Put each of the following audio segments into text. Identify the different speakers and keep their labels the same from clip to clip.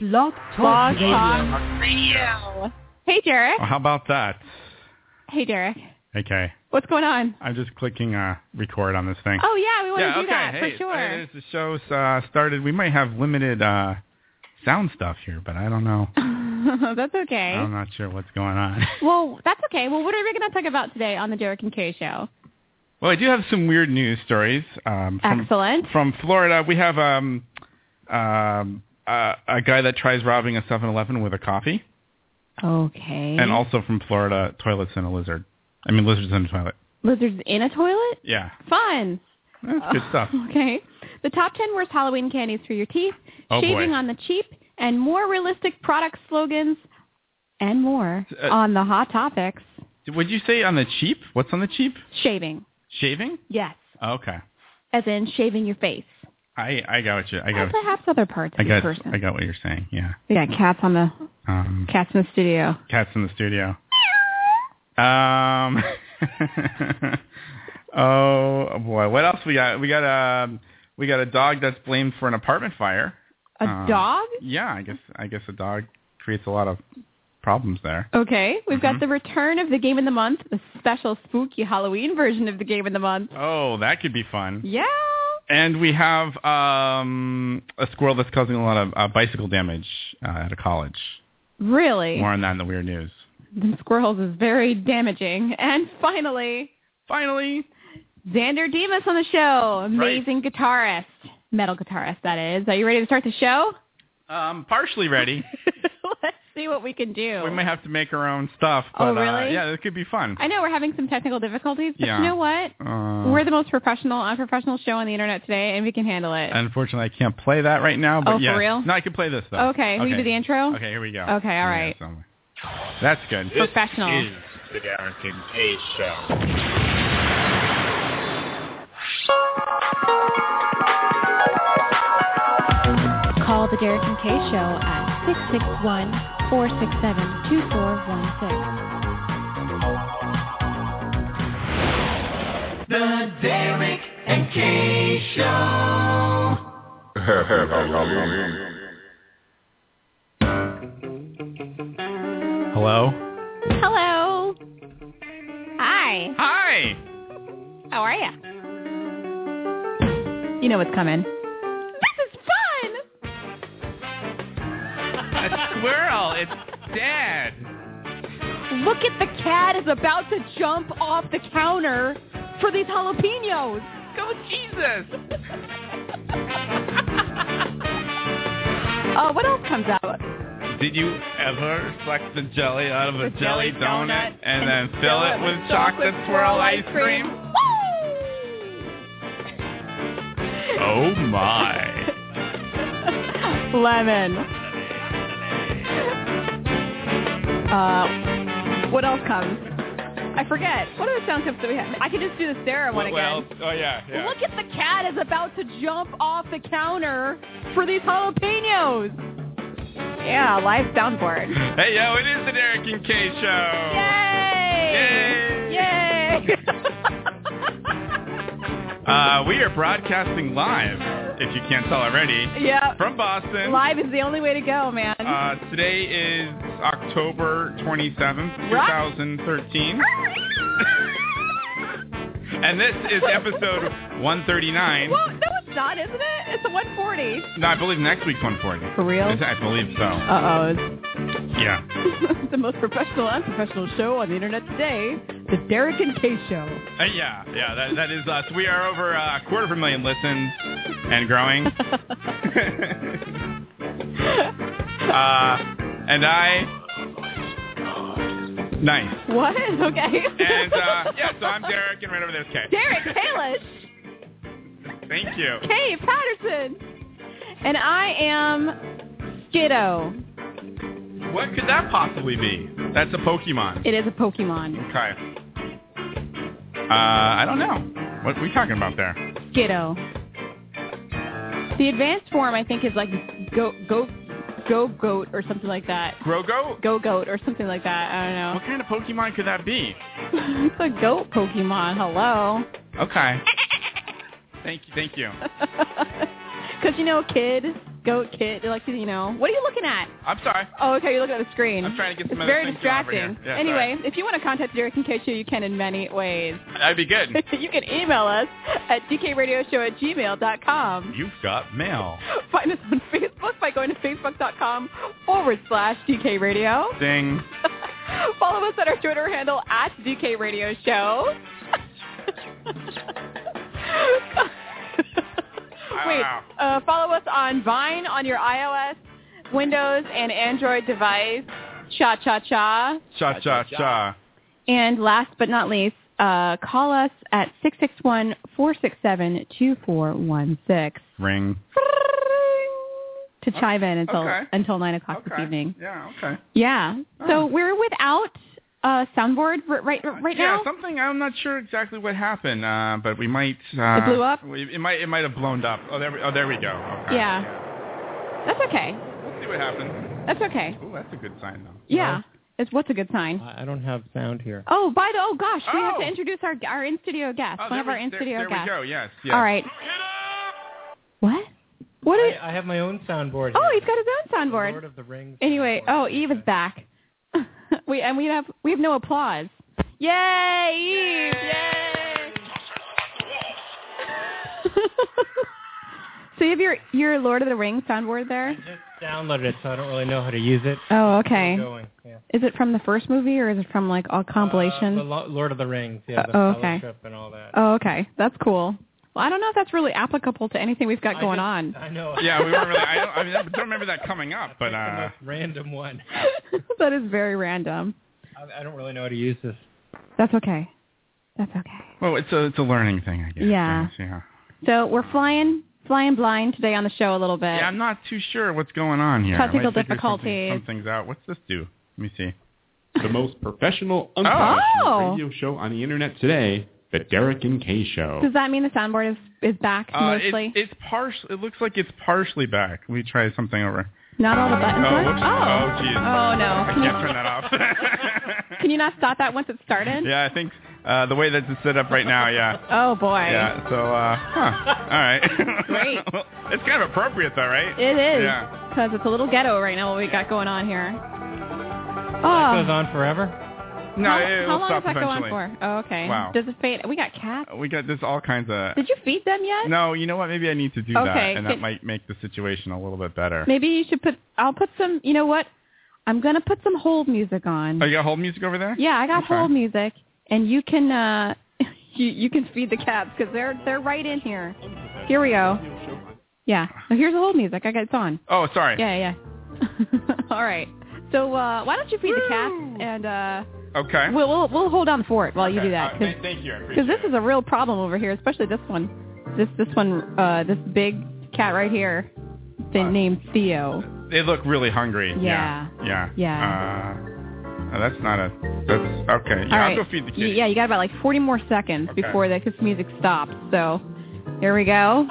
Speaker 1: Blog Talk Radio.
Speaker 2: Radio. Hey, Derek.
Speaker 3: Well, how about that?
Speaker 2: Hey, Derek.
Speaker 3: Okay.
Speaker 2: What's going on?
Speaker 3: I'm just clicking uh, record on this thing.
Speaker 2: Oh, yeah, we want
Speaker 3: yeah,
Speaker 2: to do
Speaker 3: okay.
Speaker 2: that
Speaker 3: hey, uh,
Speaker 2: for sure.
Speaker 3: As the show's uh, started, we might have limited uh, sound stuff here, but I don't know.
Speaker 2: that's okay.
Speaker 3: I'm not sure what's going on.
Speaker 2: well, that's okay. Well, what are we going to talk about today on the Derek and Carrie Show?
Speaker 3: well, I do have some weird news stories. Um, from,
Speaker 2: Excellent.
Speaker 3: from Florida, we have um, um, uh, a guy that tries robbing a 7-Eleven with a coffee,
Speaker 2: Okay.
Speaker 3: and also from Florida, toilets and a lizard. I mean, lizards and a toilet.
Speaker 2: Lizards in a toilet?
Speaker 3: Yeah,
Speaker 2: Fun.
Speaker 3: that's good stuff.
Speaker 2: Okay. The top 10 worst Halloween candies for your teeth,
Speaker 3: Oh, boy.
Speaker 2: shaving on the cheap, and more realistic product slogans and more
Speaker 3: Uh,
Speaker 2: on the hot topics.
Speaker 3: Would you say on the cheap? What's on the cheap?
Speaker 2: Shaving.
Speaker 3: Shaving?
Speaker 2: Yes.
Speaker 3: Okay.
Speaker 2: As in shaving your face.
Speaker 3: I I got what you I
Speaker 2: And
Speaker 3: got
Speaker 2: perhaps other parts
Speaker 3: I
Speaker 2: of the
Speaker 3: got
Speaker 2: person.
Speaker 3: I got what you're saying. Yeah.
Speaker 2: yeah, cats on the
Speaker 3: Um,
Speaker 2: cats in the studio.
Speaker 3: cats in the studio. Um. oh boy, what else we got? We got a we got a dog that's blamed for an apartment fire.
Speaker 2: A
Speaker 3: Um,
Speaker 2: dog?
Speaker 3: Yeah, I guess I guess a dog creates a lot of problems there.
Speaker 2: Okay. We've
Speaker 3: Mm-hmm.
Speaker 2: got the return of the game of the month, the special spooky Halloween version of the game of the month.
Speaker 3: Oh, that could be fun.
Speaker 2: Yeah.
Speaker 3: And we have um, a squirrel that's causing a lot of uh, bicycle damage uh, at a college.
Speaker 2: Really?
Speaker 3: More on that in the weird news.
Speaker 2: The squirrels is very damaging. And finally,
Speaker 3: Finally,
Speaker 2: Xander Demas on the show. Amazing guitarist. Metal guitarist, that is. Are you ready to start the show?
Speaker 3: um, partially ready.
Speaker 2: Let's see what we can do.
Speaker 3: We might have to make our own stuff. But,
Speaker 2: Oh,
Speaker 3: Uh,
Speaker 2: really?
Speaker 3: yeah, it could be fun.
Speaker 2: I know we're having some technical difficulties, but
Speaker 3: Yeah.
Speaker 2: you know what?
Speaker 3: Uh,
Speaker 2: We're the most professional, unprofessional show on the internet today, and we can handle it.
Speaker 3: Unfortunately, I can't play that right now. But
Speaker 2: Oh, for
Speaker 3: yes.
Speaker 2: real?
Speaker 3: No, I can play this though.
Speaker 2: Okay, we can do the intro?
Speaker 3: Okay, here we go.
Speaker 2: Okay, all
Speaker 3: all
Speaker 2: right.
Speaker 3: right. That's good.
Speaker 2: Professional.
Speaker 4: This is the Derek and Kay Show.
Speaker 5: Call the Derek and Kay Show at 661-467-2416.
Speaker 4: The Derek and Kay Show.
Speaker 3: Hello.
Speaker 2: Hello. Hi.
Speaker 3: Hi.
Speaker 2: How are you? You know what's coming. This is fun.
Speaker 3: A squirrel. It's dead.
Speaker 2: Look at the cat is about to jump off the counter for these jalapenos.
Speaker 3: Go Jesus.
Speaker 2: Oh, what else comes out?
Speaker 3: Did you ever suck the jelly out of a
Speaker 2: The
Speaker 3: jelly,
Speaker 2: jelly
Speaker 3: donut,
Speaker 2: donut
Speaker 3: and, then fill it with chocolate swirl ice cream? Oh my.
Speaker 2: Woo! Lemon. Uh, what else comes? I forget. What are the sound clips that we have? I could just do the Sarah one again.
Speaker 3: Well, oh yeah, yeah.
Speaker 2: Look at the cat is about to jump off the counter for these jalapenos. Yeah, live soundboard.
Speaker 3: Hey yo, it is the Derek and Kay show.
Speaker 2: Yay!
Speaker 3: Yay!
Speaker 2: Yay!
Speaker 3: Uh, we are broadcasting live, if you can't tell already,
Speaker 2: yep.
Speaker 3: from Boston.
Speaker 2: Live is the only way to go, man.
Speaker 3: Uh, today is October 27th,
Speaker 2: Right.
Speaker 3: 2013. and this is episode 139.
Speaker 2: Whoa, no, it's not, isn't it? It's a 140.
Speaker 3: No, I believe next week's 140.
Speaker 2: For real?
Speaker 3: Is- I believe so.
Speaker 2: Uh-oh.
Speaker 3: Yeah.
Speaker 2: It's the most professional and professional show on the internet today, the Derek and Kay Show.
Speaker 3: Uh, yeah, yeah, that, that is us. We are over uh, a quarter of a million listens and growing. uh, and I... Nice.
Speaker 2: What? Okay.
Speaker 3: And uh, yeah, so I'm Derek, and right over there's Kay.
Speaker 2: Derek Kalish.
Speaker 3: Thank you.
Speaker 2: Hey, Patterson. And I am Skiddo.
Speaker 3: What could that possibly be? That's a Pokemon.
Speaker 2: It is a Pokemon.
Speaker 3: Okay. Uh, I don't know. What are we talking about there?
Speaker 2: Skiddo. The advanced form, I think, is like go go go goat or something like that.
Speaker 3: Grogo?
Speaker 2: Go goat or something like that. I
Speaker 3: What kind of Pokemon could that be?
Speaker 2: don't know. it's a goat Pokemon. Hello.
Speaker 3: Okay. Thank you. Thank you.
Speaker 2: Because you know, kid goat kid. They like to, you know. What are you looking at?
Speaker 3: I'm sorry.
Speaker 2: Oh, okay. You're looking at the screen.
Speaker 3: I'm trying to get some
Speaker 2: It's
Speaker 3: other
Speaker 2: very
Speaker 3: things going over here.
Speaker 2: distracting.
Speaker 3: Yeah,
Speaker 2: anyway, if you want to contact Derek and Kesha, you can in many ways.
Speaker 3: That'd be good.
Speaker 2: you can email us at dkradioshow at gmail dot com.
Speaker 3: You've got mail.
Speaker 2: Find us on Facebook by going to facebook.com forward slash DK Radio.
Speaker 3: Ding.
Speaker 2: Follow us on our Twitter handle at DK Radio Show. Wait,
Speaker 3: Wow.
Speaker 2: uh, follow us on Vine on your iOS, Windows, and Android device. Cha cha cha.
Speaker 3: Cha cha cha.
Speaker 2: And last but not least, uh, call us at 661-467-2416
Speaker 3: Ring.
Speaker 2: to chime in until
Speaker 3: Oh, Okay.
Speaker 2: until nine o'clock this
Speaker 3: Okay.
Speaker 2: evening.
Speaker 3: Yeah. Okay.
Speaker 2: Yeah. So
Speaker 3: Oh.
Speaker 2: we're without a soundboard r- right right
Speaker 3: yeah,
Speaker 2: now.
Speaker 3: something I'm not sure exactly what happened, uh, but we might. Uh,
Speaker 2: It blew up?
Speaker 3: We, it might. It might have blown up. Oh, there. We, oh, there we go. Okay.
Speaker 2: yeah. That's okay.
Speaker 3: We'll see what happens.
Speaker 2: That's okay.
Speaker 3: Oh, that's a good sign though.
Speaker 2: Yeah. It's what's a good sign.
Speaker 6: I I don't have sound here.
Speaker 2: Oh, by the oh gosh, we have
Speaker 3: Oh.
Speaker 2: to introduce our our in studio guest,
Speaker 3: Oh,
Speaker 2: one
Speaker 3: there
Speaker 2: of our
Speaker 3: we-
Speaker 2: in studio
Speaker 3: there, there
Speaker 2: guests.
Speaker 3: we go. Yes. yes.
Speaker 2: All right. What? What is?
Speaker 6: I, I have my own soundboard.
Speaker 2: Oh,
Speaker 6: here.
Speaker 2: he's got his own
Speaker 6: The
Speaker 2: soundboard.
Speaker 6: Lord of the Rings.
Speaker 2: Anyway, oh,
Speaker 6: soundboard.
Speaker 2: Eve is back. we and we have we have no applause. Yay, Eve! Yay! so you have your your Lord of the Rings soundboard
Speaker 6: I
Speaker 2: there.
Speaker 6: just downloaded it, so I don't really know how to use it.
Speaker 2: Oh,
Speaker 6: It's
Speaker 2: okay.
Speaker 6: Going. Yeah.
Speaker 2: Is it from the first movie or is it from like a compilation?
Speaker 6: Uh, the Lo- Lord of the Rings. Yeah. The
Speaker 2: Uh, oh, okay.
Speaker 6: Fellowship and all that.
Speaker 2: oh, okay, that's cool. Well, I don't know if that's really applicable to anything we've got
Speaker 6: I
Speaker 2: going
Speaker 6: just-
Speaker 2: on.
Speaker 6: I know.
Speaker 3: Yeah, we weren't really. I don't, I mean, I don't remember that coming up,
Speaker 6: But
Speaker 3: but uh,
Speaker 6: the most random one.
Speaker 2: that is very random.
Speaker 6: I, I don't really know how to use this.
Speaker 2: That's okay. That's okay.
Speaker 3: well, it's a it's a learning thing, I guess.
Speaker 2: Yeah.
Speaker 3: yes, yeah.
Speaker 2: So we're flying flying blind today on the show a little bit.
Speaker 3: Yeah, I'm not too sure what's going on here. I might
Speaker 2: Technical
Speaker 3: figure something-
Speaker 2: difficulties.
Speaker 3: Some things out. What's this do? Let me see.
Speaker 7: the most professional
Speaker 2: Oh.
Speaker 7: unprofessional radio show on the internet today, the Derek and Kay
Speaker 3: Oh.
Speaker 7: Show.
Speaker 2: Does that mean the soundboard is is back
Speaker 3: Uh, it-
Speaker 2: mostly?
Speaker 3: it's partial. It looks like it's partially back. Let me try something over.
Speaker 2: Not all the buttons.
Speaker 3: Oh,
Speaker 2: are-
Speaker 3: whoops.
Speaker 2: oh.
Speaker 3: Oh, geez.
Speaker 2: Oh, no.
Speaker 3: I
Speaker 2: Can you,
Speaker 3: can't turn that off.
Speaker 2: can you not stop that once it started?
Speaker 3: Yeah, I think uh, the way that it's set up right now, yeah.
Speaker 2: Oh boy.
Speaker 3: Yeah, so, uh, huh. All right.
Speaker 2: Great.
Speaker 3: well, it's kind of appropriate, though, right?
Speaker 2: It is
Speaker 3: Yeah.
Speaker 2: because it's a little ghetto right now. What we got going on here?
Speaker 6: That
Speaker 2: Oh,
Speaker 6: goes on forever.
Speaker 3: No,
Speaker 2: how,
Speaker 3: it,
Speaker 2: how
Speaker 3: will
Speaker 2: long
Speaker 3: stop
Speaker 2: does that
Speaker 3: eventually.
Speaker 2: go on for? Oh, okay.
Speaker 3: Wow. Uh,
Speaker 2: Does it fade? We got cats.
Speaker 3: We got this all kinds of.
Speaker 2: Did you feed them yet?
Speaker 3: No, you know what? Maybe I need to do that,
Speaker 2: Okay,
Speaker 3: and
Speaker 2: can-
Speaker 3: that might make the situation a little bit better.
Speaker 2: Maybe you should put. I'll put some. You know what? I'm gonna put some hold music on.
Speaker 3: Oh, you got hold music over there?
Speaker 2: Yeah, I got
Speaker 3: Okay.
Speaker 2: hold music, and you can uh, you you can feed the cats because they're they're right in here. Here we go. Yeah, oh, here's the hold music. I got it's on.
Speaker 3: Oh, sorry.
Speaker 2: Yeah, yeah. All right. So uh, why don't you feed the cats, and uh,
Speaker 3: Okay.
Speaker 2: we'll, we'll we'll hold on for it while you
Speaker 3: Okay.
Speaker 2: do that
Speaker 3: Uh,
Speaker 2: because
Speaker 3: th- thank you. I appreciate
Speaker 2: because this is a real problem over here, especially this one, this this one uh, this big cat right here, th- named Theo.
Speaker 3: it. They look really hungry.
Speaker 2: Yeah.
Speaker 3: Yeah.
Speaker 2: Yeah.
Speaker 3: Uh, no, that's not a. That's okay.
Speaker 2: All
Speaker 3: Yeah, I'll
Speaker 2: right.
Speaker 3: go feed the
Speaker 2: Y-
Speaker 3: kitty.
Speaker 2: Yeah, you got about like 40 more seconds
Speaker 3: Okay.
Speaker 2: before the kiss music stops. So here we go.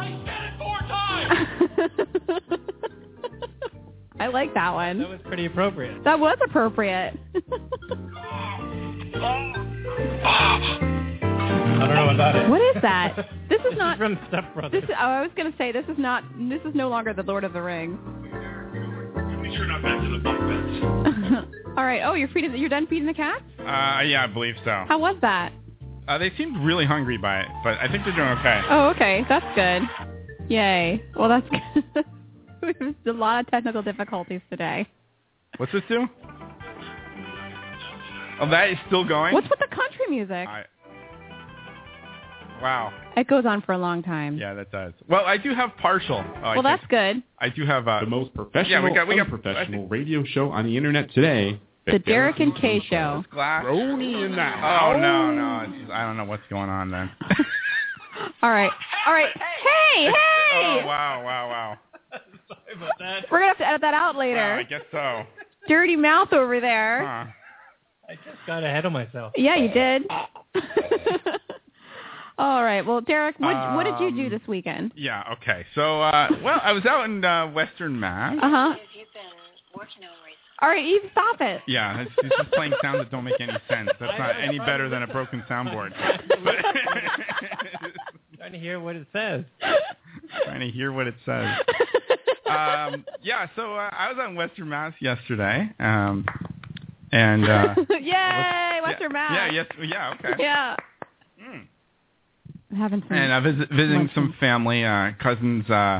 Speaker 2: I like that
Speaker 6: That
Speaker 2: one.
Speaker 6: was pretty appropriate.
Speaker 2: That was appropriate.
Speaker 6: I don't know what that is.
Speaker 2: what is that? This is not.
Speaker 6: from Step Brothers.
Speaker 2: This oh, I was gonna say this is not. This is no longer the Lord of the Rings. All right. Oh, you're feeding. You're done feeding the cats.
Speaker 3: Uh, yeah, I believe so.
Speaker 2: How was that?
Speaker 3: Uh, they seemed really hungry by it, but I think they're doing okay.
Speaker 2: Oh, okay. That's good. Yay. Well, that's good. There's a lot of technical difficulties today.
Speaker 3: What's this do? Oh, that is still going.
Speaker 2: What's with the country music?
Speaker 3: I- Wow.
Speaker 2: It goes on for a long time.
Speaker 3: Yeah, that does. Well, I do have partial. Oh, I
Speaker 2: Well, that's good.
Speaker 3: I do have. Uh,
Speaker 7: The most professional
Speaker 3: Yeah, we got- we got-
Speaker 7: unprofessional radio show on the internet today,
Speaker 2: The Derek and Kay Show.
Speaker 3: glass.
Speaker 7: Roni in the
Speaker 3: Oh
Speaker 7: house.
Speaker 3: no, no! It's, I don't know what's going on then.
Speaker 2: All right. All right. Hey, hey!
Speaker 3: oh wow, wow, wow.
Speaker 6: Sorry about that.
Speaker 2: We're going to have to edit that out
Speaker 3: Wow, I
Speaker 2: later.
Speaker 3: guess so.
Speaker 2: Dirty mouth over there.
Speaker 3: Huh.
Speaker 6: I just got ahead of myself.
Speaker 2: Yeah, you did. All right. Well, Derek, what, what did you do
Speaker 3: Um,
Speaker 2: this weekend?
Speaker 3: Yeah. Okay. So, uh, well, I was out in uh, Western Mass.
Speaker 2: Uh huh. All right, Eve, stop it.
Speaker 3: Yeah, it's, it's just playing sounds that don't make any sense. That's not any better than a broken soundboard. But-
Speaker 6: Trying to hear what it says.
Speaker 3: trying to hear what it says. um, yeah, so uh, I was on Western Mass yesterday, um, and uh,
Speaker 2: Yay, Western
Speaker 3: yeah,
Speaker 2: Mass.
Speaker 3: Yeah, yes, yeah, okay.
Speaker 2: Yeah.
Speaker 3: Mm.
Speaker 5: I'm having some.
Speaker 3: And uh, visit, visiting some
Speaker 5: Western.
Speaker 3: family, uh, cousins, uh,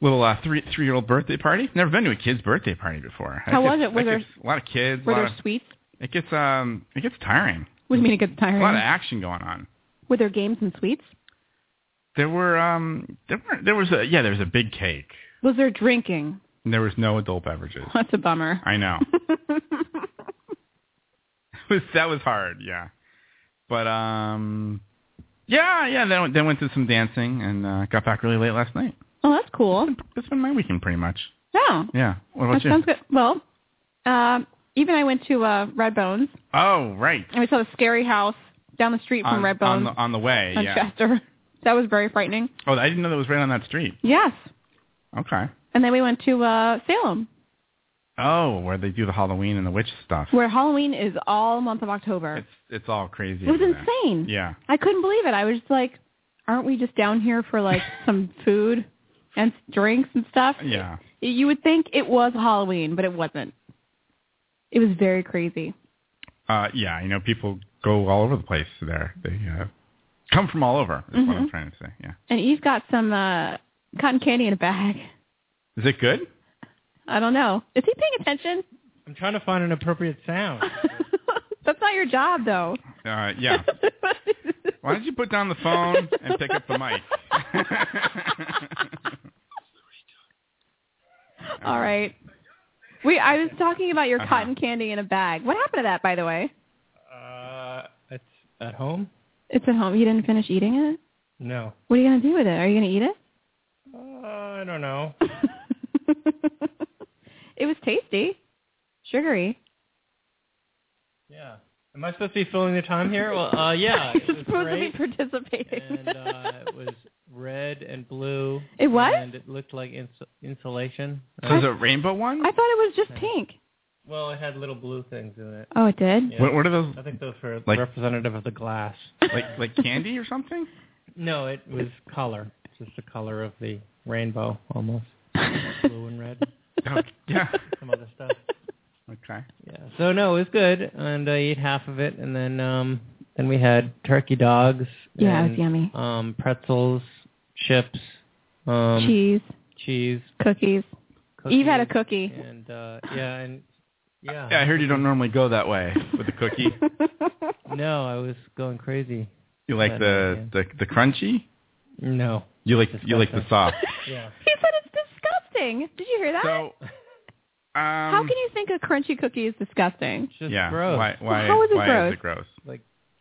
Speaker 3: little uh, three three year old birthday party. Never been to a kid's birthday party before. That
Speaker 2: How was
Speaker 3: gets-
Speaker 2: it? Were
Speaker 3: that
Speaker 2: there-
Speaker 3: gets a lot of kids? A
Speaker 2: Were
Speaker 3: lot
Speaker 2: there
Speaker 3: of,
Speaker 2: sweets?
Speaker 3: it gets um it gets tiring.
Speaker 2: What do you mean it gets
Speaker 3: A lot of
Speaker 2: tiring?
Speaker 3: action going on.
Speaker 2: Were there games and sweets?
Speaker 3: There were um there were there was a yeah there was a big cake.
Speaker 2: Was there drinking?
Speaker 3: And there was no adult beverages.
Speaker 2: That's a bummer.
Speaker 3: I know. It was that was hard, yeah. But um yeah, yeah, then went- then went to some dancing and uh, got back really late last night.
Speaker 2: oh, that's cool.
Speaker 3: That's been my weekend pretty much.
Speaker 2: Yeah.
Speaker 3: Yeah. What about
Speaker 2: That
Speaker 3: you?
Speaker 2: sounds good. Well, um, even I went to uh, Red Bones
Speaker 3: Oh, right.
Speaker 2: and we saw the scary house down the street
Speaker 3: on,
Speaker 2: from Red
Speaker 3: on
Speaker 2: Bones
Speaker 3: the on the way,
Speaker 2: on
Speaker 3: yeah.
Speaker 2: Chester. That was very frightening.
Speaker 3: Oh, I didn't know that was right on that street.
Speaker 2: Yes.
Speaker 3: Okay.
Speaker 2: And then we went to uh, Salem,
Speaker 3: Oh, where they do the Halloween and the witch stuff.
Speaker 2: where Halloween is all month of October.
Speaker 3: It's it's all crazy.
Speaker 2: it was
Speaker 3: over there.
Speaker 2: insane.
Speaker 3: Yeah.
Speaker 2: I couldn't believe it. I was just like, aren't we just down here for like some food and s- drinks and stuff?
Speaker 3: Yeah.
Speaker 2: You would think it was Halloween, but it wasn't. It was very crazy.
Speaker 3: Uh, yeah, you know, people go all over the place there. They uh, come from all over. Is what I'm
Speaker 2: Mhm.
Speaker 3: trying to say. Yeah.
Speaker 2: And Eve got some uh, cotton candy in a bag.
Speaker 3: Is it good?
Speaker 2: I don't know. Is he paying attention?
Speaker 6: I'm trying to find an appropriate sound.
Speaker 2: That's not your job, though.
Speaker 3: Uh, yeah. Why don't you put down the phone and pick up the mic?
Speaker 2: All right. We. I was talking about your
Speaker 3: Uh-huh.
Speaker 2: cotton candy in a bag. What happened to that, by the way?
Speaker 6: Uh, it's at home?
Speaker 2: It's at home. You didn't finish eating it.
Speaker 6: No.
Speaker 2: What are you gonna do with it? Are you gonna eat
Speaker 6: Uh, I don't know.
Speaker 2: it? it was tasty, sugary.
Speaker 6: Yeah. Am I supposed to be filling the time here? Well, uh, yeah. It
Speaker 2: You're
Speaker 6: was
Speaker 2: supposed to
Speaker 6: great.
Speaker 2: be participating.
Speaker 6: And uh, it was red and blue.
Speaker 2: It was?
Speaker 6: And it looked like ins- insulation.
Speaker 3: So is it a rainbow one?
Speaker 2: I thought it was just pink.
Speaker 6: Well, it had little blue things in it.
Speaker 2: Oh, it did.
Speaker 6: Yeah.
Speaker 3: What, what are those?
Speaker 6: I think those were
Speaker 3: Like-
Speaker 6: representative of the glass.
Speaker 3: Like like candy or something?
Speaker 6: No, it was color. It's just the color of the rainbow, almost blue and red,
Speaker 3: Oh, yeah.
Speaker 6: some other stuff.
Speaker 3: Okay.
Speaker 6: Yeah. So no, it was good, and I ate half of it, and then um, then we had turkey dogs.
Speaker 2: Yeah, it
Speaker 6: and,
Speaker 2: was yummy.
Speaker 6: Um, pretzels, chips, um,
Speaker 2: Cheese,
Speaker 6: cheese.
Speaker 2: cookies. Eve had a
Speaker 6: cookies,
Speaker 2: cookie.
Speaker 6: And uh, yeah, and yeah.
Speaker 3: Yeah, I heard you don't normally go that way with the cookie.
Speaker 6: No, I was going crazy.
Speaker 3: You like the the, the crunchy?
Speaker 6: No.
Speaker 3: You like you like the soft.
Speaker 6: Yeah.
Speaker 2: He said it's disgusting. Did you hear that?
Speaker 3: So, um,
Speaker 2: How can you think a crunchy cookie is disgusting?
Speaker 6: It's just
Speaker 3: yeah,
Speaker 6: gross.
Speaker 3: Why? Why?
Speaker 2: How is it
Speaker 3: why
Speaker 2: gross?
Speaker 3: Is it gross?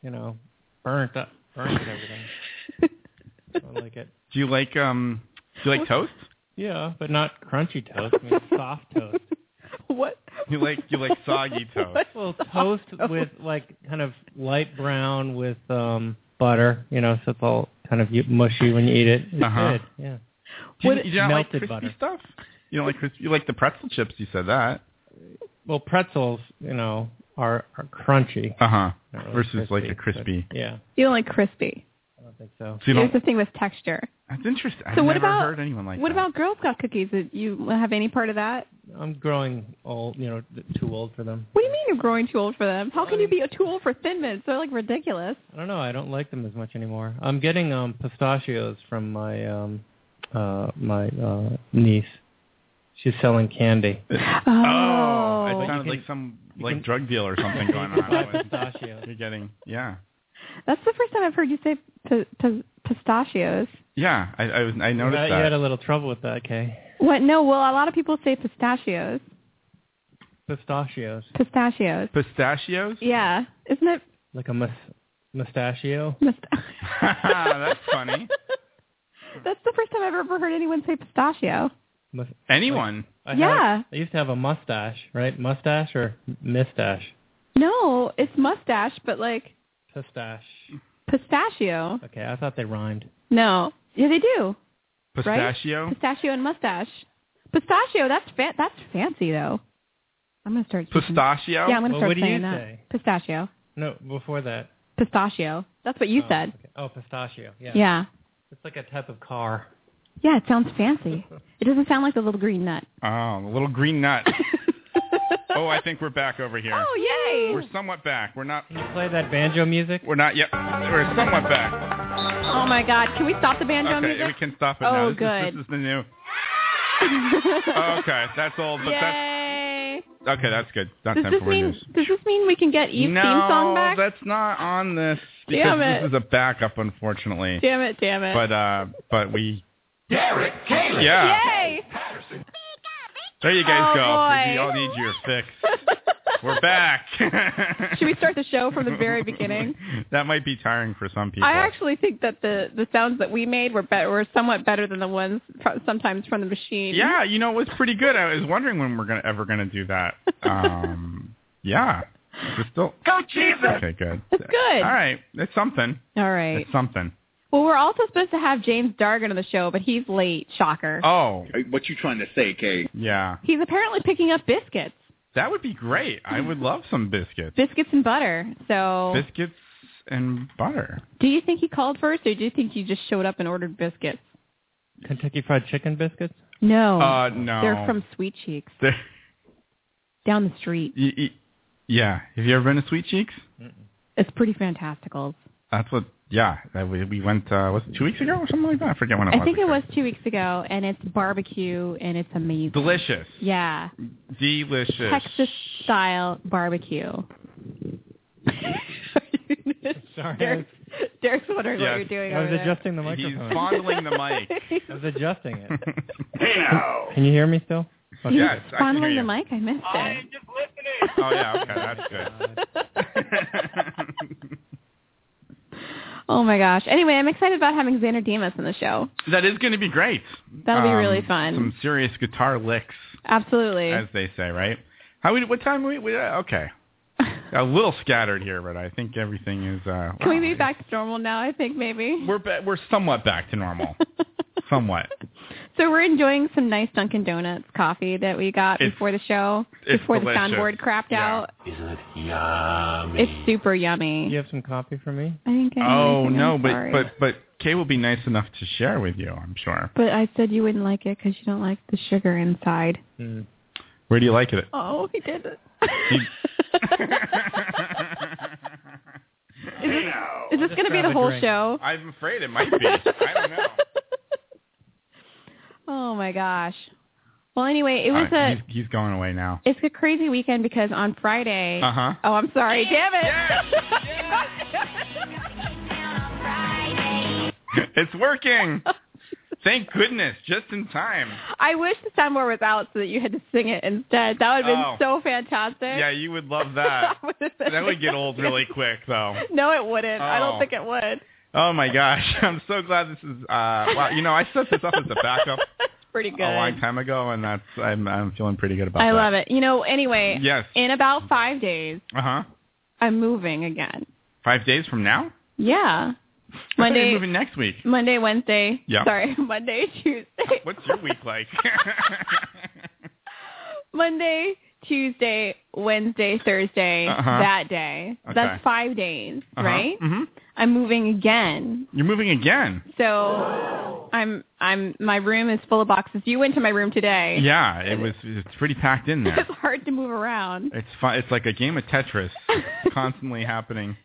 Speaker 6: You know, burnt up, burnt everything. I don't like it.
Speaker 3: Do you like um? Do you like toast?
Speaker 6: Yeah, but not crunchy toast. I mean, soft toast.
Speaker 2: What?
Speaker 3: You like you like soggy toast?
Speaker 6: Well, toast
Speaker 2: Oh.
Speaker 6: with like kind of light brown with um butter. You know, so it's all kind of mushy when you eat it. It's
Speaker 3: Uh-huh.
Speaker 6: good. Yeah.
Speaker 3: Do you,
Speaker 6: With
Speaker 3: you don't like
Speaker 6: melted
Speaker 3: crispy
Speaker 6: butter.
Speaker 3: stuff? You don't like crispy? You like the pretzel chips? You said that.
Speaker 6: Well, pretzels, you know, are are crunchy.
Speaker 3: Uh huh.
Speaker 6: not really
Speaker 3: Versus like a
Speaker 6: but-
Speaker 3: crispy.
Speaker 6: yeah,
Speaker 2: You don't like crispy.
Speaker 6: I don't think so.
Speaker 3: So you
Speaker 2: Here's
Speaker 3: don't.
Speaker 2: the thing with texture.
Speaker 3: That's interesting. I've
Speaker 2: So what
Speaker 3: never
Speaker 2: about-
Speaker 3: heard anyone like
Speaker 2: what
Speaker 3: that.
Speaker 2: about Girl Scout cookies? Did you have any part of that?
Speaker 6: I'm growing old. You know, th- too old for them.
Speaker 2: What do you mean you're growing too old for them? How can you be too old for Thin Mints? They're like ridiculous.
Speaker 6: I don't know. I don't like them as much anymore. I'm getting um pistachios from my um uh my uh niece. She's selling candy.
Speaker 2: Oh,
Speaker 3: Oh, it
Speaker 6: you
Speaker 3: sounded
Speaker 6: can-
Speaker 3: like some
Speaker 6: you
Speaker 3: like
Speaker 6: can-
Speaker 3: drug deal or something
Speaker 6: You
Speaker 3: going
Speaker 6: can buy
Speaker 3: on.
Speaker 6: pistachios.
Speaker 3: You're getting yeah.
Speaker 2: that's the first time I've heard you say p- p- pistachios.
Speaker 3: Yeah, I, I was. I noticed
Speaker 6: you
Speaker 3: that.
Speaker 6: had a little trouble with that, Kay.
Speaker 2: What? No, well, a lot of people say pistachios.
Speaker 6: Pistachios,
Speaker 2: Pistachios.
Speaker 3: Pistachios.
Speaker 2: Yeah, isn't it?
Speaker 6: like a mus- mustachio.
Speaker 2: Must- Ah,
Speaker 3: That's funny.
Speaker 2: That's the first time I've ever heard anyone say pistachio.
Speaker 6: Mus-
Speaker 3: Anyone?
Speaker 6: I had-
Speaker 2: yeah.
Speaker 6: I used to have a mustache, right? Mustache or mistache?
Speaker 2: No, it's mustache, but like
Speaker 6: Pistache.
Speaker 2: pistachio.
Speaker 6: Okay, I thought they rhymed.
Speaker 2: No. Yeah, they do.
Speaker 3: Pistachio.
Speaker 2: Pistachio and mustache. Pistachio. That's fa- that's fancy though. I'm gonna start. speaking-
Speaker 3: Pistachio.
Speaker 2: Yeah, I'm gonna
Speaker 6: Well,
Speaker 2: start
Speaker 6: what do you
Speaker 2: saying that.
Speaker 6: say?
Speaker 2: Pistachio.
Speaker 6: No, before that.
Speaker 2: Pistachio. That's what you
Speaker 6: Oh,
Speaker 2: said.
Speaker 6: okay. Oh, pistachio. Yeah.
Speaker 2: Yeah.
Speaker 6: It's like a type of car.
Speaker 2: Yeah, it sounds fancy. It doesn't sound like the little green nut.
Speaker 3: Oh, the little green nut. oh, I think we're back over here.
Speaker 2: Oh, yay!
Speaker 3: We're somewhat back. We're not.
Speaker 6: Can you play that banjo music?
Speaker 3: We're not yet. We're somewhat back.
Speaker 2: Oh my God! Can we stop the banjo
Speaker 3: okay, we
Speaker 2: music?
Speaker 3: can stop it
Speaker 2: Oh,
Speaker 3: now. This, Is,
Speaker 2: good.
Speaker 3: this is the new. okay, that's old, Um, but
Speaker 2: Yay!
Speaker 3: that's okay. That's good. Not
Speaker 2: Does
Speaker 3: time
Speaker 2: this
Speaker 3: for weird
Speaker 2: mean
Speaker 3: news.
Speaker 2: Does this mean we can get Eve's
Speaker 3: no,
Speaker 2: theme song back?
Speaker 3: that's not on this because
Speaker 2: Damn it.
Speaker 3: this is a backup, unfortunately.
Speaker 2: Damn it! Damn it!
Speaker 3: But uh, but we.
Speaker 4: Derek Caleb.
Speaker 3: Yeah.
Speaker 2: Yay!
Speaker 3: There you guys
Speaker 2: Oh,
Speaker 3: go.
Speaker 2: boy.
Speaker 3: We all need your fix. We're back.
Speaker 2: Should we start the show from the very beginning?
Speaker 3: that might be tiring for some people.
Speaker 2: I actually think that the the sounds that we made were better, were somewhat better than the ones pro- sometimes from the machine.
Speaker 3: Yeah, you know, it was pretty good. I was wondering when we're gonna ever gonna do that. Um, yeah, we're still
Speaker 4: Go Jesus.
Speaker 3: okay. Good.
Speaker 2: That's good.
Speaker 3: All right, it's something.
Speaker 2: All right.
Speaker 3: It's something.
Speaker 2: Well, we're also supposed to have James Dargan on the show, but he's late. Shocker.
Speaker 3: Oh,
Speaker 8: What you trying to say, Kay?
Speaker 3: yeah,
Speaker 2: He's apparently picking up biscuits,
Speaker 3: that would be great. I would love some biscuits,
Speaker 2: biscuits and butter. So,
Speaker 3: biscuits and butter.
Speaker 2: do you think he called first, or do you think he just showed up and ordered biscuits?
Speaker 6: Kentucky Fried Chicken biscuits?
Speaker 2: No,
Speaker 3: Uh, no.
Speaker 2: they're from Sweet Cheeks
Speaker 3: They're-
Speaker 2: down the street.
Speaker 3: y- y- yeah. Have you ever been to Sweet Cheeks?
Speaker 2: It's pretty fantastical.
Speaker 3: That's what. Yeah, that we, we went. Uh, was it two weeks ago or something like that? I forget when it
Speaker 2: I
Speaker 3: was.
Speaker 2: think it was
Speaker 3: exactly.
Speaker 2: two weeks ago, and it's barbecue, and it's amazing.
Speaker 3: delicious.
Speaker 2: yeah,
Speaker 3: Delicious.
Speaker 2: Texas style barbecue.
Speaker 6: Sorry.
Speaker 2: Derek's, Derek's wondering
Speaker 3: Yes.
Speaker 2: what you're doing
Speaker 6: I was
Speaker 2: over there.
Speaker 6: adjusting the
Speaker 3: He's
Speaker 6: microphone.
Speaker 3: fondling the mic.
Speaker 6: I was adjusting it.
Speaker 4: Hey now.
Speaker 6: Can you hear me still? Okay.
Speaker 2: He
Speaker 3: Yes,
Speaker 2: was
Speaker 3: I can
Speaker 2: fondling
Speaker 3: hear
Speaker 2: the
Speaker 3: you.
Speaker 2: mic. I missed
Speaker 4: I
Speaker 2: it.
Speaker 4: am just listening.
Speaker 3: Oh, yeah, okay, that's good.
Speaker 2: oh my gosh. Anyway, I'm excited about having Xander Demas on the show.
Speaker 3: that is going to be great.
Speaker 2: That'll be
Speaker 3: Um,
Speaker 2: really fun.
Speaker 3: Some serious guitar licks,
Speaker 2: Absolutely.
Speaker 3: as they say, right? How we? What time we? we uh, okay, a little scattered here, but I think everything is. Uh,
Speaker 2: Can we
Speaker 3: wow,
Speaker 2: be back to normal now? I think maybe.
Speaker 3: We're ba- we're somewhat back to normal. somewhat.
Speaker 2: so we're enjoying some nice Dunkin' Donuts coffee that we got
Speaker 3: It's-
Speaker 2: before the show,
Speaker 3: it's
Speaker 2: before
Speaker 3: delicious.
Speaker 2: the soundboard crapped
Speaker 3: Yeah.
Speaker 2: out. It's super yummy.
Speaker 6: You have some coffee for me?
Speaker 2: I think. I
Speaker 3: Oh
Speaker 2: I'm
Speaker 3: no, but
Speaker 2: sorry.
Speaker 3: but but Kay will be nice enough to share with you. I'm sure.
Speaker 2: But I said you wouldn't like it because you don't like the sugar inside.
Speaker 6: Mm.
Speaker 3: Where do you like it?
Speaker 2: Oh, he did it. is this, is this going to be
Speaker 6: grab
Speaker 2: the
Speaker 6: a
Speaker 2: whole
Speaker 6: drink.
Speaker 2: show?
Speaker 3: I'm afraid it might be. I don't know.
Speaker 2: Oh my gosh. Well, anyway, it
Speaker 3: All
Speaker 2: was
Speaker 3: right,
Speaker 2: a
Speaker 3: he's, he's going away now.
Speaker 2: it's a crazy weekend because on Friday.
Speaker 3: Uh huh.
Speaker 2: Oh, I'm sorry. Damn it.
Speaker 3: It's working. Thank goodness, just in time.
Speaker 2: I wish the soundboard was out so that you had to sing it instead. That would have been
Speaker 3: Oh.
Speaker 2: so fantastic.
Speaker 3: Yeah, you would love that. That would get old really quick, though.
Speaker 2: No, it wouldn't. I
Speaker 3: Oh.
Speaker 2: don't think it would.
Speaker 3: Oh my gosh, I'm so glad this is. Uh, wow, you know, I set this up as a backup
Speaker 2: That's pretty good.
Speaker 3: a long time ago, and that's I'm I'm feeling pretty good Oh, about
Speaker 2: I
Speaker 3: that.
Speaker 2: love it. You know, anyway,
Speaker 3: Yes.
Speaker 2: in about five days,
Speaker 3: Uh huh.
Speaker 2: I'm moving again.
Speaker 3: Five days from now.
Speaker 2: Yeah.
Speaker 3: I thought you were
Speaker 2: Monday,
Speaker 3: moving next week.
Speaker 2: Monday, Wednesday.
Speaker 3: Yeah.
Speaker 2: Sorry, Monday, Tuesday.
Speaker 3: What's your week like?
Speaker 2: Monday, Tuesday, Wednesday, Thursday,
Speaker 3: Uh-huh.
Speaker 2: that day.
Speaker 3: Okay.
Speaker 2: That's five days, right?
Speaker 3: hmm
Speaker 2: I'm moving again.
Speaker 3: You're moving again.
Speaker 2: So I'm I'm my room is full of boxes. You went to my room today.
Speaker 3: Yeah, it was. It's pretty packed in there.
Speaker 2: It's hard to move around.
Speaker 3: It's fun. It's like a game of Tetris, constantly happening,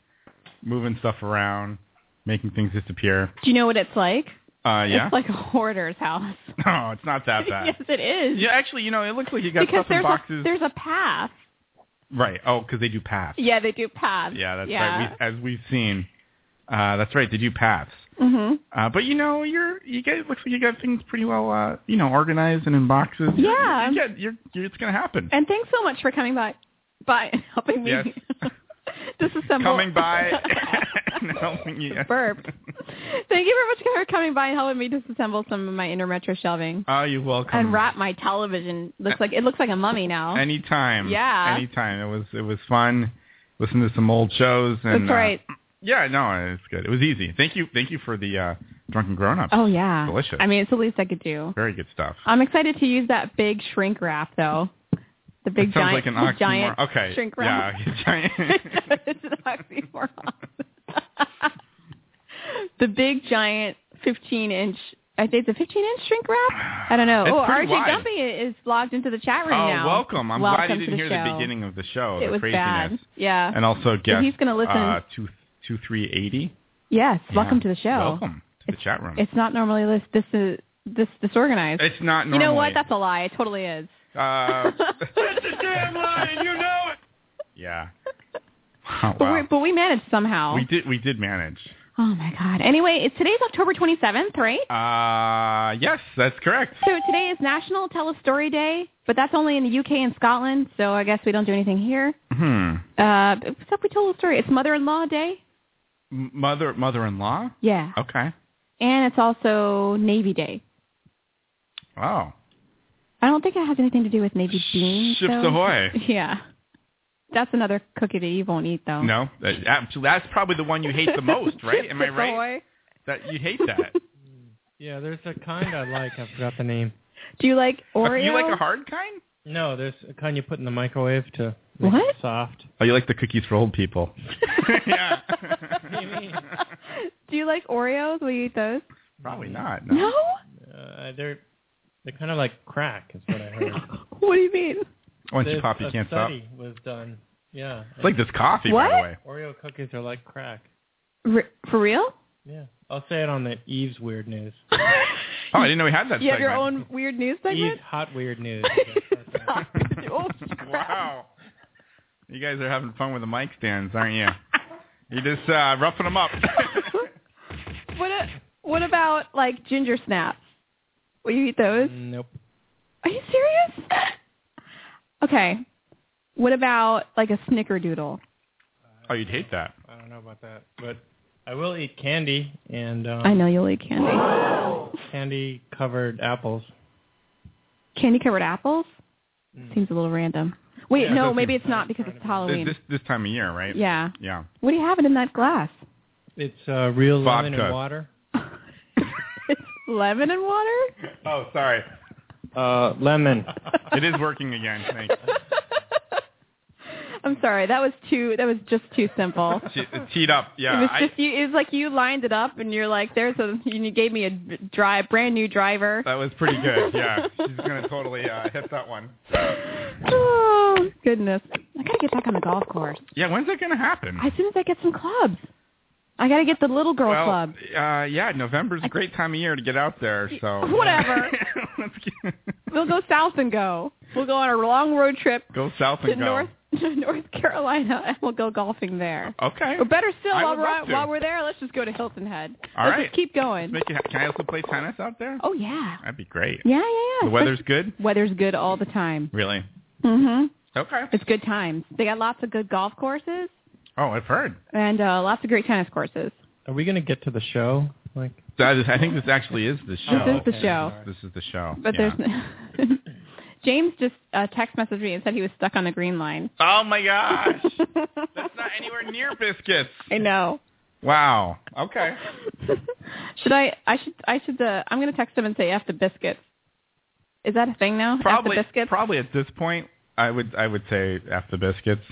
Speaker 3: moving stuff around, making things disappear.
Speaker 2: Do you know what it's like?
Speaker 3: Uh, yeah.
Speaker 2: It's like a hoarder's house.
Speaker 3: no, it's not that bad.
Speaker 2: yes, it is.
Speaker 3: Yeah, actually, you know, it looks like you got
Speaker 2: because
Speaker 3: stuff in
Speaker 2: there's
Speaker 3: boxes.
Speaker 2: a, there's a path.
Speaker 3: Right. Oh, because they do paths.
Speaker 2: Yeah, they do paths.
Speaker 3: Yeah, that's
Speaker 2: yeah.
Speaker 3: right. We, as we've seen, uh, that's right. They do paths.
Speaker 2: hmm
Speaker 3: Uh, but you know, you're you guys looks like you got things pretty well, uh, you know, organized and in boxes.
Speaker 2: Yeah.
Speaker 3: You get, you're, you're, it's gonna happen.
Speaker 2: And thanks so much for coming by, by and helping me
Speaker 3: Yes.
Speaker 2: disassemble.
Speaker 3: Coming by and helping you.
Speaker 2: Burp. Thank you very much for coming by and helping me disassemble some of my inner metro shelving
Speaker 3: Oh, you're welcome.
Speaker 2: and wrap my television. Looks like it looks like a mummy now.
Speaker 3: Anytime.
Speaker 2: Yeah.
Speaker 3: Anytime. It was it was fun. Listen to some old shows and
Speaker 2: That's
Speaker 3: uh,
Speaker 2: right.
Speaker 3: yeah, no, it's good. It was easy. Thank you thank you for the uh drunken grown ups.
Speaker 2: oh yeah.
Speaker 3: delicious.
Speaker 2: I mean, it's the least I could do.
Speaker 3: Very good stuff.
Speaker 2: I'm excited to use that big shrink wrap though. The big
Speaker 3: that sounds
Speaker 2: giant,
Speaker 3: like an
Speaker 2: the
Speaker 3: oxymoron.
Speaker 2: giant
Speaker 3: okay.
Speaker 2: shrink wrap.
Speaker 3: yeah, giant.
Speaker 2: it's an oxymoron. the big giant 15 inch I think it's a 15 inch shrink wrap. I don't know.
Speaker 3: It's
Speaker 2: oh,
Speaker 3: pretty
Speaker 2: RJ
Speaker 3: wide.
Speaker 2: Dumpy is logged into the chat
Speaker 3: Oh,
Speaker 2: room now.
Speaker 3: welcome. I'm glad
Speaker 2: Welcome
Speaker 3: you didn't
Speaker 2: to
Speaker 3: hear
Speaker 2: the,
Speaker 3: the
Speaker 2: show.
Speaker 3: beginning of the show.
Speaker 2: It
Speaker 3: the
Speaker 2: was
Speaker 3: craziness.
Speaker 2: bad. Yeah.
Speaker 3: And also guest
Speaker 2: he's gonna listen.
Speaker 3: uh, two two three eighty.
Speaker 2: yes.
Speaker 3: Yeah.
Speaker 2: Welcome to the show.
Speaker 3: Welcome to the chat room.
Speaker 2: It's not normally this this is this disorganized.
Speaker 3: It's not
Speaker 2: You
Speaker 3: normally.
Speaker 2: know what? That's a lie. It totally is.
Speaker 3: Uh,
Speaker 2: That's a damn lie, and you know
Speaker 3: it. Yeah.
Speaker 2: But
Speaker 3: wow.
Speaker 2: we but we managed somehow.
Speaker 3: We did we did manage.
Speaker 2: oh my god. Anyway, it's today's October 27th, right?
Speaker 3: Uh yes, that's correct.
Speaker 2: So today is National Tell a Story Day, but that's only in the UK and Scotland, so I guess we don't do anything here.
Speaker 3: Hmm.
Speaker 2: Uh, except we told a story. It's Mother-in-Law Day.
Speaker 3: M- Mother mother-in-law?
Speaker 2: Yeah.
Speaker 3: Okay.
Speaker 2: And it's also Navy Day.
Speaker 3: Wow.
Speaker 2: I don't think it has anything to do with Navy beans.
Speaker 3: Ships
Speaker 2: though.
Speaker 3: ahoy.
Speaker 2: Yeah. That's another cookie that you won't eat, though.
Speaker 3: No, that- absolutely. That's probably the one you hate the most, right? Am I
Speaker 2: Chips
Speaker 3: right?
Speaker 2: Ahoy.
Speaker 3: That you hate that.
Speaker 6: Yeah, there's a kind I like. I forgot the name.
Speaker 2: Do you like Oreo?
Speaker 3: You like a hard kind?
Speaker 6: No, there's a kind you put in the microwave to make
Speaker 2: What?
Speaker 6: it soft.
Speaker 3: Oh, you like the cookies for old people. yeah.
Speaker 2: do you like Oreos? Will you eat those?
Speaker 3: Probably not. No.
Speaker 2: No.
Speaker 6: Uh, they're they're kind of like crack, is what I heard.
Speaker 2: What do you mean?
Speaker 3: Once you
Speaker 6: There's
Speaker 3: pop, Oh, you
Speaker 6: a
Speaker 3: can't stop.
Speaker 6: study was done. Yeah.
Speaker 3: It's like this coffee, by
Speaker 2: What?
Speaker 3: the way.
Speaker 6: Oreo cookies are like crack.
Speaker 2: R- for real?
Speaker 6: Yeah. I'll say it on the Eve's weird news.
Speaker 3: Oh, I didn't know we had that
Speaker 2: you have your
Speaker 3: segment.
Speaker 2: own weird news
Speaker 6: Eve's
Speaker 2: segment.
Speaker 6: hot weird news.
Speaker 2: oh, crap.
Speaker 3: wow. You guys are having fun with the mic stands, aren't you? You're just uh, roughing them up.
Speaker 2: What? A, what about like ginger snaps? Will you eat those?
Speaker 6: nope.
Speaker 2: Are you serious? okay. What about like a snickerdoodle?
Speaker 3: oh, you'd hate that.
Speaker 6: I don't know about that, but I will eat candy and
Speaker 3: Uh.
Speaker 6: um,
Speaker 2: I know you'll eat candy.
Speaker 6: candy covered apples.
Speaker 2: candy covered apples?
Speaker 6: Mm.
Speaker 2: Seems a little random. Wait,
Speaker 6: Yeah,
Speaker 2: no,
Speaker 6: that's
Speaker 2: maybe
Speaker 6: what
Speaker 2: it's not
Speaker 6: I'm
Speaker 2: because
Speaker 6: trying
Speaker 2: it's
Speaker 6: to be-
Speaker 2: Halloween.
Speaker 3: This this time of year, right?
Speaker 2: Oh, yeah.
Speaker 3: Yeah.
Speaker 2: What do you have in that glass?
Speaker 6: It's uh, real lemon
Speaker 3: Vodka.
Speaker 6: and water.
Speaker 2: it's lemon and water?
Speaker 3: Oh, sorry.
Speaker 6: Uh, lemon.
Speaker 3: It is working again. Thanks.
Speaker 2: I'm sorry, that was too that was just too simple.
Speaker 3: Te- teed up. Yeah.
Speaker 2: it was
Speaker 3: I-
Speaker 2: just you it was like you lined it up and you're like there's a and you gave me a dry brand new driver.
Speaker 3: that was pretty good. Yeah. She's gonna totally uh, hit that one.
Speaker 2: oh goodness. I gotta get back on the golf course.
Speaker 3: Yeah. When's that gonna happen?
Speaker 2: As soon as I get some clubs. I gotta get the little girl
Speaker 3: well,
Speaker 2: club.
Speaker 3: Uh, yeah. November's a great time of year to get out there. So
Speaker 2: Whatever.
Speaker 3: oh, Let's get-
Speaker 2: We'll go south and go. We'll go on a long road trip
Speaker 3: go south
Speaker 2: to
Speaker 3: and go.
Speaker 2: North North Carolina and we'll go golfing there.
Speaker 3: Okay.
Speaker 2: Or better still,
Speaker 3: I
Speaker 2: while
Speaker 3: would
Speaker 2: we're
Speaker 3: love
Speaker 2: out-
Speaker 3: to.
Speaker 2: while we're there, let's just go to Hilton Head.
Speaker 3: All
Speaker 2: let's
Speaker 3: right.
Speaker 2: just keep going.
Speaker 3: Make it, ha- can I also play tennis out there?
Speaker 2: oh yeah,
Speaker 3: That'd be great.
Speaker 2: yeah, yeah, yeah.
Speaker 3: The weather's good.
Speaker 2: weather's good all the time.
Speaker 3: Really?
Speaker 2: Mhm.
Speaker 3: Okay.
Speaker 2: It's good times. They got lots of good golf courses
Speaker 3: Oh, I've heard.
Speaker 2: and uh, lots of great tennis courses.
Speaker 6: Are we gonna get to the show? Like,
Speaker 3: That is, I think this actually is the show.
Speaker 2: This is the show.
Speaker 3: This is the show.
Speaker 2: But
Speaker 3: yeah.
Speaker 2: there's James just uh, text messaged me and said he was stuck on the green line.
Speaker 3: Oh my gosh. That's not anywhere near biscuits.
Speaker 2: I know.
Speaker 3: Wow. Okay.
Speaker 2: should I? I should. I should. Uh, I'm gonna text him and say F the biscuits. Is that a thing now? F
Speaker 3: Probably
Speaker 2: the biscuits.
Speaker 3: probably at this point I would I would say after biscuits.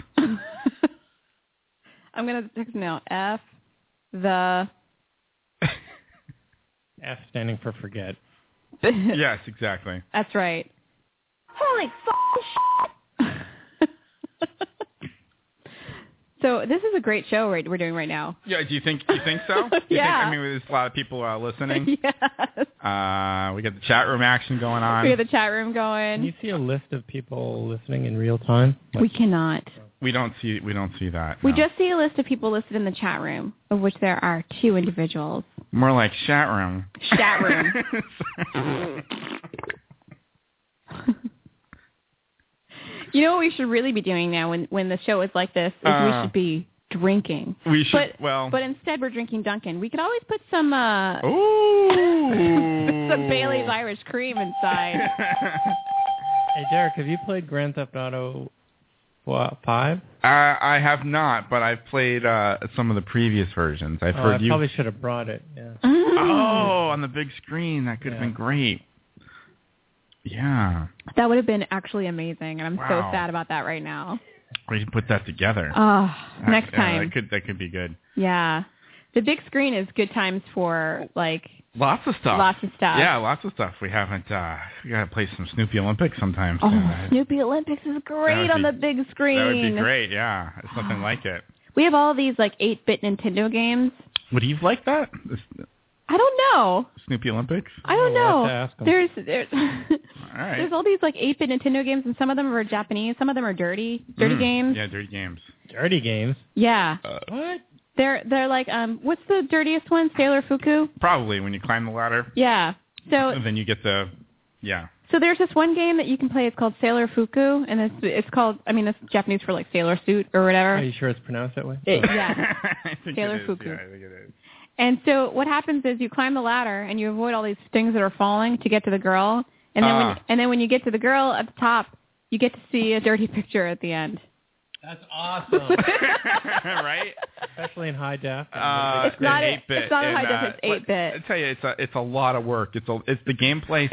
Speaker 2: I'm gonna text him now. F the
Speaker 6: F standing for forget.
Speaker 3: yes, exactly.
Speaker 2: That's right. Holy so this is a great show right, we're doing right now.
Speaker 3: Yeah, do you think you think so? Do You
Speaker 2: Yeah.
Speaker 3: think, I mean there's a lot of people uh, listening.
Speaker 2: yes.
Speaker 3: Uh we got the chat room action going on.
Speaker 2: We have the chat room
Speaker 6: Can you
Speaker 2: going.
Speaker 6: see a list of people listening in real time?
Speaker 2: We cannot.
Speaker 3: We don't see we don't see that.
Speaker 2: We
Speaker 3: no.
Speaker 2: just see a list of people listed in the chat room, of which there are two individuals.
Speaker 3: more like chat room.
Speaker 2: Chat room. Mm-hmm. you know what we should really be doing now when, when the show is like this is we
Speaker 3: Uh.
Speaker 2: should be drinking.
Speaker 3: we should
Speaker 2: But-
Speaker 3: well
Speaker 2: But instead we're drinking Dunkin'. We could always put some uh,
Speaker 3: Ooh.
Speaker 2: some Bailey's Irish cream inside.
Speaker 6: Hey, Derek, have you played Grand Theft Auto what, 5?
Speaker 3: I, I have not, but I've played uh, some of the previous versions. I've
Speaker 6: Oh, I
Speaker 3: heard you.
Speaker 6: probably should have brought it. Yeah.
Speaker 3: oh, on the big screen, that could have
Speaker 6: Yeah.
Speaker 3: been great. Yeah,
Speaker 2: That would have been actually amazing, and I'm
Speaker 3: Wow.
Speaker 2: so sad about that right now.
Speaker 3: we should put that together.
Speaker 2: Oh,
Speaker 3: That-
Speaker 2: next
Speaker 3: yeah,
Speaker 2: time,
Speaker 3: that could that could be good.
Speaker 2: yeah. The big screen is good times for like
Speaker 3: Lots of stuff.
Speaker 2: Lots of stuff.
Speaker 3: Yeah, lots of stuff. We haven't. Uh, we gotta play some Snoopy Olympics sometime.
Speaker 2: Oh,
Speaker 3: soon, right?
Speaker 2: Snoopy Olympics is great
Speaker 3: That would
Speaker 2: on
Speaker 3: be-
Speaker 2: the big screen.
Speaker 3: That would be great. Yeah, it's something like it.
Speaker 2: We have all these like 8-bit Nintendo games.
Speaker 3: Would Eve like that? This
Speaker 2: I don't know.
Speaker 3: Snoopy Olympics.
Speaker 2: I don't
Speaker 6: We'll have to
Speaker 2: know.
Speaker 6: ask 'em.
Speaker 2: There's there's
Speaker 3: All right.
Speaker 2: there's all these like 8-bit Nintendo games, and some of them are Japanese, some of them are dirty, dirty
Speaker 3: Mm,
Speaker 2: games.
Speaker 3: Yeah, dirty games.
Speaker 6: Dirty games.
Speaker 2: Yeah.
Speaker 6: What?
Speaker 2: They're they're like um what's the dirtiest one? Sailor Fuku?
Speaker 3: Probably when you climb the ladder,
Speaker 2: Yeah. So
Speaker 3: then you get the. Yeah.
Speaker 2: so there's this one game that you can play. It's called Sailor Fuku, and it's it's called I mean it's Japanese for like sailor suit or whatever.
Speaker 6: Are you sure it's pronounced that way?
Speaker 2: It- yeah.
Speaker 3: I think
Speaker 2: Sailor
Speaker 3: it is.
Speaker 2: Fuku.
Speaker 3: Yeah, I think it is.
Speaker 2: And so what happens is you climb the ladder and you avoid all these things that are falling to get to the girl. And then when
Speaker 3: Ah.
Speaker 2: and then when you get to the girl at the top, you get to see a dirty picture at the end.
Speaker 6: That's awesome.
Speaker 3: right?
Speaker 6: Especially in high def.
Speaker 3: Uh,
Speaker 2: It's not
Speaker 3: an
Speaker 2: a-
Speaker 3: 8-bit,
Speaker 2: it's not a
Speaker 3: and,
Speaker 2: high def,
Speaker 3: uh,
Speaker 2: it's 8-bit.
Speaker 3: I tell you, it's a it's a lot of work. It's a it's the gameplay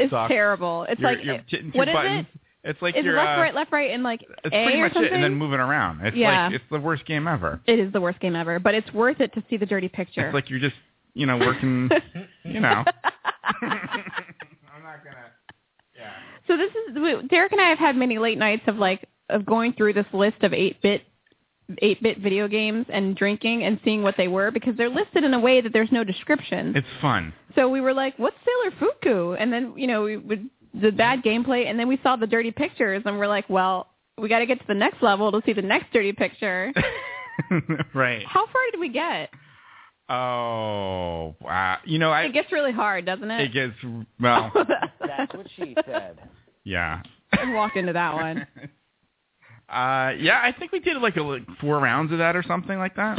Speaker 2: It's
Speaker 3: sucks.
Speaker 2: terrible. It's
Speaker 3: you're,
Speaker 2: like
Speaker 3: you're hitting 2
Speaker 2: what is
Speaker 3: buttons.
Speaker 2: it?
Speaker 3: It's like
Speaker 2: It's
Speaker 3: you're
Speaker 2: left
Speaker 3: uh,
Speaker 2: right left right and like
Speaker 3: it's
Speaker 2: A
Speaker 3: pretty
Speaker 2: or
Speaker 3: much
Speaker 2: something.
Speaker 3: it, and then moving around. It's
Speaker 2: Yeah.
Speaker 3: like it's the worst game ever.
Speaker 2: it is the worst game ever, but it's worth it to see the dirty picture.
Speaker 3: It's like you're just you know working. you know. I'm not gonna. Yeah.
Speaker 2: So this is we- Derek and I have had many late nights of like of going through this list of eight bit eight bit video games and drinking and seeing what they were because they're listed in a way that there's no description.
Speaker 3: It's fun.
Speaker 2: so we were like, "What's Sailor Fuku?" And then you know we would the bad gameplay, and then we saw the dirty pictures, and we're like, "Well, we got to get to the next level to see the next dirty picture."
Speaker 3: right.
Speaker 2: How far did we get?
Speaker 3: Oh wow. You know I.
Speaker 2: It gets really hard, doesn't
Speaker 3: it
Speaker 2: it?
Speaker 3: gets well.
Speaker 1: That's what she said.
Speaker 3: Yeah.
Speaker 2: I walked into that one.
Speaker 3: Uh, yeah, I think we did like a, like four rounds of that or something like that.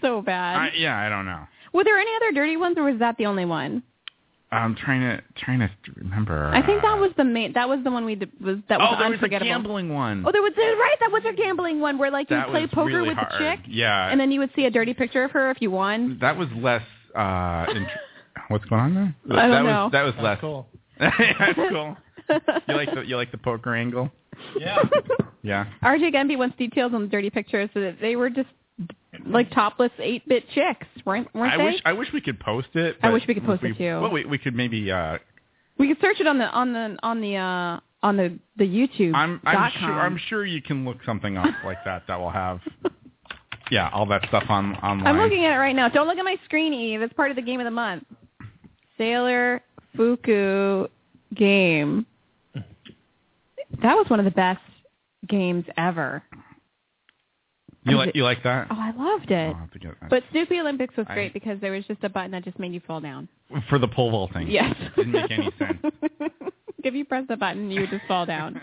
Speaker 2: so bad.
Speaker 3: I, yeah, I don't know.
Speaker 2: Were there any other dirty ones, or was that the only one?
Speaker 3: I'm trying to trying to remember.
Speaker 2: I think that
Speaker 3: uh,
Speaker 2: was the main. That was the one we did, was that was
Speaker 3: oh, there was a
Speaker 2: unforgettable.
Speaker 3: gambling one.
Speaker 2: oh, there was right. That was a gambling one where like you
Speaker 3: that
Speaker 2: would play
Speaker 3: was
Speaker 2: poker
Speaker 3: really
Speaker 2: with
Speaker 3: hard.
Speaker 2: the chick,
Speaker 3: Yeah,
Speaker 2: and then you would see a dirty picture of her if you won.
Speaker 3: that was less. Uh, int- what's going on there?
Speaker 2: I don't
Speaker 3: that
Speaker 2: know.
Speaker 3: Was, that was
Speaker 6: That's
Speaker 3: less.
Speaker 6: cool.
Speaker 3: That's cool. You like the you like the poker angle?
Speaker 6: Yeah.
Speaker 3: Yeah.
Speaker 2: RJ Gumby wants details on the dirty pictures so that they were just like topless eight bit chicks, weren't, weren't
Speaker 3: I
Speaker 2: they?
Speaker 3: wish I wish we could post it.
Speaker 2: I
Speaker 3: but
Speaker 2: wish we could post it too.
Speaker 3: Well, we we could maybe. Uh,
Speaker 2: we could search it on the on the on the uh on the the YouTube.
Speaker 3: I'm I'm
Speaker 2: dot
Speaker 3: sure
Speaker 2: com.
Speaker 3: I'm sure you can look something up like that that will have. Yeah, all that stuff on online.
Speaker 2: I'm looking at it right now. Don't look at my screen, Eve. It's part of the game of the month. Sailor Fuku game. That was one of the best games ever.
Speaker 3: you like you like that?
Speaker 2: Oh, I loved
Speaker 3: I'll
Speaker 2: it.
Speaker 3: have to get that.
Speaker 2: But Snoopy Olympics was
Speaker 3: I-
Speaker 2: great because there was just a button that just made you fall down.
Speaker 3: for the pole vaulting.
Speaker 2: Yes.
Speaker 3: Didn't make any sense.
Speaker 2: if you press the button, you would just fall down.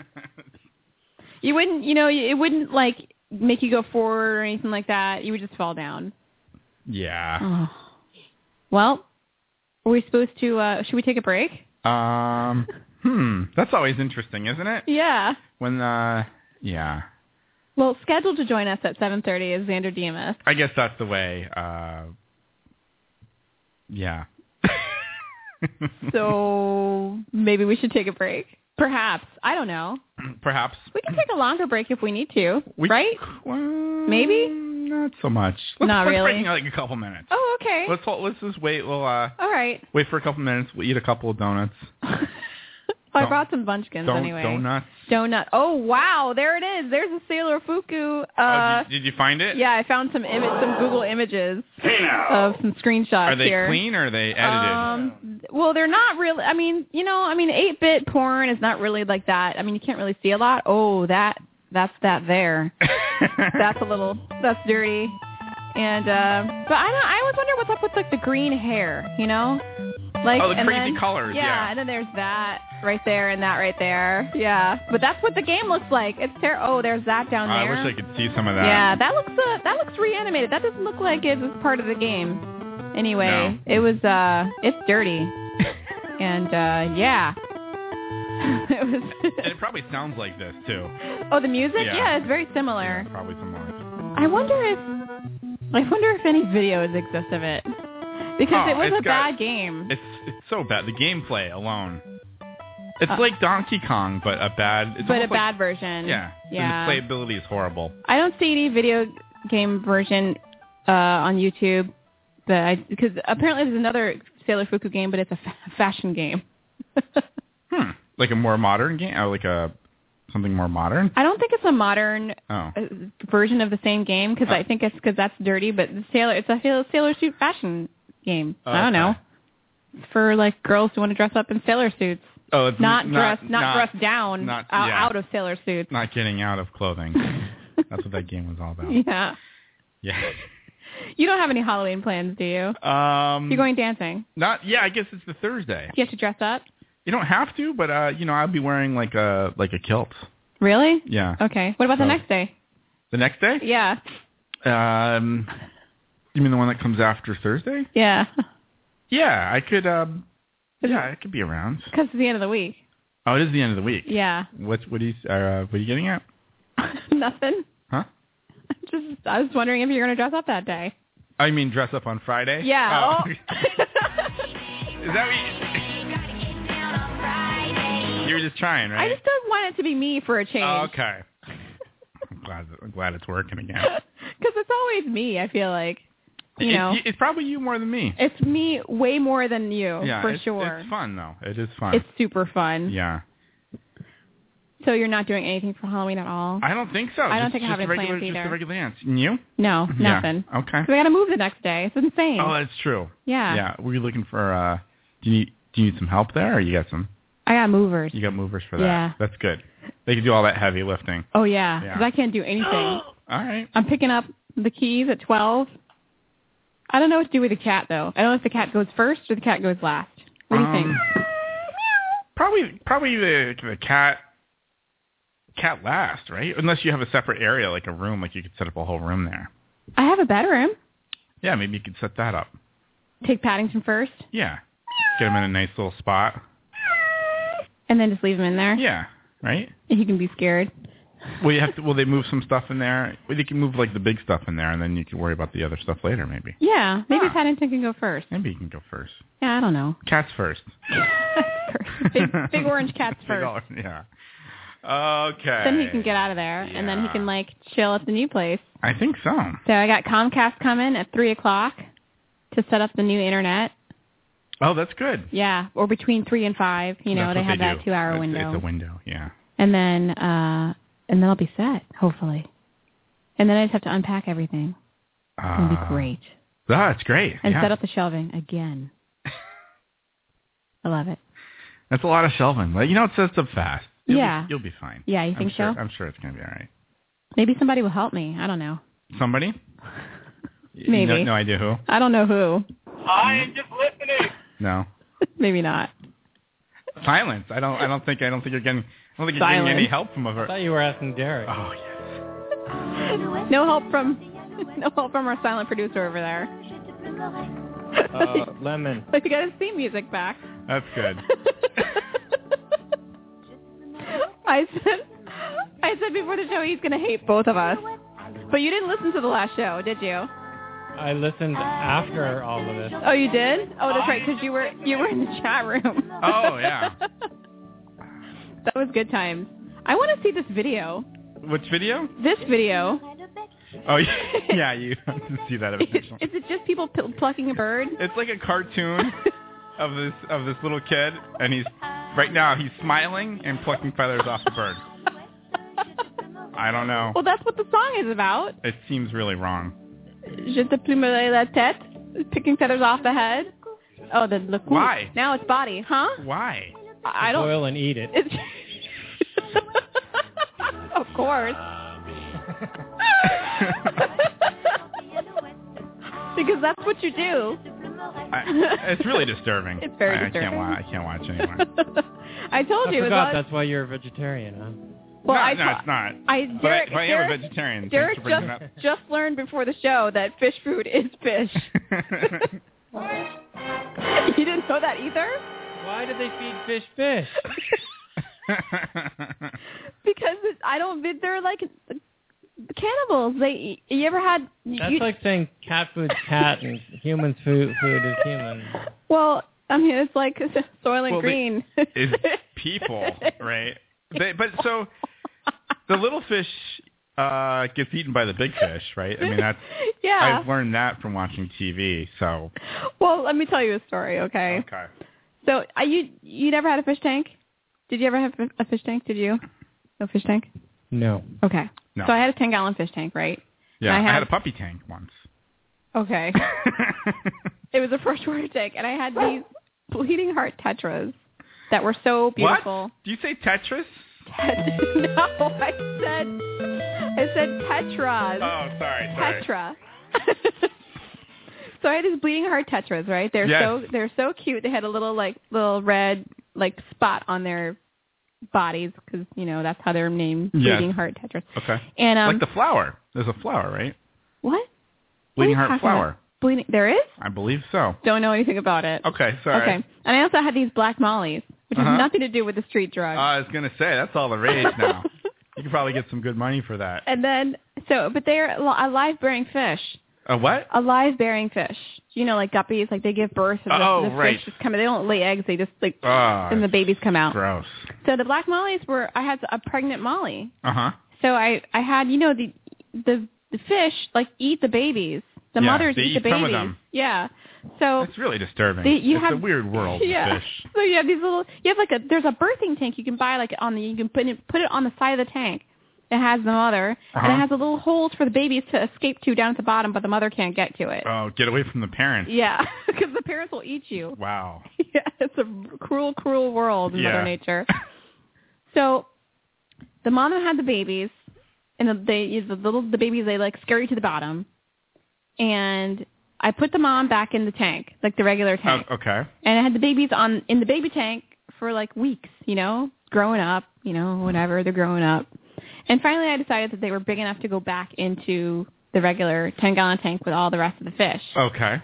Speaker 2: You wouldn't, you know, it wouldn't like make you go forward or anything like that. You would just fall down.
Speaker 3: yeah.
Speaker 2: Oh. Well, are we supposed to, uh, should we take a break?
Speaker 3: Um. Hmm. That's always interesting, isn't it?
Speaker 2: Yeah.
Speaker 3: When uh. Yeah.
Speaker 2: Well, scheduled to join us at 7.30 is Xander DMS.
Speaker 3: I guess that's the way. Uh. Yeah.
Speaker 2: So maybe we should take a break. Perhaps. I don't know.
Speaker 3: Perhaps.
Speaker 2: We can take a longer break if we need to,
Speaker 3: We,
Speaker 2: right?
Speaker 3: Well,
Speaker 2: Maybe?
Speaker 3: Not so much. Let's,
Speaker 2: Not
Speaker 3: let's
Speaker 2: really.
Speaker 3: Break in like a couple minutes.
Speaker 2: Oh, okay.
Speaker 3: Let's hold, let's just wait. We'll uh
Speaker 2: All right.
Speaker 3: wait for a couple minutes. We'll eat a couple of donuts.
Speaker 2: I
Speaker 3: Don't-
Speaker 2: brought some bunchkins
Speaker 3: Don-
Speaker 2: anyway.
Speaker 3: Donuts.
Speaker 2: Donut. Oh, wow. There it is. There's a Sailor Fuku. Uh,
Speaker 3: oh, did, did you find it?
Speaker 2: yeah, I found some image, some Google images
Speaker 4: Hey now.
Speaker 2: of some screenshots
Speaker 3: Are they
Speaker 2: here.
Speaker 3: clean or are they edited?
Speaker 2: Um, well, they're not really. I mean, you know, I mean, eight bit porn is not really like that. I mean, you can't really see a lot. Oh, that that's that there. That's a little that's dirty. And uh, but I don't. I always wonder what's up with like the green hair. You know, like
Speaker 3: Oh, the
Speaker 2: and
Speaker 3: crazy
Speaker 2: then-
Speaker 3: colors, yeah.
Speaker 2: and then there's that right there and that right there. Yeah, but that's what the game looks like. It's terrible. Oh, there's that down
Speaker 3: I
Speaker 2: there.
Speaker 3: wish I could see some of that.
Speaker 2: Yeah, that looks uh, that looks reanimated. That doesn't look like it was part of the game. Anyway, it was uh it's dirty. and uh yeah. it
Speaker 3: And
Speaker 2: was
Speaker 3: it probably sounds like this too.
Speaker 2: Oh, the music?
Speaker 3: Yeah.
Speaker 2: Yeah. it's very similar.
Speaker 3: Yeah, probably some more.
Speaker 2: I wonder if I wonder if any videos exist of it. Because
Speaker 3: Oh,
Speaker 2: it was
Speaker 3: it's
Speaker 2: a
Speaker 3: got-
Speaker 2: bad game.
Speaker 3: It's it's so bad. The gameplay alone. It's
Speaker 2: Uh,
Speaker 3: like Donkey Kong, but a bad. It's
Speaker 2: But a
Speaker 3: almost like-
Speaker 2: bad version.
Speaker 3: yeah.
Speaker 2: Yeah.
Speaker 3: And the playability is horrible.
Speaker 2: I don't see any video game version uh, on YouTube, but I because apparently there's another Sailor Fuku game, but it's a fa- fashion game.
Speaker 3: Hmm. Like a more modern game, or like a something more modern.
Speaker 2: I don't think it's a modern
Speaker 3: Oh,
Speaker 2: uh, version of the same game because I
Speaker 3: Oh.
Speaker 2: think it's because that's dirty. But the Sailor, it's a Sailor, Sailor suit fashion game.
Speaker 3: Oh,
Speaker 2: I don't know.
Speaker 3: okay.
Speaker 2: For like girls who want to dress up in sailor suits,
Speaker 3: oh, it's
Speaker 2: not,
Speaker 3: n-
Speaker 2: dress, not, dress down
Speaker 3: not-
Speaker 2: out,
Speaker 3: yeah.
Speaker 2: out of sailor suits.
Speaker 3: not getting out of clothing. That's what that game was all about.
Speaker 2: yeah,
Speaker 3: Yeah.
Speaker 2: you don't have any Halloween plans, do you?
Speaker 3: Um,
Speaker 2: You're going dancing.
Speaker 3: not yeah. I guess it's the Thursday.
Speaker 2: Do you have to dress up?
Speaker 3: You don't have to, but uh, you know, I'll be wearing like a like a kilt.
Speaker 2: Really?
Speaker 3: Yeah.
Speaker 2: Okay. What about the
Speaker 3: So-
Speaker 2: next day?
Speaker 3: The next day?
Speaker 2: Yeah,
Speaker 3: Um, you mean the one that comes after Thursday?
Speaker 2: yeah.
Speaker 3: Yeah, I could. Um, yeah, I could be around.
Speaker 2: Because it's the end of the week.
Speaker 3: Oh, it is the end of the week.
Speaker 2: Yeah.
Speaker 3: What's what are you uh, what are you getting at?
Speaker 2: Nothing.
Speaker 3: Huh?
Speaker 2: Just I was wondering if you're gonna dress up that day.
Speaker 3: I mean, dress up on Friday.
Speaker 2: Yeah.
Speaker 3: Oh.
Speaker 2: oh.
Speaker 3: is that what you, you were just trying,
Speaker 2: I
Speaker 3: right?
Speaker 2: just don't want it to be me for a change.
Speaker 3: Oh, okay. I'm glad. I'm glad it's working again.
Speaker 2: Because it's always me. I feel like you
Speaker 3: it's,
Speaker 2: know
Speaker 3: it's probably you more than me.
Speaker 2: it's me way more than you
Speaker 3: yeah,
Speaker 2: for
Speaker 3: it's,
Speaker 2: sure.
Speaker 3: It's fun though. It is fun.
Speaker 2: It's super fun.
Speaker 3: yeah.
Speaker 2: So you're not doing anything for Halloween at all?
Speaker 3: I don't think so.
Speaker 2: I don't
Speaker 3: just,
Speaker 2: think I have
Speaker 3: just a
Speaker 2: any
Speaker 3: regular,
Speaker 2: plans
Speaker 3: Just
Speaker 2: either.
Speaker 3: a regular dance. And you?
Speaker 2: no, Oh, nothing.
Speaker 3: Yeah. Okay.
Speaker 2: So we gotta move the next day. It's insane.
Speaker 3: Oh, that's true.
Speaker 2: yeah.
Speaker 3: Yeah. Were you looking for? uh Do you need Do you need some help there, or you got some?
Speaker 2: I got movers.
Speaker 3: You got movers for that.
Speaker 2: Yeah.
Speaker 3: That's good. They can do all that heavy lifting.
Speaker 2: Oh yeah.
Speaker 3: Yeah.
Speaker 2: 'Cause I can't do anything.
Speaker 3: All right.
Speaker 2: I'm picking up the keys at twelve. I don't know what to do with the cat though. I don't know if the cat goes first or the cat goes last. What do you
Speaker 3: Um,
Speaker 2: think?
Speaker 3: Probably, probably the the cat. Cat last, right? Unless you have a separate area, like a room, like you could set up a whole room there.
Speaker 2: I have a bedroom.
Speaker 3: Yeah, maybe you could set that up.
Speaker 2: Take Paddington first,
Speaker 3: Yeah. Get him in a nice little spot.
Speaker 2: and then just leave him in there.
Speaker 3: Yeah. Right.
Speaker 2: He can be scared.
Speaker 3: Well, you have to. Will they move some stuff in there? Well, they can move like the big stuff in there, and then you can worry about the other stuff later, maybe.
Speaker 2: Yeah, maybe
Speaker 3: Huh.
Speaker 2: Paddington can go first.
Speaker 3: Maybe you can go first.
Speaker 2: Yeah, I don't know.
Speaker 3: Cats first.
Speaker 2: big, big orange cats
Speaker 3: Big
Speaker 2: first.
Speaker 3: or- yeah. Okay.
Speaker 2: Then he can get out of there, and then he
Speaker 3: Yeah.
Speaker 2: can like chill at the new place.
Speaker 3: I think so.
Speaker 2: So I got Comcast coming at three o'clock to set up the new internet.
Speaker 3: Oh, that's good.
Speaker 2: Yeah, or between three and five. You know,
Speaker 3: That's
Speaker 2: they
Speaker 3: what
Speaker 2: have that
Speaker 3: do.
Speaker 2: two-hour
Speaker 3: It's-
Speaker 2: window.
Speaker 3: It's a window. Yeah.
Speaker 2: and then uh and then I'll be set, hopefully. And then I just have to unpack everything. It's gonna
Speaker 3: Ah.
Speaker 2: be great.
Speaker 3: That's great.
Speaker 2: And
Speaker 3: yeah.
Speaker 2: set up the shelving again. I love it.
Speaker 3: That's a lot of shelving. Like, you know, it sets up fast. You'll
Speaker 2: Yeah.
Speaker 3: Be, you'll be fine.
Speaker 2: Yeah, you think
Speaker 3: I'm sure,
Speaker 2: so?
Speaker 3: I'm sure it's going to be all right.
Speaker 2: Maybe somebody will help me. I don't know.
Speaker 3: Somebody? You
Speaker 2: Maybe.
Speaker 3: No, no idea who?
Speaker 2: I don't know who.
Speaker 4: I am just listening.
Speaker 3: No.
Speaker 2: Maybe not.
Speaker 3: Silence. I don't. I don't think. I don't think you're getting. I don't think you're getting any
Speaker 2: Silence.
Speaker 3: help from
Speaker 6: I
Speaker 3: over.
Speaker 6: thought you were asking Derek.
Speaker 3: Oh yes.
Speaker 2: No help from no help from our silent producer over there.
Speaker 6: Uh, lemon.
Speaker 2: But you got his theme music back.
Speaker 3: That's good.
Speaker 2: I said I said before the show he's gonna hate both of us. But you didn't listen to the last show, did you?
Speaker 6: I listened after all of this.
Speaker 2: Oh, you did? Oh, that's right, because you were you were in the chat room.
Speaker 3: Uh-huh. Oh, yeah.
Speaker 2: that was good times. I want to see this video.
Speaker 3: Which video?
Speaker 2: This video.
Speaker 3: Oh yeah, yeah. You have to see that
Speaker 2: Is,
Speaker 3: eventually.
Speaker 2: is it just people pl- plucking a bird?
Speaker 3: It's like a cartoon of this of this little kid, and he's right now he's smiling and plucking feathers off a bird. I don't know.
Speaker 2: Well, that's what the song is about.
Speaker 3: It seems really wrong.
Speaker 2: Je te plumerai la tête, picking feathers off the head. Oh, the look.
Speaker 3: Why?
Speaker 2: Now it's body, huh?
Speaker 3: Why?
Speaker 2: I I don't.
Speaker 6: Boil and eat it.
Speaker 2: It's, of course. because that's what you do.
Speaker 3: I, it's really disturbing.
Speaker 2: It's very
Speaker 3: I, I
Speaker 2: disturbing.
Speaker 3: can't watch. I can't watch anymore.
Speaker 2: I told
Speaker 6: I
Speaker 2: you. it was
Speaker 6: forgot
Speaker 2: all-
Speaker 6: that's why you're a vegetarian, huh?
Speaker 2: well,
Speaker 3: no,
Speaker 2: I,
Speaker 3: no,
Speaker 2: ta-
Speaker 3: it's not.
Speaker 2: I
Speaker 3: But I-
Speaker 2: Derek,
Speaker 3: but I, am a
Speaker 2: Derek,
Speaker 3: vegetarian.
Speaker 2: Derek
Speaker 3: Thanks for bringing
Speaker 2: just just learned before the show that fish food is fish.
Speaker 3: it up.
Speaker 2: you didn't know that either,
Speaker 6: Why do they feed fish fish?
Speaker 2: because it's, I don't. They're like cannibals. They eat- you ever had?
Speaker 6: That's
Speaker 2: you,
Speaker 6: like saying cat food's cat and human food food is human.
Speaker 2: well, I mean, it's like soylent
Speaker 3: Well, they-
Speaker 2: green.
Speaker 3: is people, right? They, but so the little fish uh, gets eaten by the big fish, right? I mean, that's
Speaker 2: Yeah.
Speaker 3: I've learned that from watching TV. So
Speaker 2: Well, let me tell you a story, okay?
Speaker 3: okay,
Speaker 2: So uh, you you never had a fish tank? Did you ever have a fish tank? Did you? No fish tank.
Speaker 6: No.
Speaker 2: Okay.
Speaker 3: No.
Speaker 2: So I had a ten gallon fish tank, right?
Speaker 3: yeah,
Speaker 2: I
Speaker 3: I had
Speaker 2: have-
Speaker 3: a puppy tank once.
Speaker 2: Okay. it was a freshwater tank, and I had these bleeding heart tetras that were so beautiful.
Speaker 3: Do you say Tetris?
Speaker 2: no, I said I said tetras.
Speaker 3: Oh, sorry, sorry.
Speaker 2: Tetra. so I had these bleeding heart tetras, right? They're
Speaker 3: Yes.
Speaker 2: so they're so cute. They had a little like little red like spot on their bodies because you know that's how they're named,
Speaker 3: Yes.
Speaker 2: bleeding heart tetras.
Speaker 3: Okay,
Speaker 2: And um,
Speaker 3: like the flower. There's a flower, right?
Speaker 2: what? What are you
Speaker 3: Bleeding heart
Speaker 2: talking
Speaker 3: flower.
Speaker 2: about? Bleeding. There is.
Speaker 3: I believe so.
Speaker 2: Don't know anything about it.
Speaker 3: Okay, sorry.
Speaker 2: Okay. And I also had these black mollies, which
Speaker 3: Uh-huh.
Speaker 2: has nothing to do with the street drug.
Speaker 3: I was gonna say that's all the rage now. you can probably get some good money for that.
Speaker 2: and then so, but they're li- a live bearing fish.
Speaker 3: A what?
Speaker 2: a live bearing fish. You know, like guppies, like they give birth and the,
Speaker 3: Oh,
Speaker 2: the
Speaker 3: right.
Speaker 2: fish just come. They don't lay eggs. They just like
Speaker 3: Ah,
Speaker 2: and the babies come out.
Speaker 3: gross.
Speaker 2: So the black mollies were. I had a pregnant molly.
Speaker 3: Uh huh.
Speaker 2: So I I had you know the the the fish like eat the babies. The
Speaker 3: Yeah,
Speaker 2: mothers
Speaker 3: they
Speaker 2: eat the
Speaker 3: eat some
Speaker 2: babies.
Speaker 3: of them.
Speaker 2: Yeah. So
Speaker 3: It's really disturbing.
Speaker 2: They- you
Speaker 3: it's
Speaker 2: have-
Speaker 3: a weird world.
Speaker 2: yeah.
Speaker 3: Fish.
Speaker 2: So you have these little. You have like a. There's a birthing tank you can buy like on the. You can put it put it on the side of the tank. It has the mother and
Speaker 3: Uh-huh.
Speaker 2: it has a little holes for the babies to escape to down at the bottom, but the mother can't get to it.
Speaker 3: Oh, get away from the parents.
Speaker 2: Yeah, because the parents will eat you.
Speaker 3: Wow.
Speaker 2: yeah, it's a cruel, cruel world,
Speaker 3: Yeah.
Speaker 2: Mother Nature. So the mom had the babies, and the, they the little the babies they like scurry to the bottom, and I put the mom back in the tank, like the regular
Speaker 3: Oh,
Speaker 2: tank,
Speaker 3: okay.
Speaker 2: and I had the babies on in the baby tank for like weeks, you know, growing up, you know, whenever they're growing up, and finally I decided that they were big enough to go back into the regular ten gallon tank with all the rest of the fish
Speaker 3: Okay.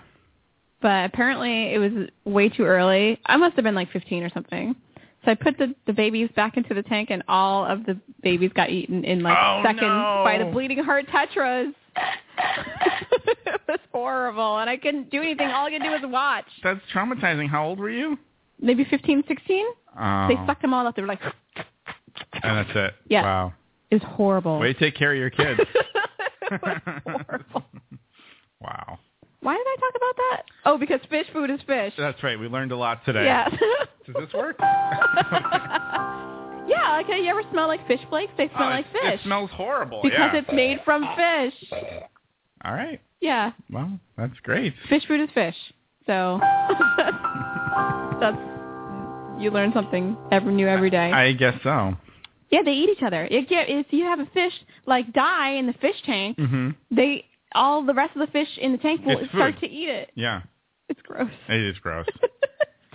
Speaker 2: but apparently it was way too early. I must have been like 15 or something. So I put the, the babies back into the tank, and all of the babies got eaten in like
Speaker 3: Oh,
Speaker 2: seconds
Speaker 3: no.
Speaker 2: by the bleeding heart tetras. it was horrible, and I couldn't do anything. All I could do was watch.
Speaker 3: That's traumatizing. How old were you?
Speaker 2: Maybe 15, 16.
Speaker 3: Oh.
Speaker 2: They sucked them all up. They were like,
Speaker 3: And that's it.
Speaker 2: Yeah.
Speaker 3: Wow.
Speaker 2: it was horrible.
Speaker 3: Way to take care of your kids.
Speaker 2: it was horrible.
Speaker 3: wow.
Speaker 2: Why did I talk about that? Oh, because fish food is fish.
Speaker 3: That's right. We learned a lot today.
Speaker 2: Yeah.
Speaker 3: Does this work?
Speaker 2: yeah, okay. You ever smell like fish flakes? They smell
Speaker 3: Oh,
Speaker 2: like
Speaker 3: it's-
Speaker 2: fish.
Speaker 3: It smells horrible.
Speaker 2: because
Speaker 3: yeah.
Speaker 2: it's made from fish.
Speaker 3: All right.
Speaker 2: Yeah,
Speaker 3: Well, that's great.
Speaker 2: fish food is fish. So that's you learn something every new every day.
Speaker 3: I guess so.
Speaker 2: yeah, they eat each other. If you, if you have a fish like die in the fish tank,
Speaker 3: hmm
Speaker 2: they all the rest of the fish in the tank will
Speaker 3: It's food.
Speaker 2: start to eat it.
Speaker 3: Yeah.
Speaker 2: It's gross.
Speaker 3: It is gross.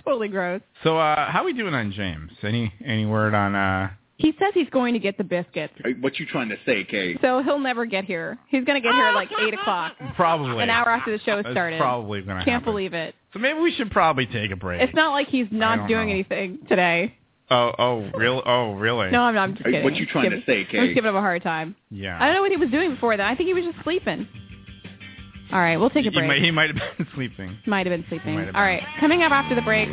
Speaker 2: totally gross.
Speaker 3: so, uh, how we doing on James? Any any word on? uh
Speaker 2: He says he's going to get the biscuits,
Speaker 8: Hey, What you trying to say, Kay?
Speaker 2: so he'll never get here. He's going to get here at like eight o'clock,
Speaker 3: Probably
Speaker 2: an hour after the show
Speaker 3: That's
Speaker 2: started.
Speaker 3: probably gonna
Speaker 2: Can't
Speaker 3: happen.
Speaker 2: believe it.
Speaker 3: So maybe we should probably take a break.
Speaker 2: It's not like he's
Speaker 3: don't
Speaker 2: not doing
Speaker 3: know.
Speaker 2: anything today.
Speaker 3: oh, oh, real? Oh, really?
Speaker 2: No, I'm not. I'm just
Speaker 8: Hey,
Speaker 2: kidding.
Speaker 8: what you trying to
Speaker 2: Give-
Speaker 8: say,
Speaker 2: I'm just
Speaker 8: Kay?
Speaker 2: giving him a hard time.
Speaker 3: Yeah.
Speaker 2: I don't know what he was doing before that. I think he was just sleeping. All right, we'll take a
Speaker 3: He might,
Speaker 2: break.
Speaker 3: he might have been sleeping.
Speaker 2: Might have been sleeping.
Speaker 3: might have
Speaker 2: All
Speaker 3: been.
Speaker 2: right, coming up after the break,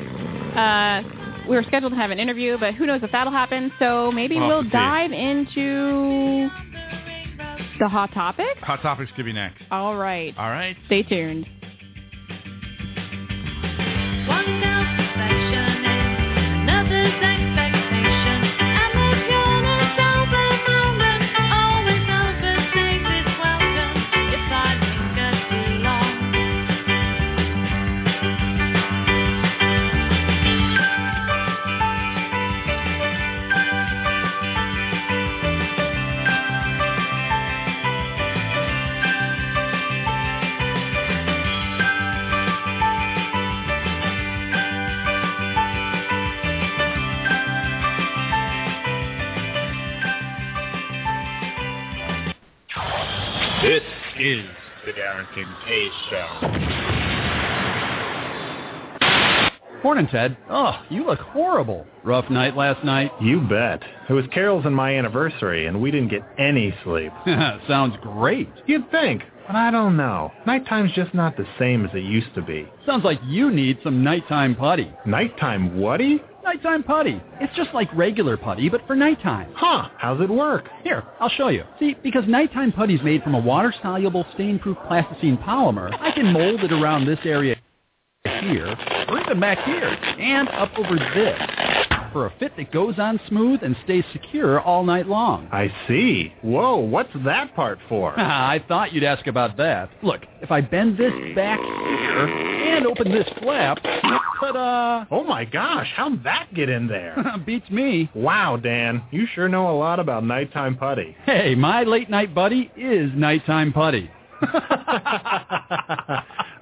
Speaker 2: uh, we were scheduled to have an interview, but who knows if that'll happen. So maybe
Speaker 3: We'll
Speaker 2: we'll,
Speaker 3: have to see.
Speaker 2: dive into the hot topic.
Speaker 3: Hot topics could be next.
Speaker 2: All right,
Speaker 3: All right.
Speaker 2: stay tuned.
Speaker 4: This is the Darren Kincaid Show.
Speaker 9: Horn and Ted. Oh, you look horrible. Rough night last night.
Speaker 10: You bet. It was Carol's and my anniversary, and we didn't get any sleep.
Speaker 9: Sounds great.
Speaker 10: You'd think, but I don't know. Nighttime's just not the same as it used to be.
Speaker 9: Sounds like you need some nighttime putty.
Speaker 10: Nighttime, Woody?
Speaker 9: Nighttime putty. It's just like regular putty, but for nighttime.
Speaker 10: Huh. How's it work?
Speaker 9: Here, I'll show you. See, because nighttime putty is made from a water-soluble, stain-proof plasticine polymer, I can mold it around this area here, or even back here, and up over this for a fit that goes on smooth and stays secure all night long.
Speaker 10: I see. Whoa, what's that part for?
Speaker 9: I thought you'd ask about that. Look, if I bend this back here and open this flap, ta-da!
Speaker 10: Oh my gosh, how'd that get in there?
Speaker 9: Beats me.
Speaker 10: wow, Dan, you sure know a lot about nighttime putty.
Speaker 9: Hey, my late night buddy is nighttime putty.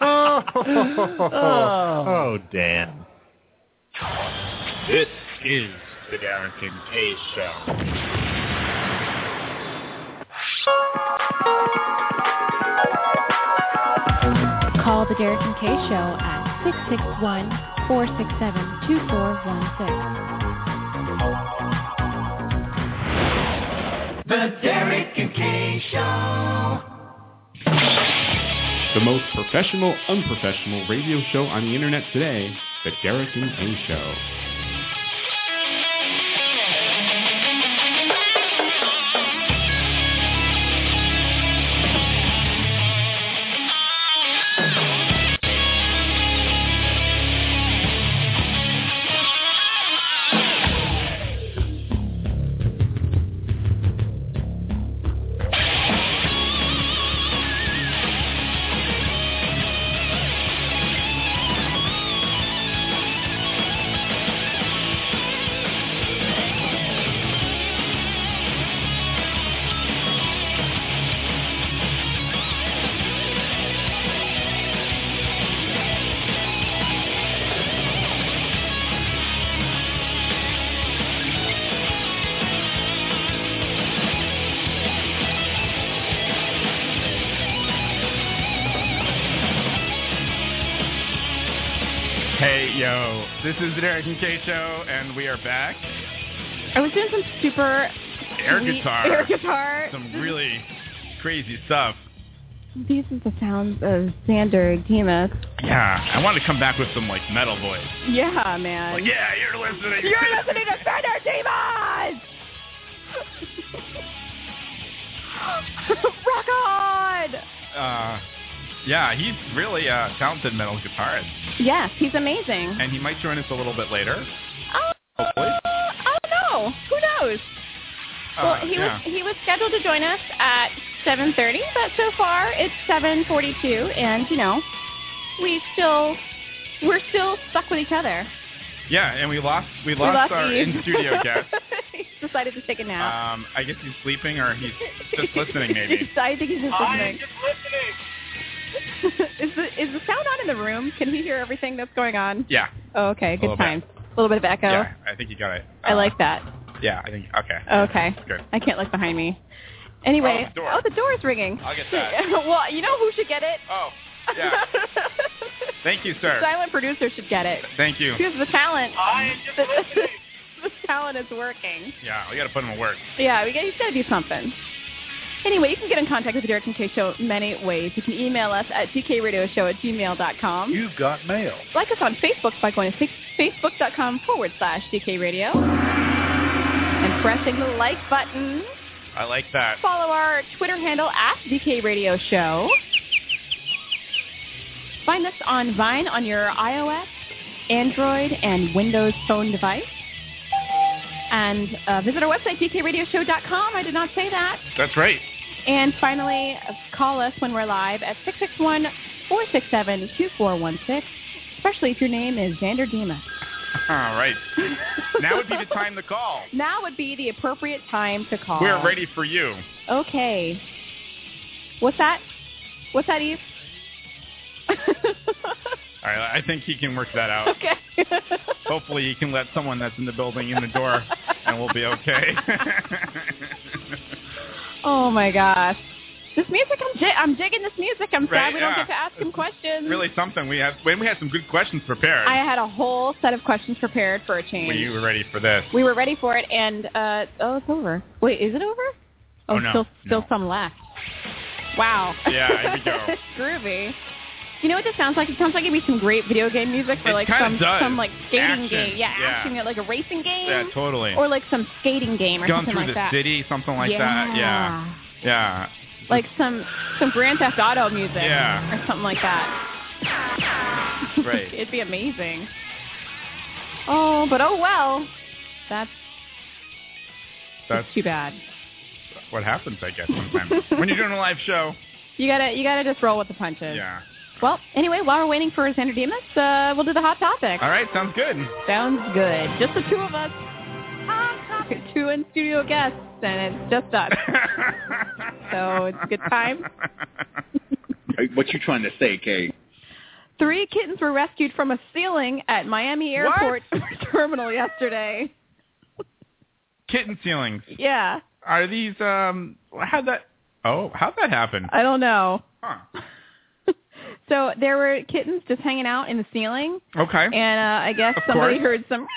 Speaker 10: oh, oh, Dan.
Speaker 4: This is the Darrington K Show.
Speaker 5: Call the Derek and Kay Show at 661-467-2416.
Speaker 11: The Derek and Kay Show.
Speaker 7: The most professional, unprofessional radio show on the internet today, The Derek and Kay Show.
Speaker 3: Hey, yo. This is the Derek and Kay Show, and we are back.
Speaker 2: I was doing some super
Speaker 3: Air
Speaker 2: sweet
Speaker 3: guitar.
Speaker 2: Air guitar.
Speaker 3: Some really crazy stuff.
Speaker 2: These are the sounds of Xander Demas.
Speaker 3: Yeah, I wanted to come back with some, like, metal voice.
Speaker 2: Yeah, man.
Speaker 3: Like, yeah, you're listening.
Speaker 2: You're listening to Xander Demas. Rock on!
Speaker 3: Uh, yeah, he's really a talented metal guitarist,
Speaker 2: Yes, he's amazing.
Speaker 3: and he might join us a little bit later.
Speaker 2: Oh,
Speaker 3: Hopefully.
Speaker 2: I don't know. Who knows?
Speaker 3: Uh,
Speaker 2: Well, he
Speaker 3: yeah.
Speaker 2: was he was scheduled to join us at 7:30, but so far it's 7:42, and you know, we still we're still stuck with each other.
Speaker 3: Yeah, and we lost we
Speaker 2: we
Speaker 3: lost,
Speaker 2: lost
Speaker 3: our
Speaker 2: Eve.
Speaker 3: in studio guest.
Speaker 2: he decided to take a nap.
Speaker 3: Um, I guess he's sleeping or he's just listening maybe.
Speaker 2: I think he's just listening.
Speaker 4: listening.
Speaker 2: is the is the sound on in the room? Can he hear everything that's going on?
Speaker 3: Yeah,
Speaker 2: Oh, okay,
Speaker 3: A little
Speaker 2: good
Speaker 3: bit.
Speaker 2: times. A little bit of echo.
Speaker 3: yeah, I think you got it.
Speaker 2: I
Speaker 3: Uh,
Speaker 2: like that.
Speaker 3: Yeah, I think okay.
Speaker 2: Okay.
Speaker 3: Good.
Speaker 2: I can't look behind me. Anyway,
Speaker 3: Oh, the door.
Speaker 2: is ringing.
Speaker 3: I'll get that.
Speaker 2: well, you know who should get it?
Speaker 3: Oh, yeah. Thank you, sir.
Speaker 2: Silent producer should get it.
Speaker 3: Thank you.
Speaker 2: Here's the talent.
Speaker 4: I am just
Speaker 2: The,
Speaker 4: listening.
Speaker 2: the talent is working.
Speaker 3: Yeah, we got to put him to work.
Speaker 2: Yeah, we got, he's got to do something. Anyway, you can get in contact with the Derek and Kay Show many ways. You can email us at dkradioshow at gmail.com.
Speaker 11: You've got mail.
Speaker 2: Like us on Facebook by going to fa- facebook.com forward slash dkradio and pressing the like button.
Speaker 3: I like that.
Speaker 2: Follow our Twitter handle at DK Radio Show. Find us on Vine on your iOS, Android, and Windows phone device. And uh, visit our website, dkradioshow.com. I did not say that.
Speaker 3: That's right.
Speaker 2: And finally, uh, call us when we're live at 661-467-2416, especially if your name is Xander Dima.
Speaker 3: All right. Now would be the time to call.
Speaker 2: Now would be the appropriate time to call.
Speaker 3: We're ready for you.
Speaker 2: Okay. What's that? What's that, Eve?
Speaker 3: All right, I think he can work that out.
Speaker 2: okay.
Speaker 3: Hopefully, he can let someone that's in the building in the door, and we'll be okay.
Speaker 2: oh my gosh. This music, I'm, di- I'm digging this music. I'm sad
Speaker 3: Right,
Speaker 2: we don't
Speaker 3: yeah.
Speaker 2: get to ask him questions.
Speaker 3: really, something we have. When we had some good questions prepared,
Speaker 2: I had a whole set of questions prepared for a change.
Speaker 3: we were ready for this.
Speaker 2: We were ready for it, and uh, oh, it's over. Wait, is it over?
Speaker 3: Oh, no.
Speaker 2: still, still
Speaker 3: No.
Speaker 2: some left. Wow.
Speaker 3: Yeah, here we go.
Speaker 2: Groovy. You know what this sounds like? It sounds like it'd be some great video game music for
Speaker 3: It
Speaker 2: like
Speaker 3: kinda
Speaker 2: some
Speaker 3: does.
Speaker 2: some like skating
Speaker 3: Action,
Speaker 2: game. Yeah,
Speaker 3: yeah.
Speaker 2: action like a racing game.
Speaker 3: Yeah, totally.
Speaker 2: Or like some skating game or
Speaker 3: Gone
Speaker 2: something
Speaker 3: through
Speaker 2: like
Speaker 3: the
Speaker 2: that.
Speaker 3: city, something like that. Yeah. Yeah.
Speaker 2: Like some some Grand Theft Auto music.
Speaker 3: Yeah.
Speaker 2: Or something like that.
Speaker 3: Right.
Speaker 2: It'd be amazing. Oh, but oh well. That's
Speaker 3: That's
Speaker 2: too bad.
Speaker 3: what happens, I guess, sometimes. when you're doing a live show.
Speaker 2: You gotta you gotta just roll with the punches.
Speaker 3: Yeah.
Speaker 2: Well, anyway, while we're waiting for Xander Demas, uh, we'll do the hot topic.
Speaker 3: All right, sounds good.
Speaker 2: Sounds good. Just the two of us. Two in studio guests, and it's just us. so it's a good time.
Speaker 8: What you trying to say, Kay?
Speaker 2: Three kittens were rescued from a ceiling at Miami Airport terminal yesterday.
Speaker 3: Kitten ceilings.
Speaker 2: Yeah,
Speaker 3: Are these um how'd that oh, how'd that happen?
Speaker 2: I don't know.
Speaker 3: Huh.
Speaker 2: So there were kittens just hanging out in the ceiling,
Speaker 3: Okay.
Speaker 2: and uh, I guess
Speaker 3: Of
Speaker 2: somebody
Speaker 3: course.
Speaker 2: heard some.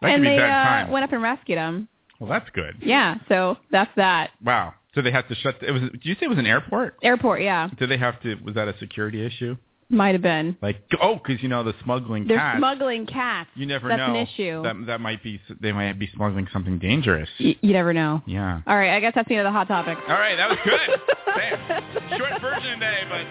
Speaker 3: That could
Speaker 2: and
Speaker 3: be
Speaker 2: they
Speaker 3: bad
Speaker 2: uh,
Speaker 3: time.
Speaker 2: went up and rescued them.
Speaker 3: well that's good.
Speaker 2: Yeah, so that's that.
Speaker 3: Wow. So they had to shut it was did you say it was an airport?
Speaker 2: Airport, yeah,
Speaker 3: Did they have to was that a security issue?
Speaker 2: might have been.
Speaker 3: Like oh, because you know the smuggling
Speaker 2: They're
Speaker 3: cats.
Speaker 2: smuggling cats.
Speaker 3: you never
Speaker 2: That's
Speaker 3: know.
Speaker 2: an issue.
Speaker 3: That that might be they might be smuggling something dangerous.
Speaker 2: you never know.
Speaker 3: Yeah.
Speaker 2: All right, I guess that's the end of the hot topic.
Speaker 3: All right, that was good. Damn. Short version today,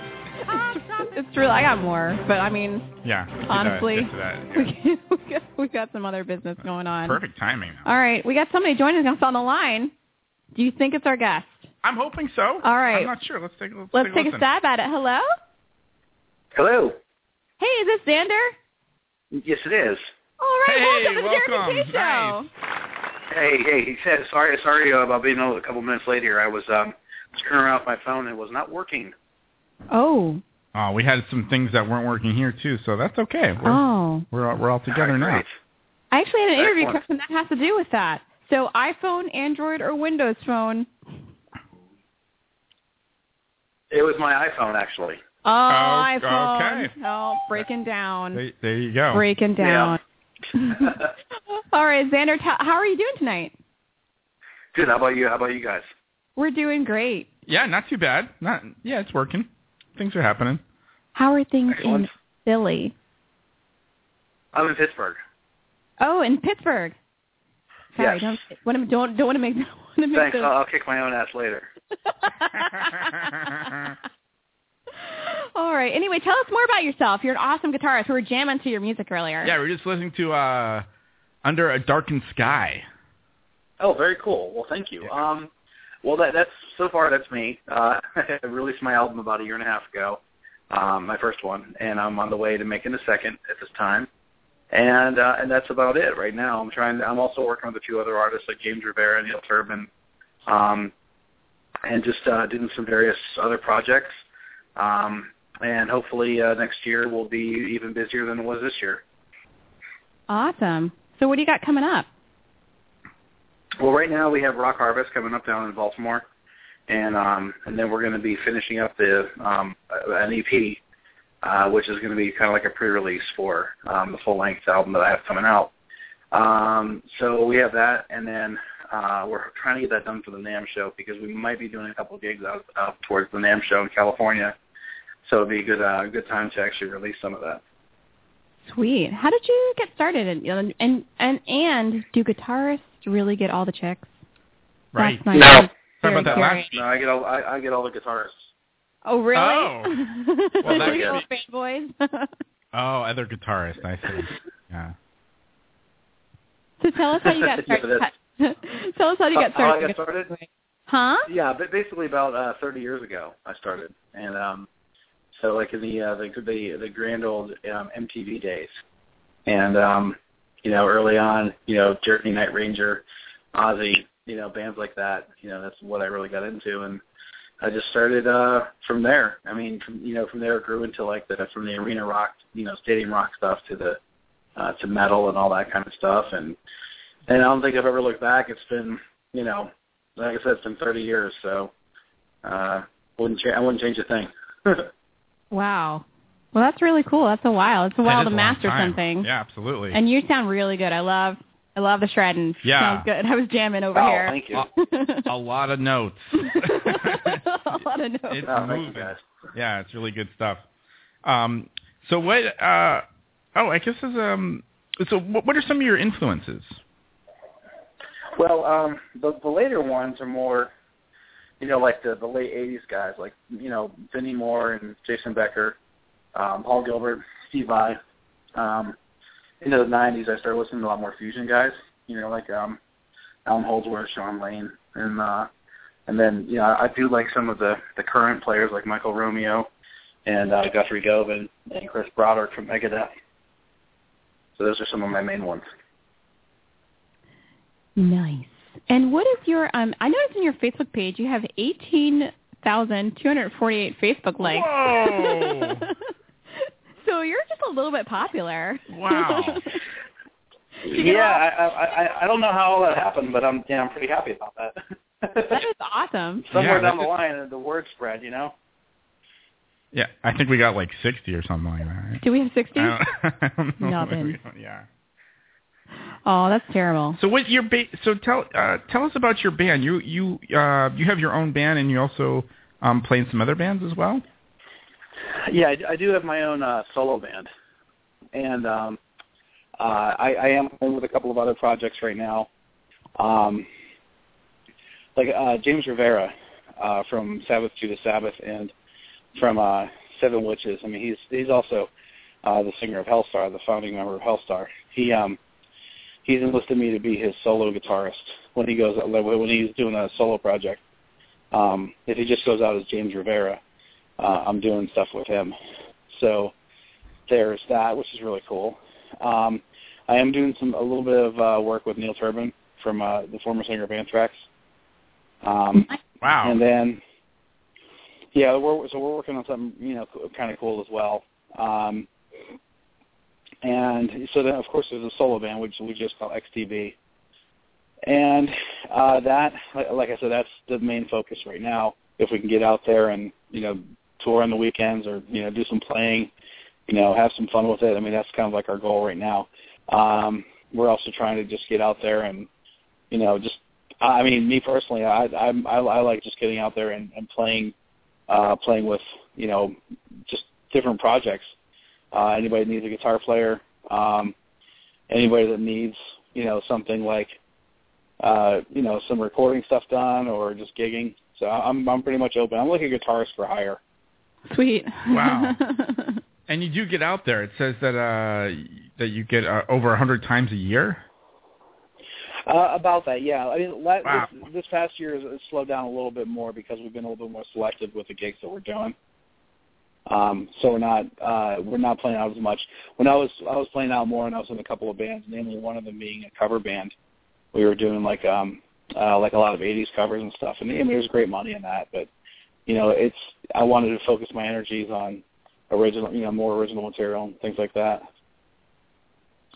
Speaker 2: Um,
Speaker 3: but
Speaker 2: It's real. I got more, but I mean,
Speaker 3: yeah. we should, uh,
Speaker 2: honestly,
Speaker 3: get to that.
Speaker 2: we, got, we got some other business going on.
Speaker 3: Perfect timing.
Speaker 2: All right, we got somebody joining us on the line. Do you think it's our guest?
Speaker 3: I'm hoping so.
Speaker 2: All right.
Speaker 3: I'm not sure. Let's take a let's,
Speaker 2: Let's
Speaker 3: take a,
Speaker 2: take a
Speaker 3: listen.
Speaker 2: stab at it. Hello?
Speaker 12: Hello.
Speaker 2: Hey, is this Xander?
Speaker 12: Yes, it is.
Speaker 2: All right,
Speaker 12: Hey,
Speaker 2: welcome to the Jeremy
Speaker 12: welcome.
Speaker 2: Kay Show.
Speaker 12: Hey, hey. He said sorry, sorry uh, about being a couple minutes late here. I was um screwing around with my phone and it was not working.
Speaker 2: Oh.
Speaker 3: Oh, we had some things that weren't working here too, so that's okay. We're,
Speaker 2: Oh.
Speaker 3: we're all- we're all together now.
Speaker 2: I actually had an interview
Speaker 3: Excellent.
Speaker 2: question that has to do with that. So iPhone, Android, or Windows phone?
Speaker 12: It was my iPhone actually.
Speaker 2: Oh,
Speaker 12: Oh,
Speaker 2: iPhone.
Speaker 12: okay.
Speaker 2: Oh, breaking down.
Speaker 3: There, there you go.
Speaker 2: Breaking down. All right, Xander, t- how are you doing tonight?
Speaker 12: Good. How about you? How about you guys?
Speaker 2: We're doing great.
Speaker 3: Yeah, not too bad. Not yeah, it's working. Things are happening.
Speaker 2: How are things
Speaker 12: Excellent.
Speaker 2: in Philly?
Speaker 12: I'm in Pittsburgh.
Speaker 2: Oh, in Pittsburgh. Sorry,
Speaker 12: Yes.
Speaker 2: don't, don't don't want to make that want to make
Speaker 12: Thanks.
Speaker 2: those-
Speaker 12: I'll, I'll kick my own ass later.
Speaker 2: All right. Anyway, tell us more about yourself. You're an awesome guitarist. We were jamming to your music earlier.
Speaker 3: Yeah, we're just listening to uh Under a Darkened Sky.
Speaker 12: Oh, very cool. Well, thank you. Um, well, that, that's so far that's me. Uh, I released my album about a year and a half ago, um, my first one, and I'm on the way to making a second at this time. And uh, and that's about it right now. I'm trying. I'm also working with a few other artists like James Rivera and Neil Turbin, um, and just uh, doing some various other projects. Um, and hopefully uh, next year will be even busier than it was this year.
Speaker 2: Awesome. So what do you got coming up?
Speaker 12: Well, right now we have Rock Harvest coming up down in Baltimore, and um, and then we're going to be finishing up the um, uh, an EP, uh, which is going to be kind of like a pre-release for um, the full-length album that I have coming out. Um, so we have that, and then uh, we're trying to get that done for the Nam show because we might be doing a couple gigs out, out towards the Nam show in California. So it'd be a good uh, good time to actually release some of that.
Speaker 2: Sweet. How did you get started? And and and, and do guitarists really get all the chicks?
Speaker 3: Right.
Speaker 2: That's my No. question.
Speaker 3: Sorry about that last
Speaker 12: No, I get all I, I get all the guitarists.
Speaker 2: Oh, really?
Speaker 3: Oh. Well, that
Speaker 2: Little
Speaker 3: could
Speaker 2: fanboys.
Speaker 3: Oh, other guitarist, I see. Yeah.
Speaker 2: so tell us how you got
Speaker 12: Yeah,
Speaker 2: started.
Speaker 12: that's-
Speaker 2: tell us how you got
Speaker 12: How- how
Speaker 2: started.
Speaker 12: I got started?
Speaker 2: Huh?
Speaker 12: Yeah, but basically about uh, 30 years ago I started, and um, so like in the uh, the the, the grand old um, MTV days, and um, you know early on, you know Jeremy Night Ranger, Ozzy, you know bands like that, you know that's what I really got into, and I just started uh, from there. I mean, from, you know from there it grew into like the from the arena rock, you know stadium rock stuff to the uh, to metal and all that kind of stuff, and and I don't think I've ever looked back. It's been you know like I said, it's been 30 years, so uh, wouldn't cha- I wouldn't change a thing.
Speaker 2: Wow. Well, that's really cool. That's a while. It's a while
Speaker 3: That
Speaker 2: to
Speaker 3: is long
Speaker 2: master
Speaker 3: time.
Speaker 2: something.
Speaker 3: Yeah, absolutely.
Speaker 2: And you sound really good. I love I love the shredding.
Speaker 3: Yeah.
Speaker 2: Sounds good. I was jamming over
Speaker 3: Oh,
Speaker 2: here.
Speaker 3: thank you. A lot of notes.
Speaker 2: a lot of notes.
Speaker 3: It's moving. Yeah, it's really good stuff. Um, so what? Uh, oh, I guess is um. So what, what are some of your influences?
Speaker 12: Well, um, the the later ones are more, you know, like the the late '80s guys, like you know Vinnie Moore and Jason Becker, um, Paul Gilbert, Steve Vai. Um, into the '90s, I started listening to a lot more fusion guys, you know, like um, Alan Holdsworth, Sean Lane, and uh, and then you know I do like some of the the current players like Michael Romeo, and uh, Guthrie Govan and Chris Broderick from Megadeth. So those are some of my main ones.
Speaker 2: Nice. And what is your um? I noticed in your Facebook page you have eighteen thousand two hundred forty-eight Facebook likes.
Speaker 11: Whoa.
Speaker 2: so you're just a little bit popular.
Speaker 12: Wow.
Speaker 2: You get
Speaker 12: Yeah, I, I I I don't know how all that happened, but I'm yeah I'm pretty happy about that.
Speaker 2: that is awesome.
Speaker 12: Somewhere
Speaker 3: Yeah,
Speaker 12: down
Speaker 3: that
Speaker 12: the
Speaker 3: is-
Speaker 12: line, the word spread, you know.
Speaker 3: Yeah, I think we got like sixty or something like that. Right?
Speaker 2: Do we have sixty?
Speaker 3: I don't- I don't know.
Speaker 2: Nothing.
Speaker 3: Yeah.
Speaker 2: Oh, that's terrible.
Speaker 3: So what your ba- so tell uh, tell us about your band. You you uh, you have your own band and you also um, play in some other bands as well.
Speaker 12: Yeah, I, I do have my own uh, solo band, and um, uh, I, I am playing with a couple of other projects right now. Um, like uh, James Rivera uh, from Sabbath to the Sabbath, and from uh, Seven Witches. I mean, he's he's also uh, the singer of Hellstar, the founding member of Hellstar. He um, he's enlisted me to be his solo guitarist when he goes when he's doing a solo project. Um, if he just goes out as James Rivera, uh, I'm doing stuff with him. So there's that, which is really cool. Um, I am doing some a little bit of uh, work with Neil Turbin from uh, the former singer of Anthrax. Um,
Speaker 3: Wow.
Speaker 12: And then, yeah, we're, so we're working on something you know kind of cool as well. Um, and so then, of course, there's a solo band which we just call XTV. And uh, that, like- like I said, that's the main focus right now. If we can get out there and you know tour on the weekends or you know do some playing, you know have some fun with it. I mean that's kind of like our goal right now. Um, we're also trying to just get out there and you know just I mean me personally I I I, I like just getting out there and, and playing uh, playing with you know just different projects. Uh, anybody that needs a guitar player, um, anybody that needs you know something like uh, you know, some recording stuff done or just gigging. So I'm I'm pretty much open. I'm looking at guitarists for hire.
Speaker 2: Sweet.
Speaker 3: Wow. and you do get out there. It says that uh, that you get uh, over a hundred times a year.
Speaker 12: Uh, about that, yeah. I mean, la
Speaker 3: Wow.
Speaker 12: this, this past year has slowed down a little bit more because we've been a little bit more selective with the gigs that we're doing. Um, so we're not uh, we're not playing out as much. When I was I was playing out more, and I was in a couple of bands, namely one of them being a cover band. We were doing like um uh, like a lot of '80s covers and stuff, and I mean, there's great money in that. But you know, it's I wanted to focus my energies on original, you know, more original material and things like that.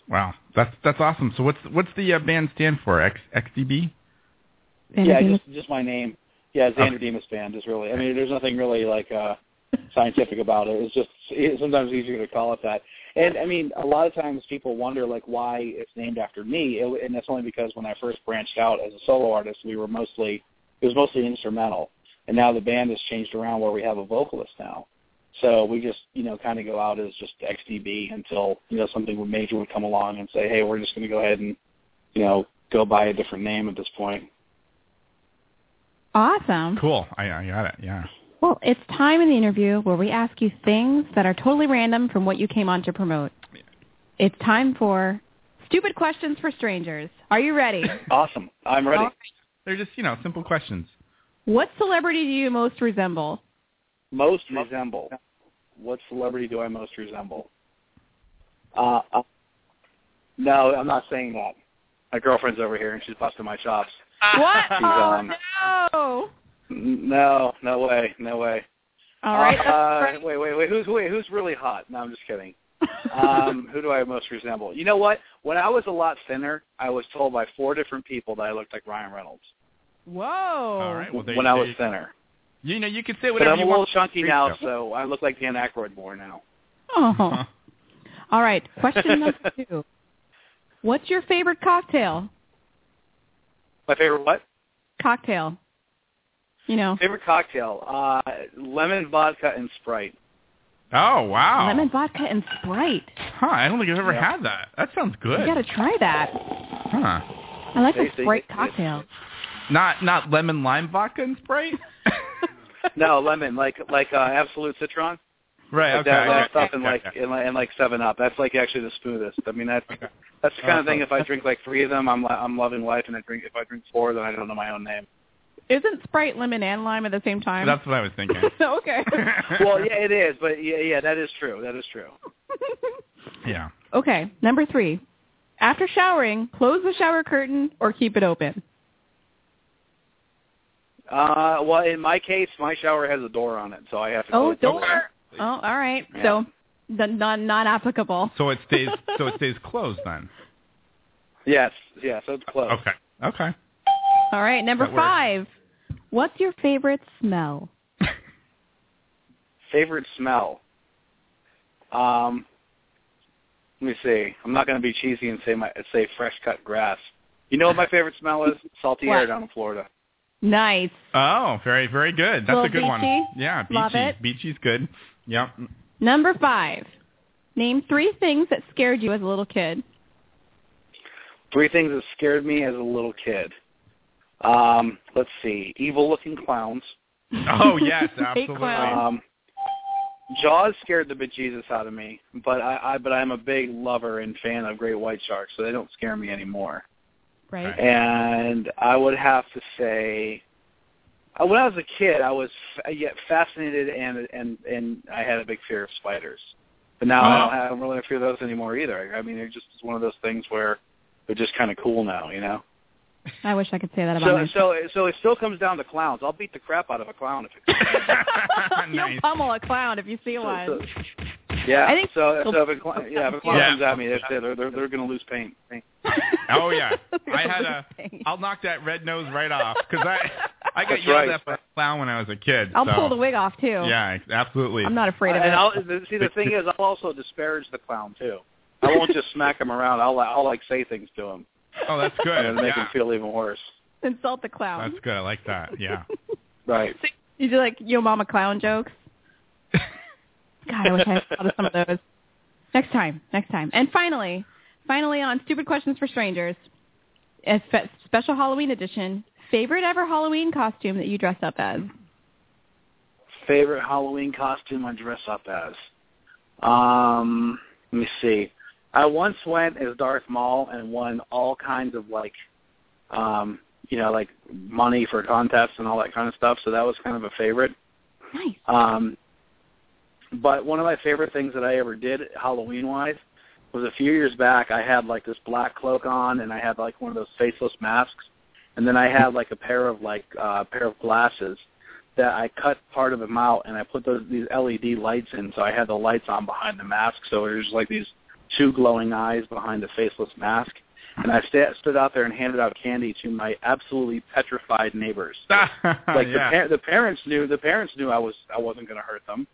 Speaker 3: Wow, that's that's awesome. So what's what's the uh, band stand for? X XDB.
Speaker 12: yeah, just just my name. Yeah, Xander Demas Band is really. I mean, there's nothing really like uh scientific about it. It's just it's sometimes easier to call it that. And I mean, a lot of times people wonder like why it's named after me, it, and that's only because when I first branched out as a solo artist, we were mostly it was mostly instrumental, and now the band has changed around where we have a vocalist now. So we just you know kind of go out as just XDB until you know something major would come along and say, hey, we're just going to go ahead and you know go by a different name at this point.
Speaker 2: Awesome.
Speaker 3: Cool. I, I got it. Yeah.
Speaker 2: Well, it's time in the interview where we ask you things that are totally random from what you came on to promote. It's time for stupid questions for strangers. Are you ready?
Speaker 12: Awesome. I'm ready.
Speaker 3: They're just you know simple questions.
Speaker 2: what celebrity do you most resemble?
Speaker 12: Most resemble. What celebrity do I most resemble? Uh, uh, no, I'm not saying that. My girlfriend's over here and she's busting my chops.
Speaker 2: What?
Speaker 12: She's,
Speaker 2: Oh,
Speaker 12: um,
Speaker 2: no.
Speaker 12: n- no, no way, no way.
Speaker 2: All right.
Speaker 12: Uh, wait, wait, wait. Who's wait, who's really hot? No, I'm just kidding. Um, who do I most resemble? You know what? When I was a lot thinner, I was told by four different people that I looked like Ryan Reynolds.
Speaker 2: Whoa.
Speaker 3: All right. Well, there
Speaker 12: when
Speaker 3: you,
Speaker 12: I
Speaker 3: there
Speaker 12: was
Speaker 3: you-
Speaker 12: thinner.
Speaker 3: You know, you can say
Speaker 12: But
Speaker 3: whatever
Speaker 12: I'm a
Speaker 3: you
Speaker 12: little
Speaker 3: want.
Speaker 12: chunky now, so I look like Dan Aykroyd more now.
Speaker 2: Oh. All right. Question number two. What's your favorite cocktail?
Speaker 12: My favorite what?
Speaker 2: Cocktail. You know,
Speaker 12: Favorite cocktail? Uh, lemon vodka and Sprite.
Speaker 3: Oh wow.
Speaker 2: lemon vodka and Sprite.
Speaker 3: Huh? I don't think I've ever had that. That sounds
Speaker 2: You
Speaker 3: good.
Speaker 2: gotta try that.
Speaker 3: Huh?
Speaker 2: I like a
Speaker 3: Tasty.
Speaker 2: Sprite cocktail.
Speaker 3: Not not lemon lime vodka and Sprite.
Speaker 12: no, lemon, like like uh, absolute citron.
Speaker 3: Right.
Speaker 12: Like
Speaker 3: okay.
Speaker 12: that, that
Speaker 3: okay,
Speaker 12: stuff and
Speaker 3: okay,
Speaker 12: like
Speaker 3: okay.
Speaker 12: and like and like Seven Up. That's like actually the smoothest. I mean that's that's the kind of thing. If
Speaker 3: Uh-huh.
Speaker 12: I drink like three of them, I'm li- I'm loving life. And I drink if I drink four, then I don't know my own name.
Speaker 2: Isn't Sprite lemon and lime at the same time?
Speaker 3: That's what I was thinking.
Speaker 2: okay.
Speaker 12: well, yeah, it is, but yeah, yeah, that is true. That is true.
Speaker 3: Yeah.
Speaker 2: Okay, number three. After showering, close the shower curtain or keep it open.
Speaker 12: Uh, well, in my case, my shower has a door on it, so I have to.
Speaker 2: Oh,
Speaker 12: close it.
Speaker 2: door. Oh, all right. So, the non not applicable.
Speaker 3: So it stays. so it stays closed then.
Speaker 12: Yes. Yeah. So it's closed.
Speaker 3: Okay. Okay.
Speaker 2: All right, number
Speaker 3: That works.
Speaker 2: five. What's your favorite smell?
Speaker 12: Favorite smell. Um, let me see. I'm not going to be cheesy and say my say fresh cut grass. You know what my favorite smell is? Salty air
Speaker 2: What?
Speaker 12: down in Florida.
Speaker 2: Nice.
Speaker 3: Oh, very very good. That's
Speaker 2: Little
Speaker 3: a good one.
Speaker 2: beachy?
Speaker 3: Yeah. Beachy.
Speaker 2: Love it.
Speaker 3: Beachy's good. Yep.
Speaker 2: Number five. Name three things that scared you as a little kid.
Speaker 12: Three things that scared me as a little kid. Um, let's see. Evil looking clowns.
Speaker 3: Oh yes,
Speaker 12: Hate
Speaker 3: absolutely.
Speaker 12: clowns. Um, Jaws scared the bejesus out of me, but I, I but I'm a big lover and fan of great white sharks, so they don't scare me anymore.
Speaker 2: Right.
Speaker 12: And I would have to say, uh, when I was a kid, I was f- uh, yet fascinated and and and I had a big fear of spiders. But now I don't
Speaker 3: Oh.
Speaker 12: have I don't really fear those anymore either. I mean, they're just one of those things where they're just kind of cool now, you know.
Speaker 2: I wish I could say that about
Speaker 12: So
Speaker 2: myself.
Speaker 12: so so it still comes down to clowns. I'll beat the crap out of a clown if it.
Speaker 2: You'll pummel a clown if you see one.
Speaker 12: Yeah.
Speaker 2: I think-
Speaker 12: so. So if a clown, yeah, if a clown
Speaker 3: Yeah.
Speaker 12: comes at me, they're they're they're, they're going to lose pain.
Speaker 3: Oh yeah. I had a. I'll knock that red nose right off because I I got
Speaker 12: That's
Speaker 3: yelled
Speaker 12: right.
Speaker 3: at by a clown when I was a kid.
Speaker 2: I'll
Speaker 3: so.
Speaker 2: pull the wig off too.
Speaker 3: Yeah, absolutely.
Speaker 2: I'm not afraid of
Speaker 12: and
Speaker 2: it.
Speaker 12: I'll, the- see, the thing is, I'll also disparage the clown too. I won't just smack him around. I'll I'll like say things to him.
Speaker 3: Oh, that's good.
Speaker 12: And it'll make him
Speaker 3: yeah.
Speaker 12: feel even worse.
Speaker 2: Insult the clown.
Speaker 3: That's good. I like that. Yeah.
Speaker 12: Right.
Speaker 2: You do like yo mama clown jokes. God, I wish I thought of some of those. Next time, next time. And finally, finally on stupid questions for strangers, a spe- special Halloween edition. Favorite ever Halloween costume that you dress up as?
Speaker 12: Favorite Halloween costume I dress up as? Um, let me see. I once went as Darth Maul and won all kinds of like, um, you know, like money for contests and all that kind of stuff. So that was kind of a favorite.
Speaker 2: Nice.
Speaker 12: Um, but one of my favorite things that I ever did Halloween wise was a few years back. I had like this black cloak on, and I had like one of those faceless masks, and then I had like a pair of like a uh, pair of glasses that I cut part of them out, and I put those these LED lights in, so I had the lights on behind the mask. So there's like these two glowing eyes behind the faceless mask. And I sta stood out there and handed out candy to my absolutely petrified neighbors like the,
Speaker 3: yeah.
Speaker 12: par- the parents knew the parents knew I was I wasn't going to hurt them,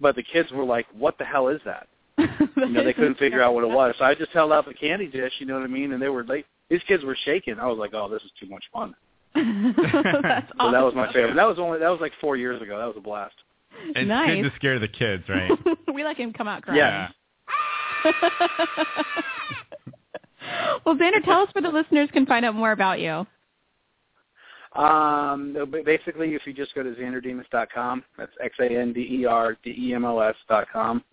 Speaker 12: but the kids were like, "What the hell is that?" You know, they couldn't figure out what it was. So I just held out the candy dish, you know what I mean? And they were like, these kids were shaking. I was like, "Oh, this is too much fun."
Speaker 2: That's
Speaker 12: So that was my favorite. That was only that was like four years ago. That was a blast.
Speaker 3: It's
Speaker 2: Nice.
Speaker 3: good to scare the kids, right?
Speaker 2: we let him come out crying.
Speaker 3: yeah.
Speaker 2: well, Xander, tell us where the listeners can find out more about you.
Speaker 12: Um, no, ba- basically, if you just go to xanderdemus.com, that's E x-a-n-d-e-r-d-e-m-o-s dot com,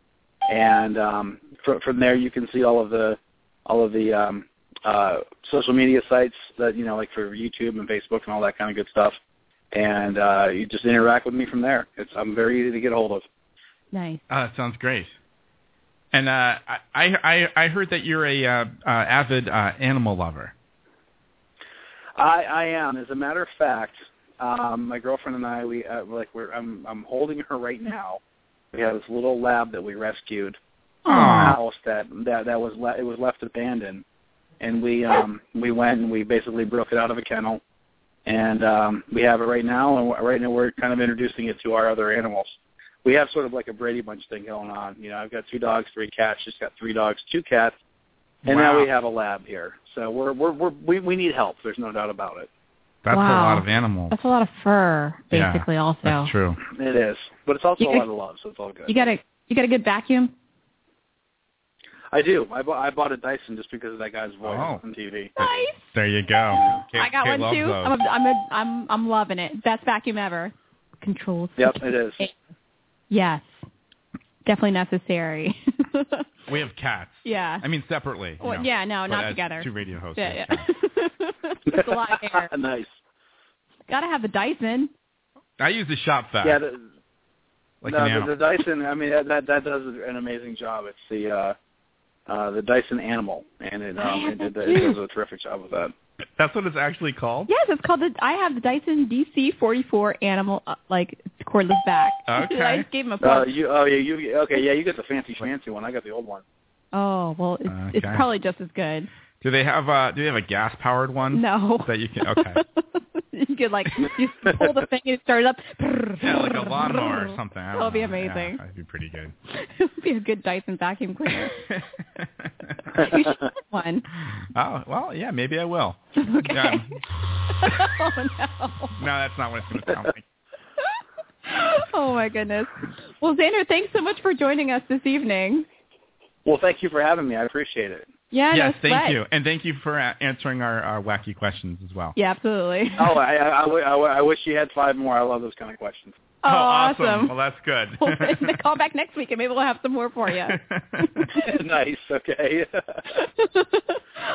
Speaker 12: and um, fr- from there you can see all of the all of the um, uh, social media sites that you know, like for YouTube and Facebook and all that kind of good stuff. And uh, you just interact with me from there. It's I'm very easy to get a hold of.
Speaker 2: Nice.
Speaker 3: Oh, that sounds great. And uh, I, I I heard that you're a uh, uh, avid uh, animal lover.
Speaker 12: I, I am. As a matter of fact, um, my girlfriend and I, we uh, like we're I'm I'm holding her right now. We have this little lab that we rescued from a
Speaker 3: Aw.
Speaker 12: house that that that was le- it was left abandoned, and we um we went and we basically broke it out of a kennel, and um we have it right now, and we're- right now we're kind of introducing it to our other animals. We have sort of like a Brady Bunch thing going on. You know, I've got two dogs, three cats. She's got three dogs, two cats, And now
Speaker 3: Wow.
Speaker 12: we have a lab here, so we're we're, we're we we need help. There's no doubt about it.
Speaker 3: That's
Speaker 2: Wow.
Speaker 3: a lot of animals.
Speaker 2: That's a lot of fur,
Speaker 3: Yeah,
Speaker 2: basically. also,
Speaker 3: That's true.
Speaker 12: It is, but it's also
Speaker 2: You
Speaker 12: a
Speaker 2: guys-
Speaker 12: lot of love, so it's all good.
Speaker 2: you got a you got a good vacuum.
Speaker 12: I do. I bought I bought a Dyson just because of that guy's voice on TV.
Speaker 3: There you go. Kate,
Speaker 2: I got
Speaker 3: Kate
Speaker 2: one
Speaker 3: loves
Speaker 2: too.
Speaker 3: those.
Speaker 2: I'm a, I'm, a, I'm I'm loving it. Best vacuum ever. Controls.
Speaker 12: Yep, it is.
Speaker 2: Yes, definitely necessary.
Speaker 3: We have cats.
Speaker 2: yeah.
Speaker 3: I mean, separately. you
Speaker 2: Well,
Speaker 3: know,
Speaker 2: yeah, no,
Speaker 3: but
Speaker 2: not
Speaker 3: as
Speaker 2: together.
Speaker 3: Two radio hosts.
Speaker 2: Yeah, yeah. It's a lot there.
Speaker 12: nice.
Speaker 2: Gotta have the Dyson.
Speaker 3: I use the shop vac.
Speaker 12: Yeah, the,
Speaker 3: like
Speaker 12: no,
Speaker 3: an
Speaker 12: the,
Speaker 3: animal.
Speaker 12: the Dyson. I mean, that, that that does an amazing job. It's the uh, uh, the Dyson Animal, and it
Speaker 2: I
Speaker 12: um,
Speaker 2: have
Speaker 12: it, did,
Speaker 2: that
Speaker 12: it
Speaker 2: too.
Speaker 12: does a terrific job with that.
Speaker 3: That's what it's actually called.
Speaker 2: Yes, it's called the. I have the Dyson DC44 animal uh, like cordless vac. I just gave him a
Speaker 12: Uh,
Speaker 2: plug.
Speaker 12: you, oh yeah, you okay? Yeah, you got the fancy schmancy one. I got the old one.
Speaker 2: oh well, it's, it's
Speaker 3: Uh, Okay.
Speaker 2: probably just as good.
Speaker 3: Do they have uh do they have a gas powered one?
Speaker 2: No.
Speaker 3: That you can okay.
Speaker 2: you could like you pull the thing and it started up.
Speaker 3: yeah, like a lawnmower or something. I
Speaker 2: That
Speaker 3: don't
Speaker 2: would be
Speaker 3: know.
Speaker 2: amazing.
Speaker 3: Yeah, that'd be pretty good.
Speaker 2: it would be a good Dyson vacuum cleaner. you should get one.
Speaker 3: Oh well, yeah, maybe I will.
Speaker 2: Okay.
Speaker 3: Yeah.
Speaker 2: oh no.
Speaker 3: No, that's not what it's going to sound like.
Speaker 2: Oh my goodness. Well, Xander, thanks so much for joining us this evening.
Speaker 12: Well, thank you for having me. I appreciate it.
Speaker 2: Yeah.
Speaker 3: yes,
Speaker 2: no
Speaker 3: thank
Speaker 2: sweat.
Speaker 3: you, and thank you for uh, answering our, our wacky questions as well.
Speaker 2: Yeah, absolutely.
Speaker 12: Oh, I, I, I, w- I w- I wish you had five more. I love those kind of questions.
Speaker 2: Oh, awesome.
Speaker 3: Well, that's good.
Speaker 2: Well, then call back next week and maybe we'll have some more for you.
Speaker 12: nice. Okay.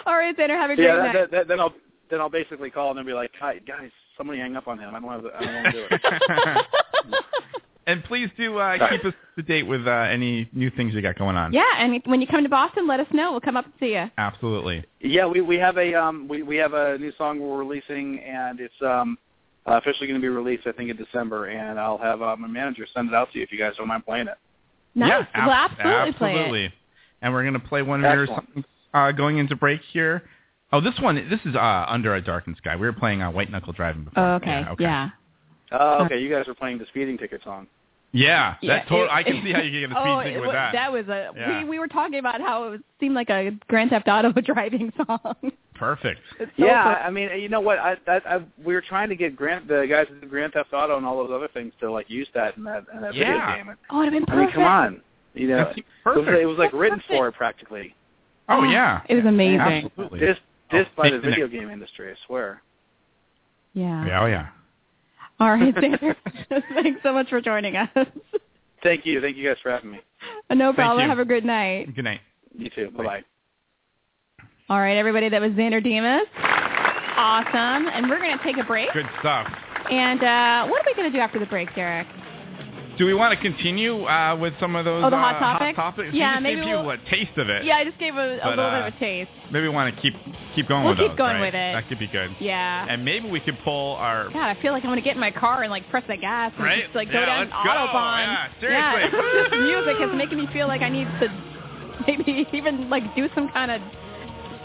Speaker 2: All right, Xander, have a great
Speaker 12: yeah.
Speaker 2: night.
Speaker 12: That, that, that, then I'll then I'll basically call and then be like, "Hi, guys, somebody hang up on him. I don't have. The, I don't want to do it."
Speaker 3: and please do uh, keep us up to date with uh, any new things you got going on.
Speaker 2: Yeah, and when you come to Boston, let us know. We'll come up and see you.
Speaker 3: Absolutely.
Speaker 12: yeah, we we have a um we we have a new song we're releasing and it's um uh, officially going to be released I think in December and I'll have uh, my manager send it out to you if you guys don't mind playing it.
Speaker 2: Nice.
Speaker 3: Yeah, ab-
Speaker 2: We'll absolutely play it.
Speaker 3: absolutely. And we're going to play one of your
Speaker 12: Excellent.
Speaker 3: songs uh, going into break here. Oh, this one, this is uh, Under a Darkened Sky. We were playing uh, White Knuckle Driving before.
Speaker 2: Oh, okay.
Speaker 3: Yeah, okay.
Speaker 2: Yeah.
Speaker 12: Oh, okay. You guys are playing the speeding ticket song.
Speaker 3: Yeah,
Speaker 2: Yeah,
Speaker 3: that total,
Speaker 2: it-
Speaker 3: I can see how you can get a speed
Speaker 2: oh,
Speaker 3: thing
Speaker 2: it
Speaker 3: with
Speaker 2: wa-
Speaker 3: that.
Speaker 2: was a
Speaker 3: Yeah.
Speaker 2: we we were talking about how it seemed like a Grand Theft Auto driving song.
Speaker 3: Perfect.
Speaker 2: It's so
Speaker 12: Yeah,
Speaker 2: fun.
Speaker 12: I mean, you know what? I, I, I we were trying to get Grant, the guys that did Grand Theft Auto and all those other things, to like use that in that, in that
Speaker 3: Yeah.
Speaker 12: video game.
Speaker 2: Oh, it'd have been
Speaker 12: I mean,
Speaker 2: perfect.
Speaker 12: come on, you know,
Speaker 3: That's
Speaker 12: it was,
Speaker 3: perfect.
Speaker 12: it was like written for it practically.
Speaker 3: Oh, yeah.
Speaker 2: It was amazing.
Speaker 3: Absolutely.
Speaker 12: This, this
Speaker 3: Oh,
Speaker 12: by the
Speaker 3: thank you, Nick.
Speaker 12: video game industry, I swear.
Speaker 2: Yeah.
Speaker 3: Yeah, oh, yeah.
Speaker 2: All right, Xander. Thanks so much for joining us.
Speaker 12: Thank you, thank you guys for having me.
Speaker 2: No problem.
Speaker 3: you.
Speaker 2: Have a good night.
Speaker 3: Good night.
Speaker 12: You too. Bye bye.
Speaker 2: All right, everybody. That was Xander Demas. Awesome. Um, And we're gonna take a break.
Speaker 3: Good stuff.
Speaker 2: And uh, what are we gonna do after the break, Derek?
Speaker 3: Do we want to continue uh, with some of those
Speaker 2: Oh, the hot
Speaker 3: uh,
Speaker 2: topics?
Speaker 3: hot topics?
Speaker 2: Yeah,
Speaker 3: you just
Speaker 2: maybe
Speaker 3: gave
Speaker 2: we'll-
Speaker 3: people a taste of it.
Speaker 2: Yeah, I just gave a, a
Speaker 3: Eh. But,
Speaker 2: little
Speaker 3: uh,
Speaker 2: bit of a taste.
Speaker 3: Maybe we want to keep keep going
Speaker 2: We'll
Speaker 3: with
Speaker 2: keep
Speaker 3: those,
Speaker 2: going
Speaker 3: right?
Speaker 2: with it.
Speaker 3: That could be good.
Speaker 2: Yeah.
Speaker 3: And maybe we could pull our
Speaker 2: God, I feel like I'm gonna get in my car and like press the gas and
Speaker 3: Right?
Speaker 2: just like go
Speaker 3: Yeah,
Speaker 2: down
Speaker 3: let's go.
Speaker 2: autobahn.
Speaker 3: Yeah, seriously.
Speaker 2: Yeah, this music is making me feel like I need to maybe even like do some kind of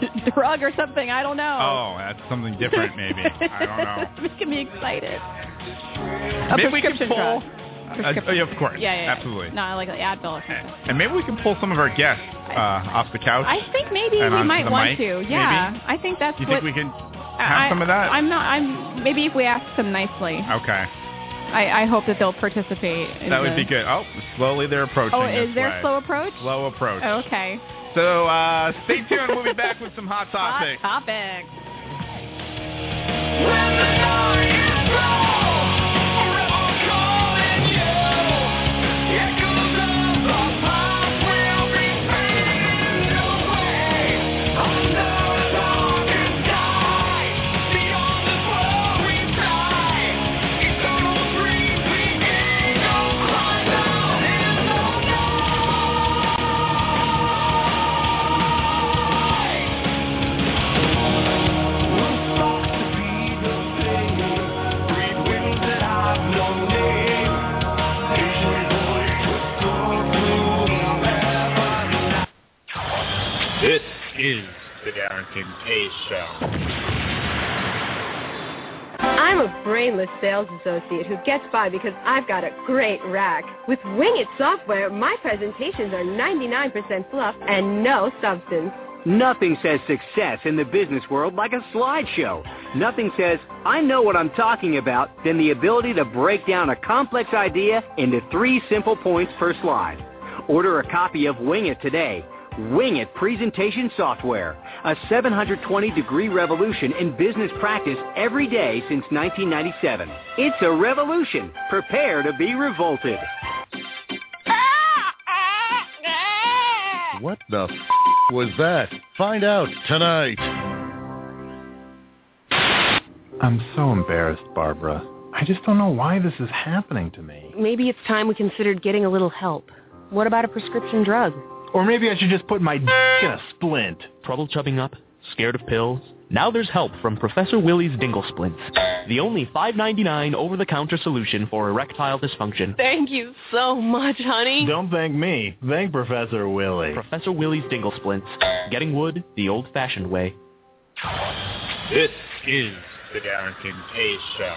Speaker 2: drug or something. I don't know.
Speaker 3: Oh, that's something different, maybe. I don't know.
Speaker 2: it's making me excited. A
Speaker 3: maybe we
Speaker 2: prescription
Speaker 3: can pull.
Speaker 2: drug.
Speaker 3: Uh, oh, yeah, of course.
Speaker 2: Yeah, yeah, yeah.
Speaker 3: Absolutely. Eh.
Speaker 2: No, I like Advil. or something.
Speaker 3: And maybe we can pull some of our guests uh, off the couch.
Speaker 2: I think maybe
Speaker 3: And
Speaker 2: we
Speaker 3: onto
Speaker 2: might
Speaker 3: the
Speaker 2: want
Speaker 3: mic,
Speaker 2: to.
Speaker 3: maybe?
Speaker 2: Yeah, I think that's
Speaker 3: Do you
Speaker 2: what.
Speaker 3: think we can
Speaker 2: I,
Speaker 3: have some of that?
Speaker 2: I'm not. I'm maybe if we ask them nicely.
Speaker 3: okay.
Speaker 2: I, I hope that they'll participate. in
Speaker 3: That would
Speaker 2: the-
Speaker 3: be good. Oh, slowly they're approaching.
Speaker 2: Oh, is
Speaker 3: this
Speaker 2: there
Speaker 3: way.
Speaker 2: slow approach? Oh.
Speaker 3: Slow approach.
Speaker 2: Okay.
Speaker 3: So uh, stay tuned. We'll be back with some hot topics.
Speaker 2: Hot topics.
Speaker 4: This is the Darren Kincaid Show.
Speaker 13: I'm a brainless sales associate who gets by because I've got a great rack. With Wingit software, my presentations are 99% fluff and no substance.
Speaker 14: Nothing says success in the business world like a slideshow. Nothing says, I know what I'm talking about, than the ability to break down a complex idea into three simple points per slide. Order a copy of Wing It today. Wing It Presentation Software, a 720-degree revolution in business practice every day since 1997. It's a revolution. Prepare to be revolted.
Speaker 10: Ah!
Speaker 15: What the f- was that? Find out tonight.
Speaker 10: I'm so embarrassed, Barbara. I just don't know why this is happening to me.
Speaker 16: Maybe it's time we considered getting a little help. What about a prescription drug?
Speaker 10: Or maybe I should just put my dick in a splint.
Speaker 17: Trouble chubbing up? Scared of pills? Now there's help from Professor Willie's Dingle Splints, the only $5.99 over-the-counter solution for erectile dysfunction.
Speaker 16: Thank you so much, honey.
Speaker 10: Don't thank me. Thank Professor Willie.
Speaker 17: Professor Willie's Dingle Splints, getting wood the old-fashioned way.
Speaker 4: This is the Darren Kincaid Show.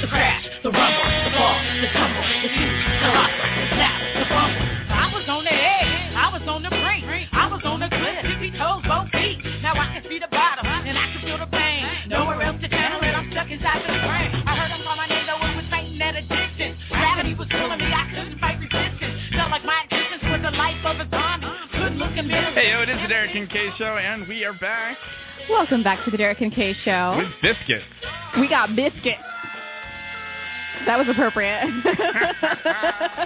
Speaker 11: the crash, the rumble, the fall, the tumble, it's huge, colossal, the snap, the fumble. I was on the edge, I was on the brink, I was on the cliff, tippy toes, both feet. Now I can see the bottom, and I can feel the pain. Nowhere else to channel it, I'm stuck inside the brain. I heard him call my name, though it was Satan at a distance. Gravity was pulling me, I couldn't fight resistance. Felt like my existence was the life of a zombie. Good looking man.
Speaker 3: Hey, yo, it is the Derek and Kay Show, and we are back
Speaker 2: Welcome back to the Derek and Kay Show.
Speaker 3: with Biscuit.
Speaker 2: We got biscuit. That was appropriate.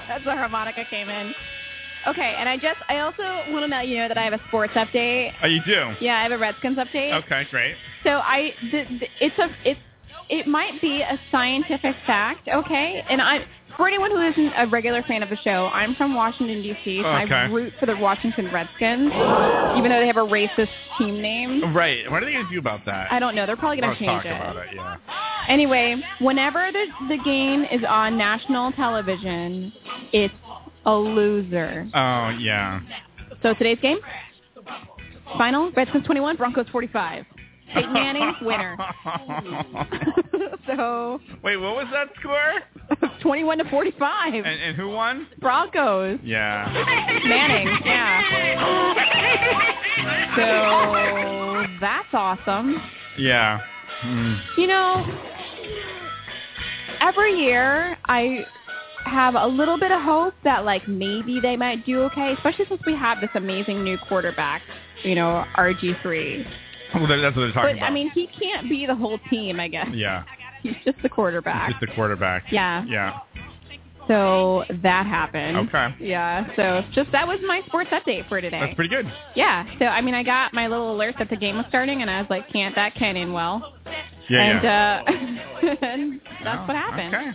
Speaker 2: That's the harmonica came in. Okay, and I just I also want to let you know that I have a sports update.
Speaker 3: Oh, you do?
Speaker 2: Yeah, I have a Redskins update.
Speaker 3: Okay, great.
Speaker 2: So I, th- th- it's a, it's, it might be a scientific fact, okay? And I, for anyone who isn't a regular fan of the show, I'm from Washington D.C. So I
Speaker 3: Okay.
Speaker 2: root for the Washington Redskins, even though they have a racist team name.
Speaker 3: Right. What are they going to do about that?
Speaker 2: I don't know. They're probably going
Speaker 3: We'll
Speaker 2: to change
Speaker 3: talk about it, yeah.
Speaker 2: Anyway, whenever the the game is on national television, it's a loser.
Speaker 3: Oh, yeah.
Speaker 2: So today's game, final Redskins 21, Broncos 45. Peyton Manning winner. so
Speaker 3: Wait, what was that score?
Speaker 2: 21 to 45.
Speaker 3: And, and who won?
Speaker 2: Broncos.
Speaker 3: Yeah.
Speaker 2: Manning, yeah. So that's awesome.
Speaker 3: Yeah. Mm.
Speaker 2: You know, every year I have a little bit of hope that like maybe they might do okay, especially since we have this amazing new quarterback, you know, RG3.
Speaker 3: Well, that- that's what they're talking
Speaker 2: but I
Speaker 3: about.
Speaker 2: mean, he can't be the whole team, I guess.
Speaker 3: yeah.
Speaker 2: He's just the quarterback.
Speaker 3: Just the quarterback.
Speaker 2: Yeah.
Speaker 3: Yeah.
Speaker 2: So that happened.
Speaker 3: Okay.
Speaker 2: Yeah. So just that was my sports update for today.
Speaker 3: That's pretty good.
Speaker 2: yeah. So I mean, I got my little alert that the game was starting, and I was like, "Can't that cannon well?"
Speaker 11: Yeah,
Speaker 2: And,
Speaker 11: yeah.
Speaker 2: Uh, and that's
Speaker 11: Oh,
Speaker 2: what happened.
Speaker 11: okay.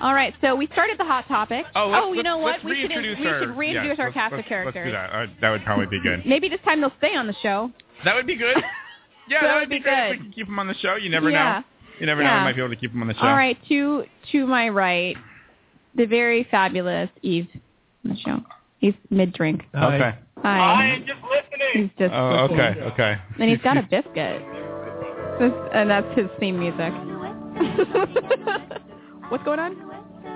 Speaker 2: All right. So we started the hot topic.
Speaker 3: Oh, let's-
Speaker 2: you
Speaker 3: let's-
Speaker 2: know what?
Speaker 3: let's
Speaker 2: We should in-
Speaker 3: reintroduce
Speaker 2: we
Speaker 3: our-
Speaker 2: should reintroduce
Speaker 3: yes,
Speaker 2: our
Speaker 3: let's-
Speaker 2: cast
Speaker 3: let's-
Speaker 2: of characters.
Speaker 3: Let's do that. Uh, that would probably be good.
Speaker 2: Maybe this time they'll stay on the show.
Speaker 3: That would be good. Yeah, that, would be, great. If we could keep him on the show. You never
Speaker 2: Yeah.
Speaker 3: know. You never know.
Speaker 2: Yeah.
Speaker 3: We might be able to keep him on the show.
Speaker 2: All right. To to my right, the very fabulous Eve on the show. He's mid drink.
Speaker 3: Okay.
Speaker 2: Hi. I am just listening. He's just
Speaker 3: Oh,
Speaker 2: listening.
Speaker 3: okay. Okay.
Speaker 2: And he's got a biscuit. This- and that's his theme music. What's going on?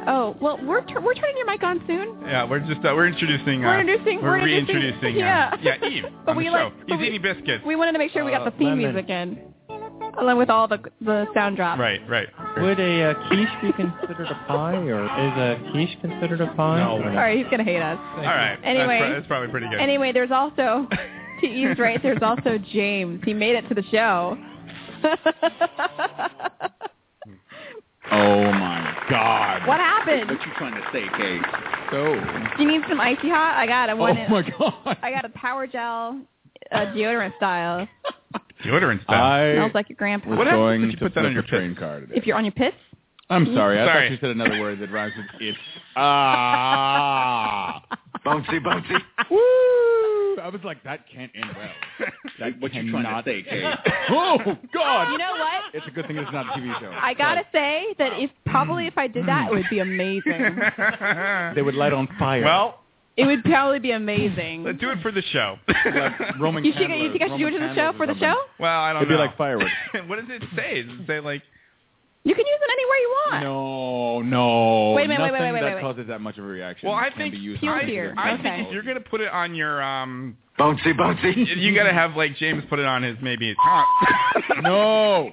Speaker 2: Oh, well, we're tur- we're turning your mic on soon.
Speaker 3: Yeah, we're just uh, we're introducing. Uh,
Speaker 2: We're introducing-
Speaker 3: We're,
Speaker 2: we're introducing-
Speaker 3: reintroducing.
Speaker 2: yeah.
Speaker 3: Uh, yeah. Eve.
Speaker 2: But
Speaker 3: on
Speaker 2: we
Speaker 3: the show.
Speaker 2: like- but
Speaker 3: He's eating biscuits.
Speaker 2: We wanted to make sure we got
Speaker 3: Uh,
Speaker 2: the theme
Speaker 3: lemon.
Speaker 2: music in, along with all the the sound drops.
Speaker 3: right. Right.
Speaker 6: Would a uh, quiche be considered a pie, or is a quiche considered a pie?
Speaker 3: No.
Speaker 2: All right, he's gonna hate us.
Speaker 3: All right.
Speaker 2: Anyway.
Speaker 3: That's, pro- that's probably pretty good.
Speaker 2: Anyway, there's also to Eve's right. There's also James. He made it to the show.
Speaker 8: Oh my God!
Speaker 2: What happened?
Speaker 8: What you trying to say, Kay? So
Speaker 2: Do you need some icy hot? I got a one.
Speaker 8: Oh, my God.
Speaker 2: I got a power gel, uh, deodorant style.
Speaker 3: deodorant
Speaker 2: It
Speaker 18: I
Speaker 2: Smells like your grandpa.
Speaker 18: was going to put that on your train car today.
Speaker 2: If you're on your piss.
Speaker 18: I'm sorry. I
Speaker 3: Sorry.
Speaker 18: thought you said another word that rhymes with it's. Ah.
Speaker 8: Bouncy, bouncy.
Speaker 19: Woo! I was like, that can't end well. That
Speaker 8: What you trying to
Speaker 19: cannot
Speaker 8: say, Kate?
Speaker 19: oh God!
Speaker 2: You know what?
Speaker 19: It's a good thing it's not a TV show.
Speaker 2: I gotta say that if probably if I did that, it would be amazing.
Speaker 19: They would light on fire.
Speaker 3: Well,
Speaker 2: It would probably be amazing.
Speaker 3: let's do it for the show.
Speaker 19: Roman
Speaker 2: You, should, you think I should do it to the show for the show?
Speaker 3: Well, I don't
Speaker 19: It'd
Speaker 3: know.
Speaker 19: be like fireworks.
Speaker 3: what does it say? Does it say like
Speaker 2: You can use it anywhere you want.
Speaker 19: No, no.
Speaker 2: Wait a minute, wait,
Speaker 19: Nothing
Speaker 2: wait, wait, wait,
Speaker 19: that
Speaker 2: wait.
Speaker 19: causes that much of a reaction.
Speaker 3: Well, I
Speaker 19: can
Speaker 3: think
Speaker 19: be used
Speaker 2: Here,
Speaker 19: on
Speaker 3: I,
Speaker 2: here.
Speaker 3: I
Speaker 2: Okay.
Speaker 3: think if you're gonna put it on your um
Speaker 8: Bouncy, bouncy.
Speaker 3: you you gotta have like James put it on his maybe his con-
Speaker 19: No.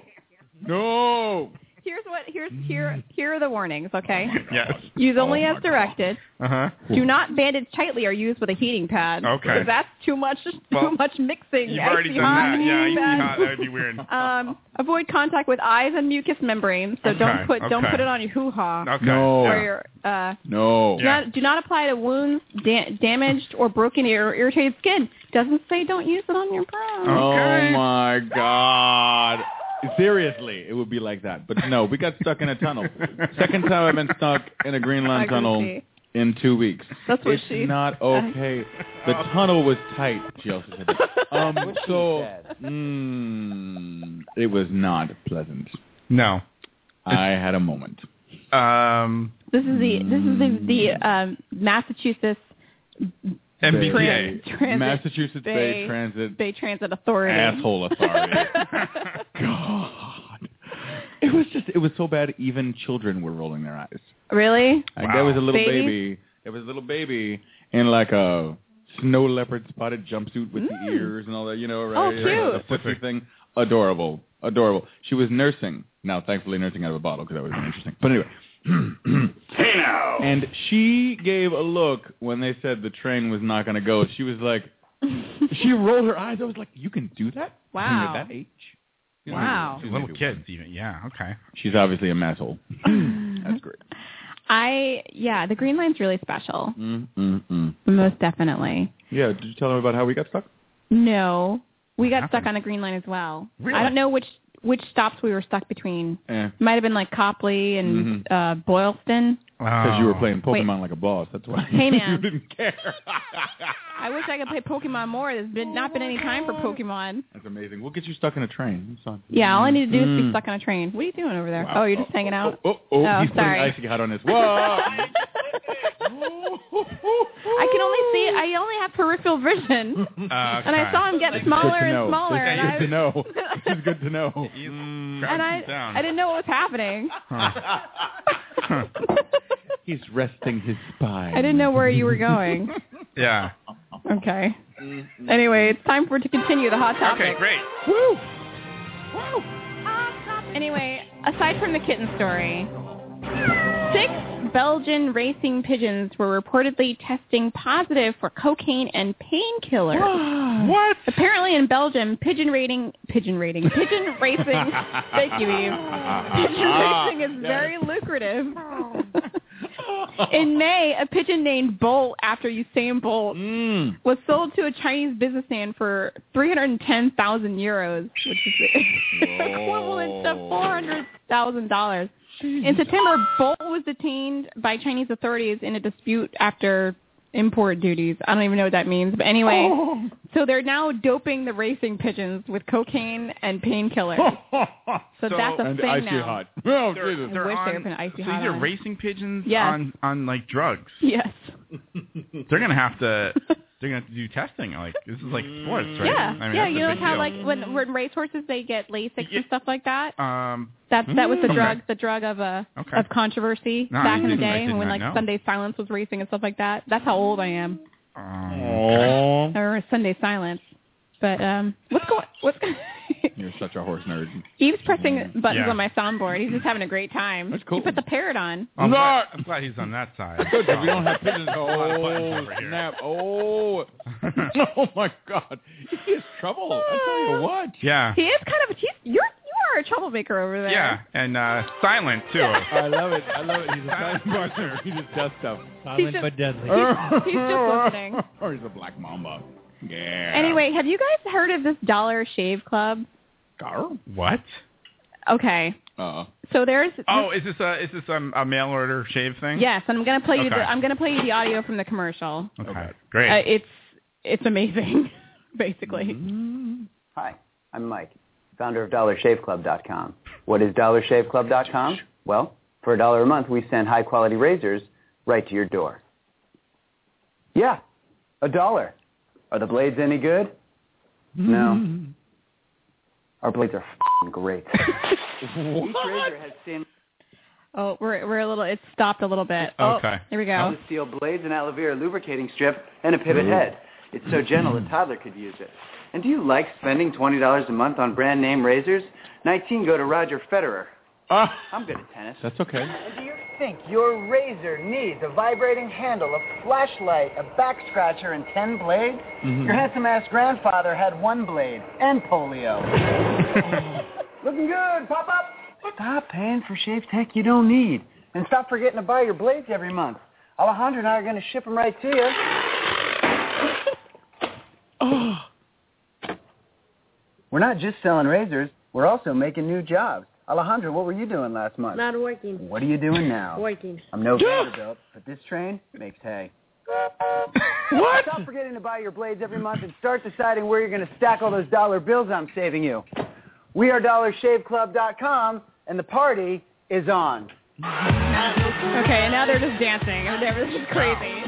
Speaker 19: No.
Speaker 2: Here's what here's here here are the warnings, okay?
Speaker 3: Yes.
Speaker 2: Use only as directed.
Speaker 3: Uh
Speaker 19: Uh-huh.
Speaker 3: huh.
Speaker 2: Do not bandage tightly or use with a heating pad.
Speaker 3: Okay.
Speaker 2: Because that's too much too
Speaker 3: Well,
Speaker 2: much mixing.
Speaker 3: You've
Speaker 2: Icy
Speaker 3: already done
Speaker 2: hot
Speaker 3: that. Yeah,
Speaker 2: heating
Speaker 3: you see
Speaker 2: pad.
Speaker 3: how that would be weird.
Speaker 2: Um, avoid contact with eyes and mucous membranes. So
Speaker 3: Okay,
Speaker 2: don't put don't
Speaker 3: okay.
Speaker 2: put it on your hoo ha.
Speaker 3: Okay.
Speaker 19: No.
Speaker 2: Or your uh,
Speaker 19: No.
Speaker 2: do not, do not apply to wounds, da- damaged or broken or irritated skin. Doesn't say don't use it on your brow.
Speaker 19: Oh my God. Seriously, it would be like that. But no, we got stuck in a tunnel. Second time I've been stuck in a Green
Speaker 2: I
Speaker 19: Line
Speaker 2: can
Speaker 19: tunnel
Speaker 2: see.
Speaker 19: in two weeks.
Speaker 2: That's what
Speaker 19: it's
Speaker 2: she-
Speaker 19: not okay. The
Speaker 3: Uh,
Speaker 19: tunnel was tight. She also said that. Um,
Speaker 1: That's what she
Speaker 19: so,
Speaker 1: said.
Speaker 19: mm, it was not pleasant.
Speaker 3: No.
Speaker 19: I had a moment.
Speaker 3: Um
Speaker 2: This is the this is the, the um, Massachusetts
Speaker 3: MBTA.
Speaker 2: Transit
Speaker 19: Massachusetts Bay,
Speaker 2: Bay-
Speaker 19: Transit
Speaker 2: Bay Transit Authority.
Speaker 19: asshole authority. God. It was just, it was so bad even children were rolling their eyes.
Speaker 2: really?
Speaker 19: Like there was a little
Speaker 2: Baby?
Speaker 19: baby. There was a little baby in like a snow leopard spotted jumpsuit with the ears and all that, you know, right?
Speaker 2: Mm. Oh, cute.
Speaker 19: The flippy thing. Adorable. Adorable. She was nursing. Now, thankfully, nursing out of a bottle because that would have been interesting. But anyway.
Speaker 8: Hey now.
Speaker 19: and she gave a look when they said the train was not going to go. She was like, she rolled her eyes. I was like, you can do that? When you're
Speaker 2: Wow.
Speaker 19: that age? You know,
Speaker 2: Wow.
Speaker 19: she's
Speaker 3: Little
Speaker 19: maybe-
Speaker 3: kids even. Yeah, okay.
Speaker 19: She's obviously a masshole. That's great.
Speaker 2: I yeah, the Green Line's really special.
Speaker 19: Mm, mm, mm.
Speaker 2: Most definitely.
Speaker 19: Yeah, did you tell them about how we got stuck?
Speaker 2: No, we got stuck on a Green Line as well.
Speaker 19: Really?
Speaker 2: I don't know which which stops we were stuck between.
Speaker 19: Yeah. Mm-hmm.
Speaker 2: Might have been like Copley and uh, Boylston.
Speaker 19: Because you were
Speaker 8: Oh.
Speaker 19: playing
Speaker 2: Wait.
Speaker 19: Pokemon like a boss. That's why.
Speaker 2: Hey, man.
Speaker 19: you didn't care.
Speaker 2: I wish I could play Pokemon more. There's been not been any time for Pokemon.
Speaker 19: That's amazing. We'll get you stuck in a train. It's fine.
Speaker 2: Yeah, all I need to do is be
Speaker 19: Mm.
Speaker 2: stuck on a train. What are you doing over there?
Speaker 19: Wow.
Speaker 2: Oh, you're just hanging out.
Speaker 19: Oh, oh,
Speaker 2: Oh,
Speaker 19: he's
Speaker 2: sorry.
Speaker 19: putting icy hot on his. Whoa!
Speaker 2: I can only see. I only have peripheral vision,
Speaker 3: Uh,
Speaker 2: and I saw him get smaller
Speaker 19: good to
Speaker 2: and
Speaker 19: know.
Speaker 2: smaller, and
Speaker 19: This is
Speaker 2: I Mm.
Speaker 19: good to know. This is good to know.
Speaker 2: and I
Speaker 3: down.
Speaker 2: I didn't know what was happening.
Speaker 19: He's resting his spine.
Speaker 2: I didn't know where you were going.
Speaker 3: yeah.
Speaker 2: Okay. Anyway, it's time for to continue the hot topic.
Speaker 3: Mm-hmm. Okay, great.
Speaker 2: Woo! Woo! Anyway, aside from the kitten story, six Belgian racing pigeons were reportedly testing positive for cocaine and painkillers.
Speaker 3: What?
Speaker 2: Apparently in Belgium, pigeon rating, pigeon rating, pigeon racing, thank you, Eve. Pigeon racing is very lucrative. In May, a pigeon named Bolt after Usain Bolt
Speaker 19: Mm.
Speaker 2: was sold to a Chinese businessman for 310,000 euros, which is equivalent to $400,000. In September, Bolt was detained by Chinese authorities in a dispute after import duties. I don't even know what that means, but anyway,
Speaker 3: Oh.
Speaker 2: so they're now doping the racing pigeons with cocaine and painkillers. So,
Speaker 3: So-
Speaker 2: that's a
Speaker 19: and
Speaker 2: thing
Speaker 19: icy
Speaker 2: now.
Speaker 19: hot. Oh,
Speaker 3: They're,
Speaker 19: Jesus.
Speaker 2: I
Speaker 3: they're
Speaker 2: wish they
Speaker 3: on,
Speaker 2: were gonna icy
Speaker 3: so these
Speaker 2: hot
Speaker 3: are
Speaker 2: on.
Speaker 3: racing pigeons
Speaker 2: Yes.
Speaker 3: on on like drugs.
Speaker 2: Yes.
Speaker 3: They're gonna have to they're gonna have to do testing. Like this is like
Speaker 19: Mm.
Speaker 3: sports, right?
Speaker 2: Yeah.
Speaker 3: I mean,
Speaker 2: yeah.
Speaker 3: that's
Speaker 2: You
Speaker 3: a
Speaker 2: know
Speaker 3: big
Speaker 2: how
Speaker 3: deal.
Speaker 2: like when when racehorses they get Lasix
Speaker 3: Yeah.
Speaker 2: and stuff like that.
Speaker 3: um
Speaker 2: That's that was the
Speaker 3: Mm.
Speaker 2: drug
Speaker 3: Okay.
Speaker 2: the drug of uh
Speaker 3: Okay.
Speaker 2: of controversy
Speaker 3: No, I
Speaker 2: back in the
Speaker 3: didn't- I
Speaker 2: day
Speaker 3: did
Speaker 2: when
Speaker 3: not
Speaker 2: like
Speaker 3: know.
Speaker 2: Sunday Silence was racing and stuff like that. That's how old I am. I
Speaker 19: Aw.
Speaker 2: remember Sunday Silence. But um what's going what's
Speaker 19: You're such a horse nerd.
Speaker 2: Eve's pressing buttons
Speaker 3: Mm. Yeah.
Speaker 2: on my soundboard. He's just having a great time.
Speaker 19: That's cool.
Speaker 2: He put the parrot on.
Speaker 3: I'm,
Speaker 19: No.
Speaker 3: glad, I'm glad he's on that side.
Speaker 19: Good, 'cause we don't have pigeons.
Speaker 3: A lot of buttons
Speaker 19: Oh,
Speaker 3: over here.
Speaker 19: snap. Oh. oh, my God. He is trouble. I tell you what.
Speaker 3: yeah.
Speaker 2: Oh. He is kind of he's you're you are a troublemaker over there.
Speaker 3: Yeah. And uh silent too.
Speaker 19: I love it. I love it. He's a
Speaker 3: Silent
Speaker 19: silent partner. He just does stuff.
Speaker 6: Silent
Speaker 2: just-
Speaker 6: but deadly.
Speaker 2: he's just listening.
Speaker 3: Oh,
Speaker 19: Or he's a black mamba. Yeah.
Speaker 2: Anyway, have you guys heard of this Dollar Shave Club?
Speaker 19: Gar?
Speaker 3: What?
Speaker 2: Okay.
Speaker 19: Oh.
Speaker 2: So there's
Speaker 3: Oh, is this a is this um, a mail order shave thing?
Speaker 2: yes, and I'm gonna play you.
Speaker 3: Okay.
Speaker 2: The, I'm gonna play you the audio from the commercial.
Speaker 3: Okay. Great.
Speaker 2: Uh, it's it's amazing, basically.
Speaker 20: Mm-hmm. Hi, I'm Mike, founder of DollarShaveClub.com. What is DollarShaveClub.com? Well, for a dollar a month, we send high-quality razors right to your door. Yeah, a dollar. Are the blades any good?
Speaker 2: Oh,
Speaker 20: No. Our blades are f***ing great. Each razor has stainless
Speaker 2: Oh, we're we're a little. It stopped a little bit. Oh, here we go.
Speaker 20: Stainless steel blades and aloe vera lubricating strip and a pivot
Speaker 2: Mhm.
Speaker 20: head. It's so gentle a toddler could use it. And do you like spending $20 a month on brand name razors? 19 go to Roger Federer. I'm good at tennis.
Speaker 19: That's okay.
Speaker 21: Do you think your razor needs a vibrating handle, a flashlight, a back scratcher, and ten blades?
Speaker 3: Mm-hmm.
Speaker 11: Mhm.
Speaker 21: Your handsome ass grandfather had one blade and polio. Looking good, pop up. Stop paying for shave tech you don't need, and stop forgetting to buy your blades every month. Alejandro and I are going to ship them right to you.
Speaker 3: Oh.
Speaker 21: We're not just selling razors; we're also making new jobs. Alejandro, what were you doing last month?
Speaker 13: Not working.
Speaker 21: What are you doing now?
Speaker 13: Working.
Speaker 21: I'm no Vanderbilt, but this train makes hay. what? Stop forgetting to buy your blades every month and start deciding where you're going to stack all those dollar bills I'm saving you. We are DollarShaveClub.com, and the party is on.
Speaker 2: Okay, and now they're just dancing. I mean, they're- This is crazy.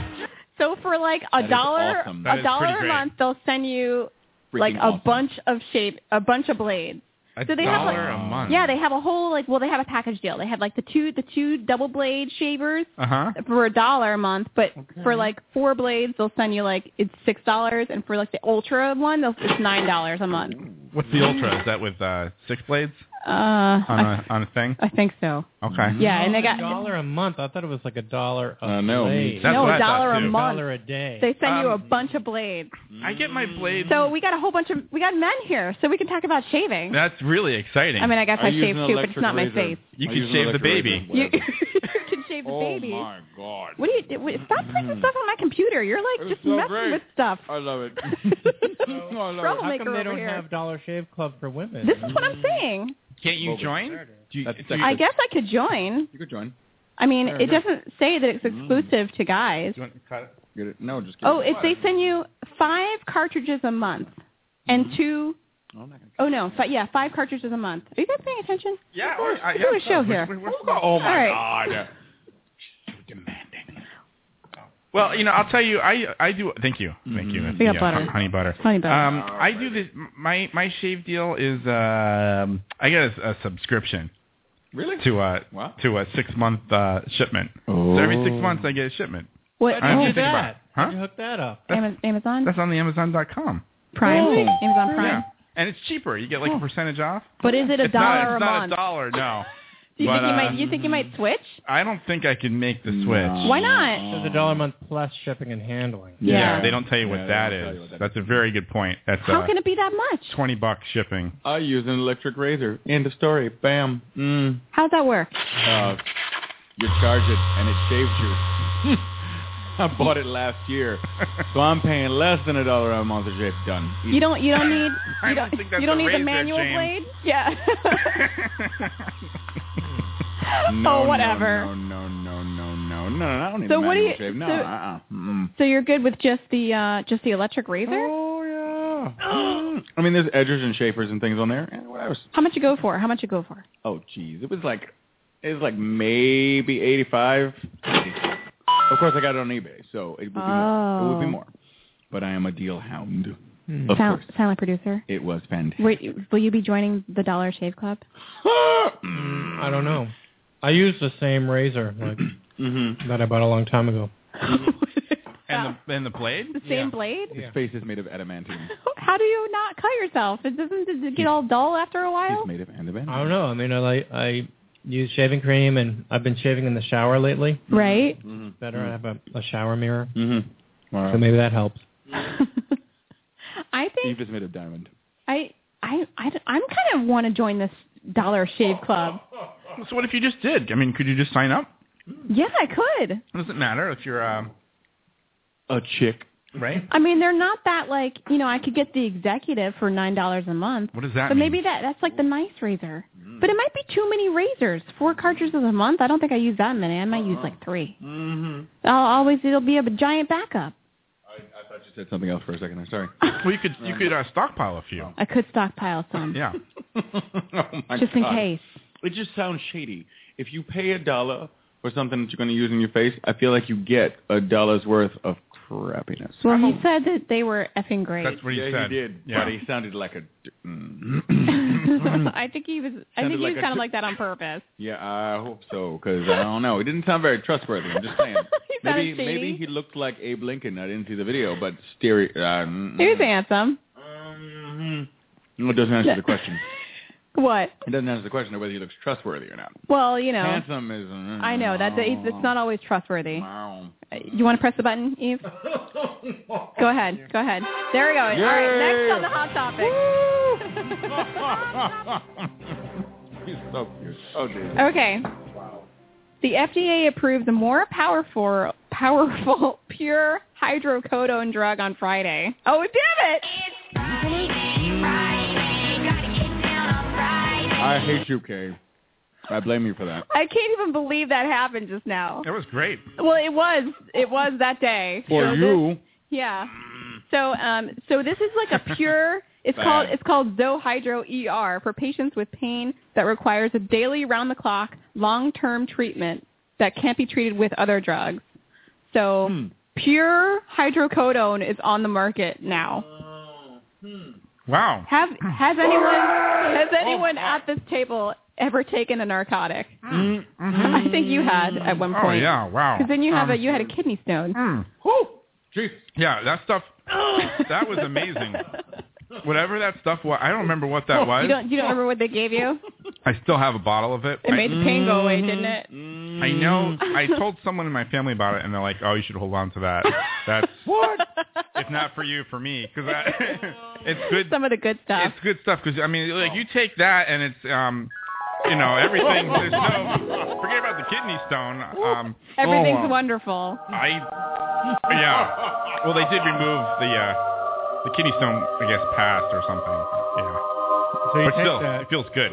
Speaker 2: So for like
Speaker 21: That
Speaker 2: a
Speaker 21: is
Speaker 2: dollar,
Speaker 21: awesome. That
Speaker 2: a
Speaker 21: is
Speaker 2: dollar
Speaker 21: pretty
Speaker 2: a
Speaker 21: great.
Speaker 2: month, they'll send you
Speaker 21: Freaking
Speaker 2: like a
Speaker 21: awesome.
Speaker 2: bunch of shape, a bunch of blades.
Speaker 3: A
Speaker 2: so they have
Speaker 3: dollar
Speaker 2: like,
Speaker 3: a month.
Speaker 2: Yeah, they have a whole like well, they have a package deal. They have like the two the two double blade shavers
Speaker 3: Uh-huh.
Speaker 2: for a dollar a month, but for like four blades, they'll send you like it's six dollars, and for like the ultra one, they'll, it's nine dollars a month.
Speaker 3: What's the ultra? Is that with uh, six blades
Speaker 2: Uh,
Speaker 3: on
Speaker 2: I,
Speaker 3: a on a thing?
Speaker 2: I think so.
Speaker 3: Okay.
Speaker 2: Yeah, and they got
Speaker 6: a dollar a month. I thought it was like a dollar
Speaker 19: Uh,
Speaker 6: a
Speaker 3: I know.
Speaker 6: day.
Speaker 3: That's
Speaker 2: no
Speaker 3: what
Speaker 2: a
Speaker 3: I thought,
Speaker 2: dollar a
Speaker 3: too.
Speaker 2: month.
Speaker 6: Dollar a day.
Speaker 2: They send you a
Speaker 3: Um,
Speaker 2: bunch of blades.
Speaker 3: I get my blade.
Speaker 2: So we got a whole bunch of we got men here, so we can talk about shaving.
Speaker 3: That's really exciting.
Speaker 2: I mean, I guess I I use shave an too, but it's not my electric razor. face.
Speaker 3: You
Speaker 2: I
Speaker 3: can
Speaker 2: use an
Speaker 3: shave the
Speaker 2: electric
Speaker 3: baby.
Speaker 2: You, you can shave the
Speaker 19: Oh,
Speaker 2: baby.
Speaker 19: my God.
Speaker 2: What do you? What, stop pressing
Speaker 19: Mm.
Speaker 2: stuff on my computer. You're like just
Speaker 19: so
Speaker 2: messing
Speaker 19: great.
Speaker 2: with stuff.
Speaker 19: I love it.
Speaker 6: No,
Speaker 19: I
Speaker 2: love it.
Speaker 6: How
Speaker 2: Troublemaker
Speaker 6: come they
Speaker 2: over
Speaker 6: don't
Speaker 2: here.
Speaker 6: have Dollar Shave Club for women?
Speaker 2: This is what I'm saying.
Speaker 3: Can't you join? Do you, do you-
Speaker 2: I guess I could join.
Speaker 19: You could join.
Speaker 2: I mean,
Speaker 19: There
Speaker 2: it
Speaker 19: we go.
Speaker 2: doesn't say that it's exclusive to guys.
Speaker 3: you want to cut it?
Speaker 19: Get it? No, just
Speaker 2: Oh, if they send you five cartridges a month and two
Speaker 19: Oh, I'm not gonna-
Speaker 2: oh no, fi- yeah, five cartridges a month. Are you guys paying attention?
Speaker 3: Yeah,
Speaker 2: We're,
Speaker 3: I-
Speaker 2: we're
Speaker 3: I-
Speaker 2: doing
Speaker 3: yeah,
Speaker 2: a show
Speaker 3: we-
Speaker 2: here.
Speaker 3: we- we-
Speaker 2: All
Speaker 3: oh my
Speaker 2: right.
Speaker 19: God.
Speaker 3: Oh. Well, you know, I'll tell you, I I do. Thank you, thank you.
Speaker 2: We got butter.
Speaker 3: hon- Honey butter.
Speaker 2: Honey butter.
Speaker 3: Um, I do this. My my shave deal is um, I got a, a subscription.
Speaker 19: Really?
Speaker 3: To a
Speaker 19: Wow.
Speaker 3: to a six month uh, shipment. So every six months I get a shipment.
Speaker 2: What-
Speaker 3: I don't
Speaker 2: Oh,
Speaker 3: have to think about it.
Speaker 2: that.
Speaker 3: Huh?
Speaker 6: You hook that up.
Speaker 2: Ama- Amazon
Speaker 3: That's on the Amazon.com.
Speaker 2: Prime.
Speaker 3: Oh.
Speaker 2: Amazon Prime.
Speaker 3: Yeah. And it's cheaper. You get like a percentage off.
Speaker 2: But is it a
Speaker 3: It's not-
Speaker 2: dollar
Speaker 3: it's
Speaker 2: a
Speaker 3: not
Speaker 2: month?
Speaker 3: a dollar, no.
Speaker 2: Do you
Speaker 3: But,
Speaker 2: think you
Speaker 3: uh,
Speaker 2: might? You think you might switch?
Speaker 3: I don't think I can make the switch.
Speaker 2: Why not?
Speaker 6: There's a
Speaker 3: uh,
Speaker 6: dollar a month plus shipping and handling.
Speaker 3: Yeah.
Speaker 2: Yeah.
Speaker 3: they don't tell you what that is. That's a very good point. That's
Speaker 2: How
Speaker 3: uh,
Speaker 2: can it be that much?
Speaker 3: twenty bucks shipping.
Speaker 19: I use an electric razor. End of story. Bam. Mm.
Speaker 2: How's that work?
Speaker 19: Uh, you charge it, and it saves you. I bought it last year, so I'm paying less than a dollar a month to shape. Done.
Speaker 2: You don't. You don't need. You don't.
Speaker 11: think that's
Speaker 2: you don't
Speaker 11: a
Speaker 2: need
Speaker 11: razor,
Speaker 2: the manual
Speaker 11: James.
Speaker 2: blade. Yeah.
Speaker 19: No,
Speaker 2: oh, whatever.
Speaker 19: No, no, no, no, no, no, no. I don't need
Speaker 2: So
Speaker 19: a
Speaker 2: what do
Speaker 19: manual
Speaker 2: you-
Speaker 19: shave. No,
Speaker 2: so-
Speaker 19: uh-uh. Mm.
Speaker 2: So you're good with just the uh just the electric razor?
Speaker 19: Oh yeah. I mean, there's edgers and shapers and things on there. And whatever.
Speaker 2: How much you go for? How much you go for?
Speaker 19: Oh, jeez. It was like, it was like maybe 85. Of course, I got it on eBay, so it would be, more. It would
Speaker 2: Oh.
Speaker 19: be more. But I am a deal hound. Of
Speaker 2: Sound,
Speaker 19: course.
Speaker 2: silent producer.
Speaker 19: It was fantastic.
Speaker 2: Wait, will you be joining the Dollar Shave Club?
Speaker 6: I don't know. I use the same razor like
Speaker 19: Mm-hmm.
Speaker 6: that I bought a long time ago.
Speaker 3: And
Speaker 2: Ah.
Speaker 3: the and the blade?
Speaker 2: The same blade?
Speaker 19: His face is made of adamantium.
Speaker 2: How do you not cut yourself? It doesn't does it get all dull after a while?
Speaker 19: It's made of adamantium.
Speaker 6: I don't know. I mean, I like I use shaving cream, and I've been shaving in the shower lately.
Speaker 2: Right?
Speaker 6: Better I have a, a shower mirror,
Speaker 19: mm-hmm.
Speaker 6: so maybe that helps.
Speaker 2: I think
Speaker 19: Eve is made of diamond.
Speaker 2: I I I I'm kind of want to join this Dollar Shave Club.
Speaker 3: So what if you just did? I mean, could you just sign up?
Speaker 2: Yeah, I could.
Speaker 3: It doesn't matter if you're um,
Speaker 19: a chick,
Speaker 3: right?
Speaker 2: I mean, they're not that like you know. I could get the executive for nine dollars a month.
Speaker 3: What does that
Speaker 2: But
Speaker 3: mean?
Speaker 2: maybe that that's like the nice razor. But it might be too many razors. Four cartridges a month. I don't think I use that many. I might use like three.
Speaker 19: Mm-hmm.
Speaker 2: I'll always it'll be a giant backup.
Speaker 19: I, I thought you said something else for a second. I'm sorry.
Speaker 3: Well, you could you could uh, stockpile a few.
Speaker 2: I could stockpile some.
Speaker 3: Yeah.
Speaker 19: oh my
Speaker 2: Just in
Speaker 19: God.
Speaker 2: case.
Speaker 19: It just sounds shady. If you pay a dollar for something that you're going to use in your face, I feel like you get a dollar's worth of crappiness.
Speaker 2: Well, he said that they were effing great.
Speaker 19: what he yeah,
Speaker 3: said.
Speaker 19: He did,
Speaker 3: Yeah.
Speaker 19: but he sounded like a. d- mm.
Speaker 2: I think he was. I
Speaker 19: Sounded
Speaker 2: think he
Speaker 19: like a
Speaker 2: sounded
Speaker 19: t-
Speaker 2: like that on purpose.
Speaker 19: Yeah, I hope so because I don't know. He didn't sound very trustworthy. I'm just saying.
Speaker 2: He
Speaker 19: maybe
Speaker 2: sounded shady.
Speaker 19: maybe he looked like Abe Lincoln. I didn't see the video, but stereo. Uh, mm,
Speaker 2: He was handsome.
Speaker 19: mm. No, it doesn't answer the question.
Speaker 2: What?
Speaker 19: It doesn't answer the question of whether he looks trustworthy or not.
Speaker 2: Well, you know.
Speaker 19: Handsome is. mm,
Speaker 2: I know that it's, it's not always trustworthy.
Speaker 19: Wow.
Speaker 2: Uh, You want to press the button, Eve? go ahead. Go ahead. There we go. All right. Next on the hot topic.
Speaker 19: He's so cute. Oh dear.
Speaker 2: okay. The FDA approved the more powerful, powerful pure hydrocodone drug on Friday. Oh damn it!
Speaker 19: I hate you, Kay. I blame you for that.
Speaker 2: I can't even believe that happened just now.
Speaker 3: That was great.
Speaker 2: Well, it was. It was that day.
Speaker 19: For
Speaker 2: So
Speaker 19: you,
Speaker 2: Yeah.
Speaker 3: Mm.
Speaker 2: So um so this is like a pure it's
Speaker 19: Bad.
Speaker 2: called it's called Zohydro ER for patients with pain that requires a daily round the clock long term treatment that can't be treated with other drugs. So
Speaker 3: Hmm.
Speaker 2: pure hydrocodone is on the market now.
Speaker 3: Wow. Oh.
Speaker 2: Have has anyone has anyone at this table ever taken a narcotic?
Speaker 19: Mm.
Speaker 2: I think you had at one
Speaker 3: Mm-hmm. Oh
Speaker 2: point.
Speaker 3: yeah. Hmm. Wow.
Speaker 2: Because then you have
Speaker 3: Um,
Speaker 2: a you had a kidney stone.
Speaker 3: Yeah, that stuff. that was amazing. Whatever that stuff was, I don't remember what that was.
Speaker 2: You don't you don't remember what they gave you?
Speaker 3: I still have a bottle of it.
Speaker 2: It
Speaker 3: I-
Speaker 2: made the pain go away, didn't it?
Speaker 3: Mm-hmm. I know.
Speaker 19: Mm.
Speaker 3: I told someone in my family about it, and they're like, "Oh, you should hold on to that. That's
Speaker 2: What?
Speaker 3: if not for you, for me, because it's good.
Speaker 2: Some of the good stuff.
Speaker 3: It's good stuff. Because I mean, like you take that, and it's um, you know, everything. There's no forget about the kidney stone. Um,
Speaker 2: Everything's
Speaker 3: oh, uh,
Speaker 2: wonderful.
Speaker 3: I yeah. Well, they did remove the uh, the kidney stone, I guess, passed or something. Yeah.
Speaker 6: So you
Speaker 3: but
Speaker 6: take
Speaker 3: still,
Speaker 6: that.
Speaker 3: it feels good.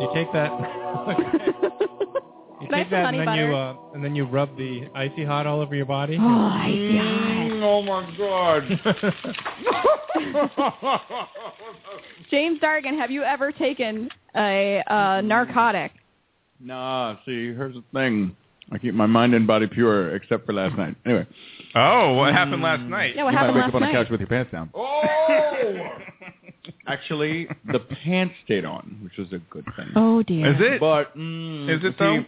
Speaker 6: You take that. you
Speaker 2: Nice
Speaker 6: take that
Speaker 2: honey
Speaker 6: and then
Speaker 2: butter.
Speaker 6: you uh, and then you rub the icy hot all over your body.
Speaker 2: Oh, icy
Speaker 19: Mm, oh my god.
Speaker 2: James Dargan, have you ever taken a uh, narcotic?
Speaker 19: nah, see, here's the thing. I keep my mind and body pure, except for last night. Anyway.
Speaker 3: Oh, what happened last night?
Speaker 2: Yeah, what
Speaker 19: you
Speaker 2: happened
Speaker 19: might
Speaker 2: last
Speaker 19: wake up on
Speaker 2: night?
Speaker 19: the couch with your pants down.
Speaker 3: Oh,
Speaker 19: Actually, the pants stayed on, which was a good thing.
Speaker 2: Oh dear.
Speaker 3: is it?
Speaker 19: But mm,
Speaker 3: Is it
Speaker 19: see,
Speaker 3: though?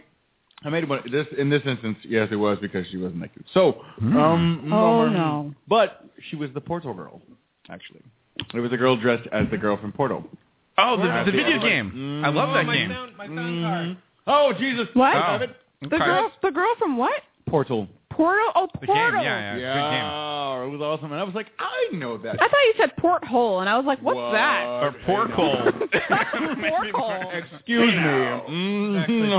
Speaker 19: I made one. This in this instance, yes, it was because she wasn't naked. So, um,
Speaker 2: Oh
Speaker 19: mm,
Speaker 2: no.
Speaker 19: But she was the Portal girl, actually. It was a girl dressed as the girl from Portal.
Speaker 3: Oh,
Speaker 19: Yeah,
Speaker 3: the, the
Speaker 19: yeah. mm-hmm.
Speaker 3: video game. I love that game.
Speaker 19: Mhm. Oh Jesus!
Speaker 2: What?
Speaker 19: I have it.
Speaker 2: The girl the girl from what?
Speaker 19: Portal.
Speaker 2: Portal oh
Speaker 3: The game,
Speaker 2: portal.
Speaker 3: yeah, yeah, good game.
Speaker 19: Yeah, it was awesome, and I was like, I know
Speaker 2: I
Speaker 19: that.
Speaker 2: thought you said porthole and I was like, What's
Speaker 19: What?
Speaker 2: that?
Speaker 3: Or Portal.
Speaker 2: Porthole.
Speaker 19: Excuse me. Mhm.
Speaker 6: Actually,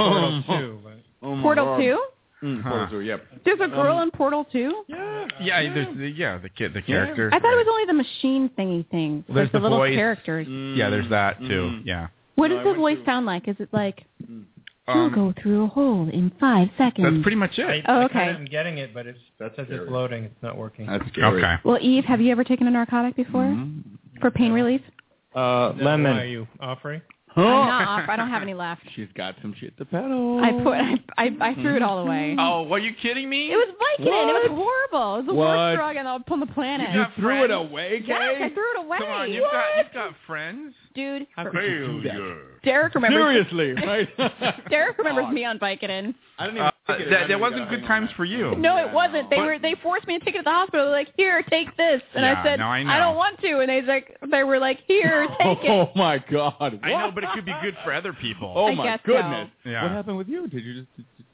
Speaker 6: Portal too, but
Speaker 19: Oh my
Speaker 2: Portal
Speaker 19: God.
Speaker 2: two?
Speaker 19: Mm, Portal two. Yep.
Speaker 2: There's a
Speaker 3: Um,
Speaker 2: girl in Portal two?
Speaker 19: Yeah.
Speaker 3: Yeah, there's the, yeah, the kid, the character.
Speaker 2: I thought it was only the machine thingy thing.
Speaker 3: Well, there's
Speaker 2: like the,
Speaker 3: the
Speaker 2: little
Speaker 3: voice.
Speaker 2: characters.
Speaker 3: Yeah, there's that too.
Speaker 19: Mhm.
Speaker 3: Yeah.
Speaker 2: What
Speaker 19: No,
Speaker 2: does
Speaker 19: I
Speaker 2: the
Speaker 19: went
Speaker 2: voice
Speaker 19: through- Mm.
Speaker 2: sound like? Is it like
Speaker 3: Um,
Speaker 16: You'll go through a hole in five seconds.
Speaker 3: that's pretty much it.
Speaker 6: I, I
Speaker 2: Oh,
Speaker 6: kinda
Speaker 2: okay.
Speaker 6: am getting it, but it's
Speaker 19: That's
Speaker 6: says
Speaker 19: scary.
Speaker 6: it's loading. It's not working.
Speaker 19: That's scary.
Speaker 3: Okay.
Speaker 2: Well, Eve, have you ever taken a narcotic before?
Speaker 19: Mm-hmm.
Speaker 2: For pain relief?
Speaker 19: Uh,
Speaker 6: Is that Why are
Speaker 19: lemon.
Speaker 6: you offering?
Speaker 2: I'm not off. I don't have any left.
Speaker 19: She's got some shit to peddle.
Speaker 2: I put I, I, I
Speaker 19: Mm-hmm.
Speaker 2: threw it all away.
Speaker 3: Oh, were you kidding me?
Speaker 2: It was Vicodin. It was horrible. It was the
Speaker 19: What?
Speaker 2: worst drug on the, on the planet.
Speaker 19: You
Speaker 3: got
Speaker 19: threw it
Speaker 3: friends?
Speaker 19: away,
Speaker 2: yes, I
Speaker 19: Kay?
Speaker 2: threw it away.
Speaker 3: Come on, you've got you've got friends.
Speaker 2: Dude,
Speaker 6: How could you do that?
Speaker 3: Failure.
Speaker 2: Derek remembers.
Speaker 19: Seriously, right?
Speaker 2: Derek remembers
Speaker 19: God.
Speaker 2: me on Vicodin.
Speaker 19: I didn't even
Speaker 3: Uh,
Speaker 19: think it.
Speaker 3: that that wasn't good times for you.
Speaker 2: No, it wasn't. They
Speaker 3: But-
Speaker 2: were they forced me to take it to the hospital. They're like, here, take this, and
Speaker 3: Yeah,
Speaker 2: I said,
Speaker 3: no, I know.
Speaker 2: don't want to. And they like, they were like, here, take it.
Speaker 19: Oh my God!
Speaker 3: I know, but it could be good for other people.
Speaker 19: Oh
Speaker 2: I
Speaker 19: my
Speaker 2: guess so.
Speaker 19: goodness!
Speaker 3: Yeah.
Speaker 19: What happened with you? Did you just? did- did-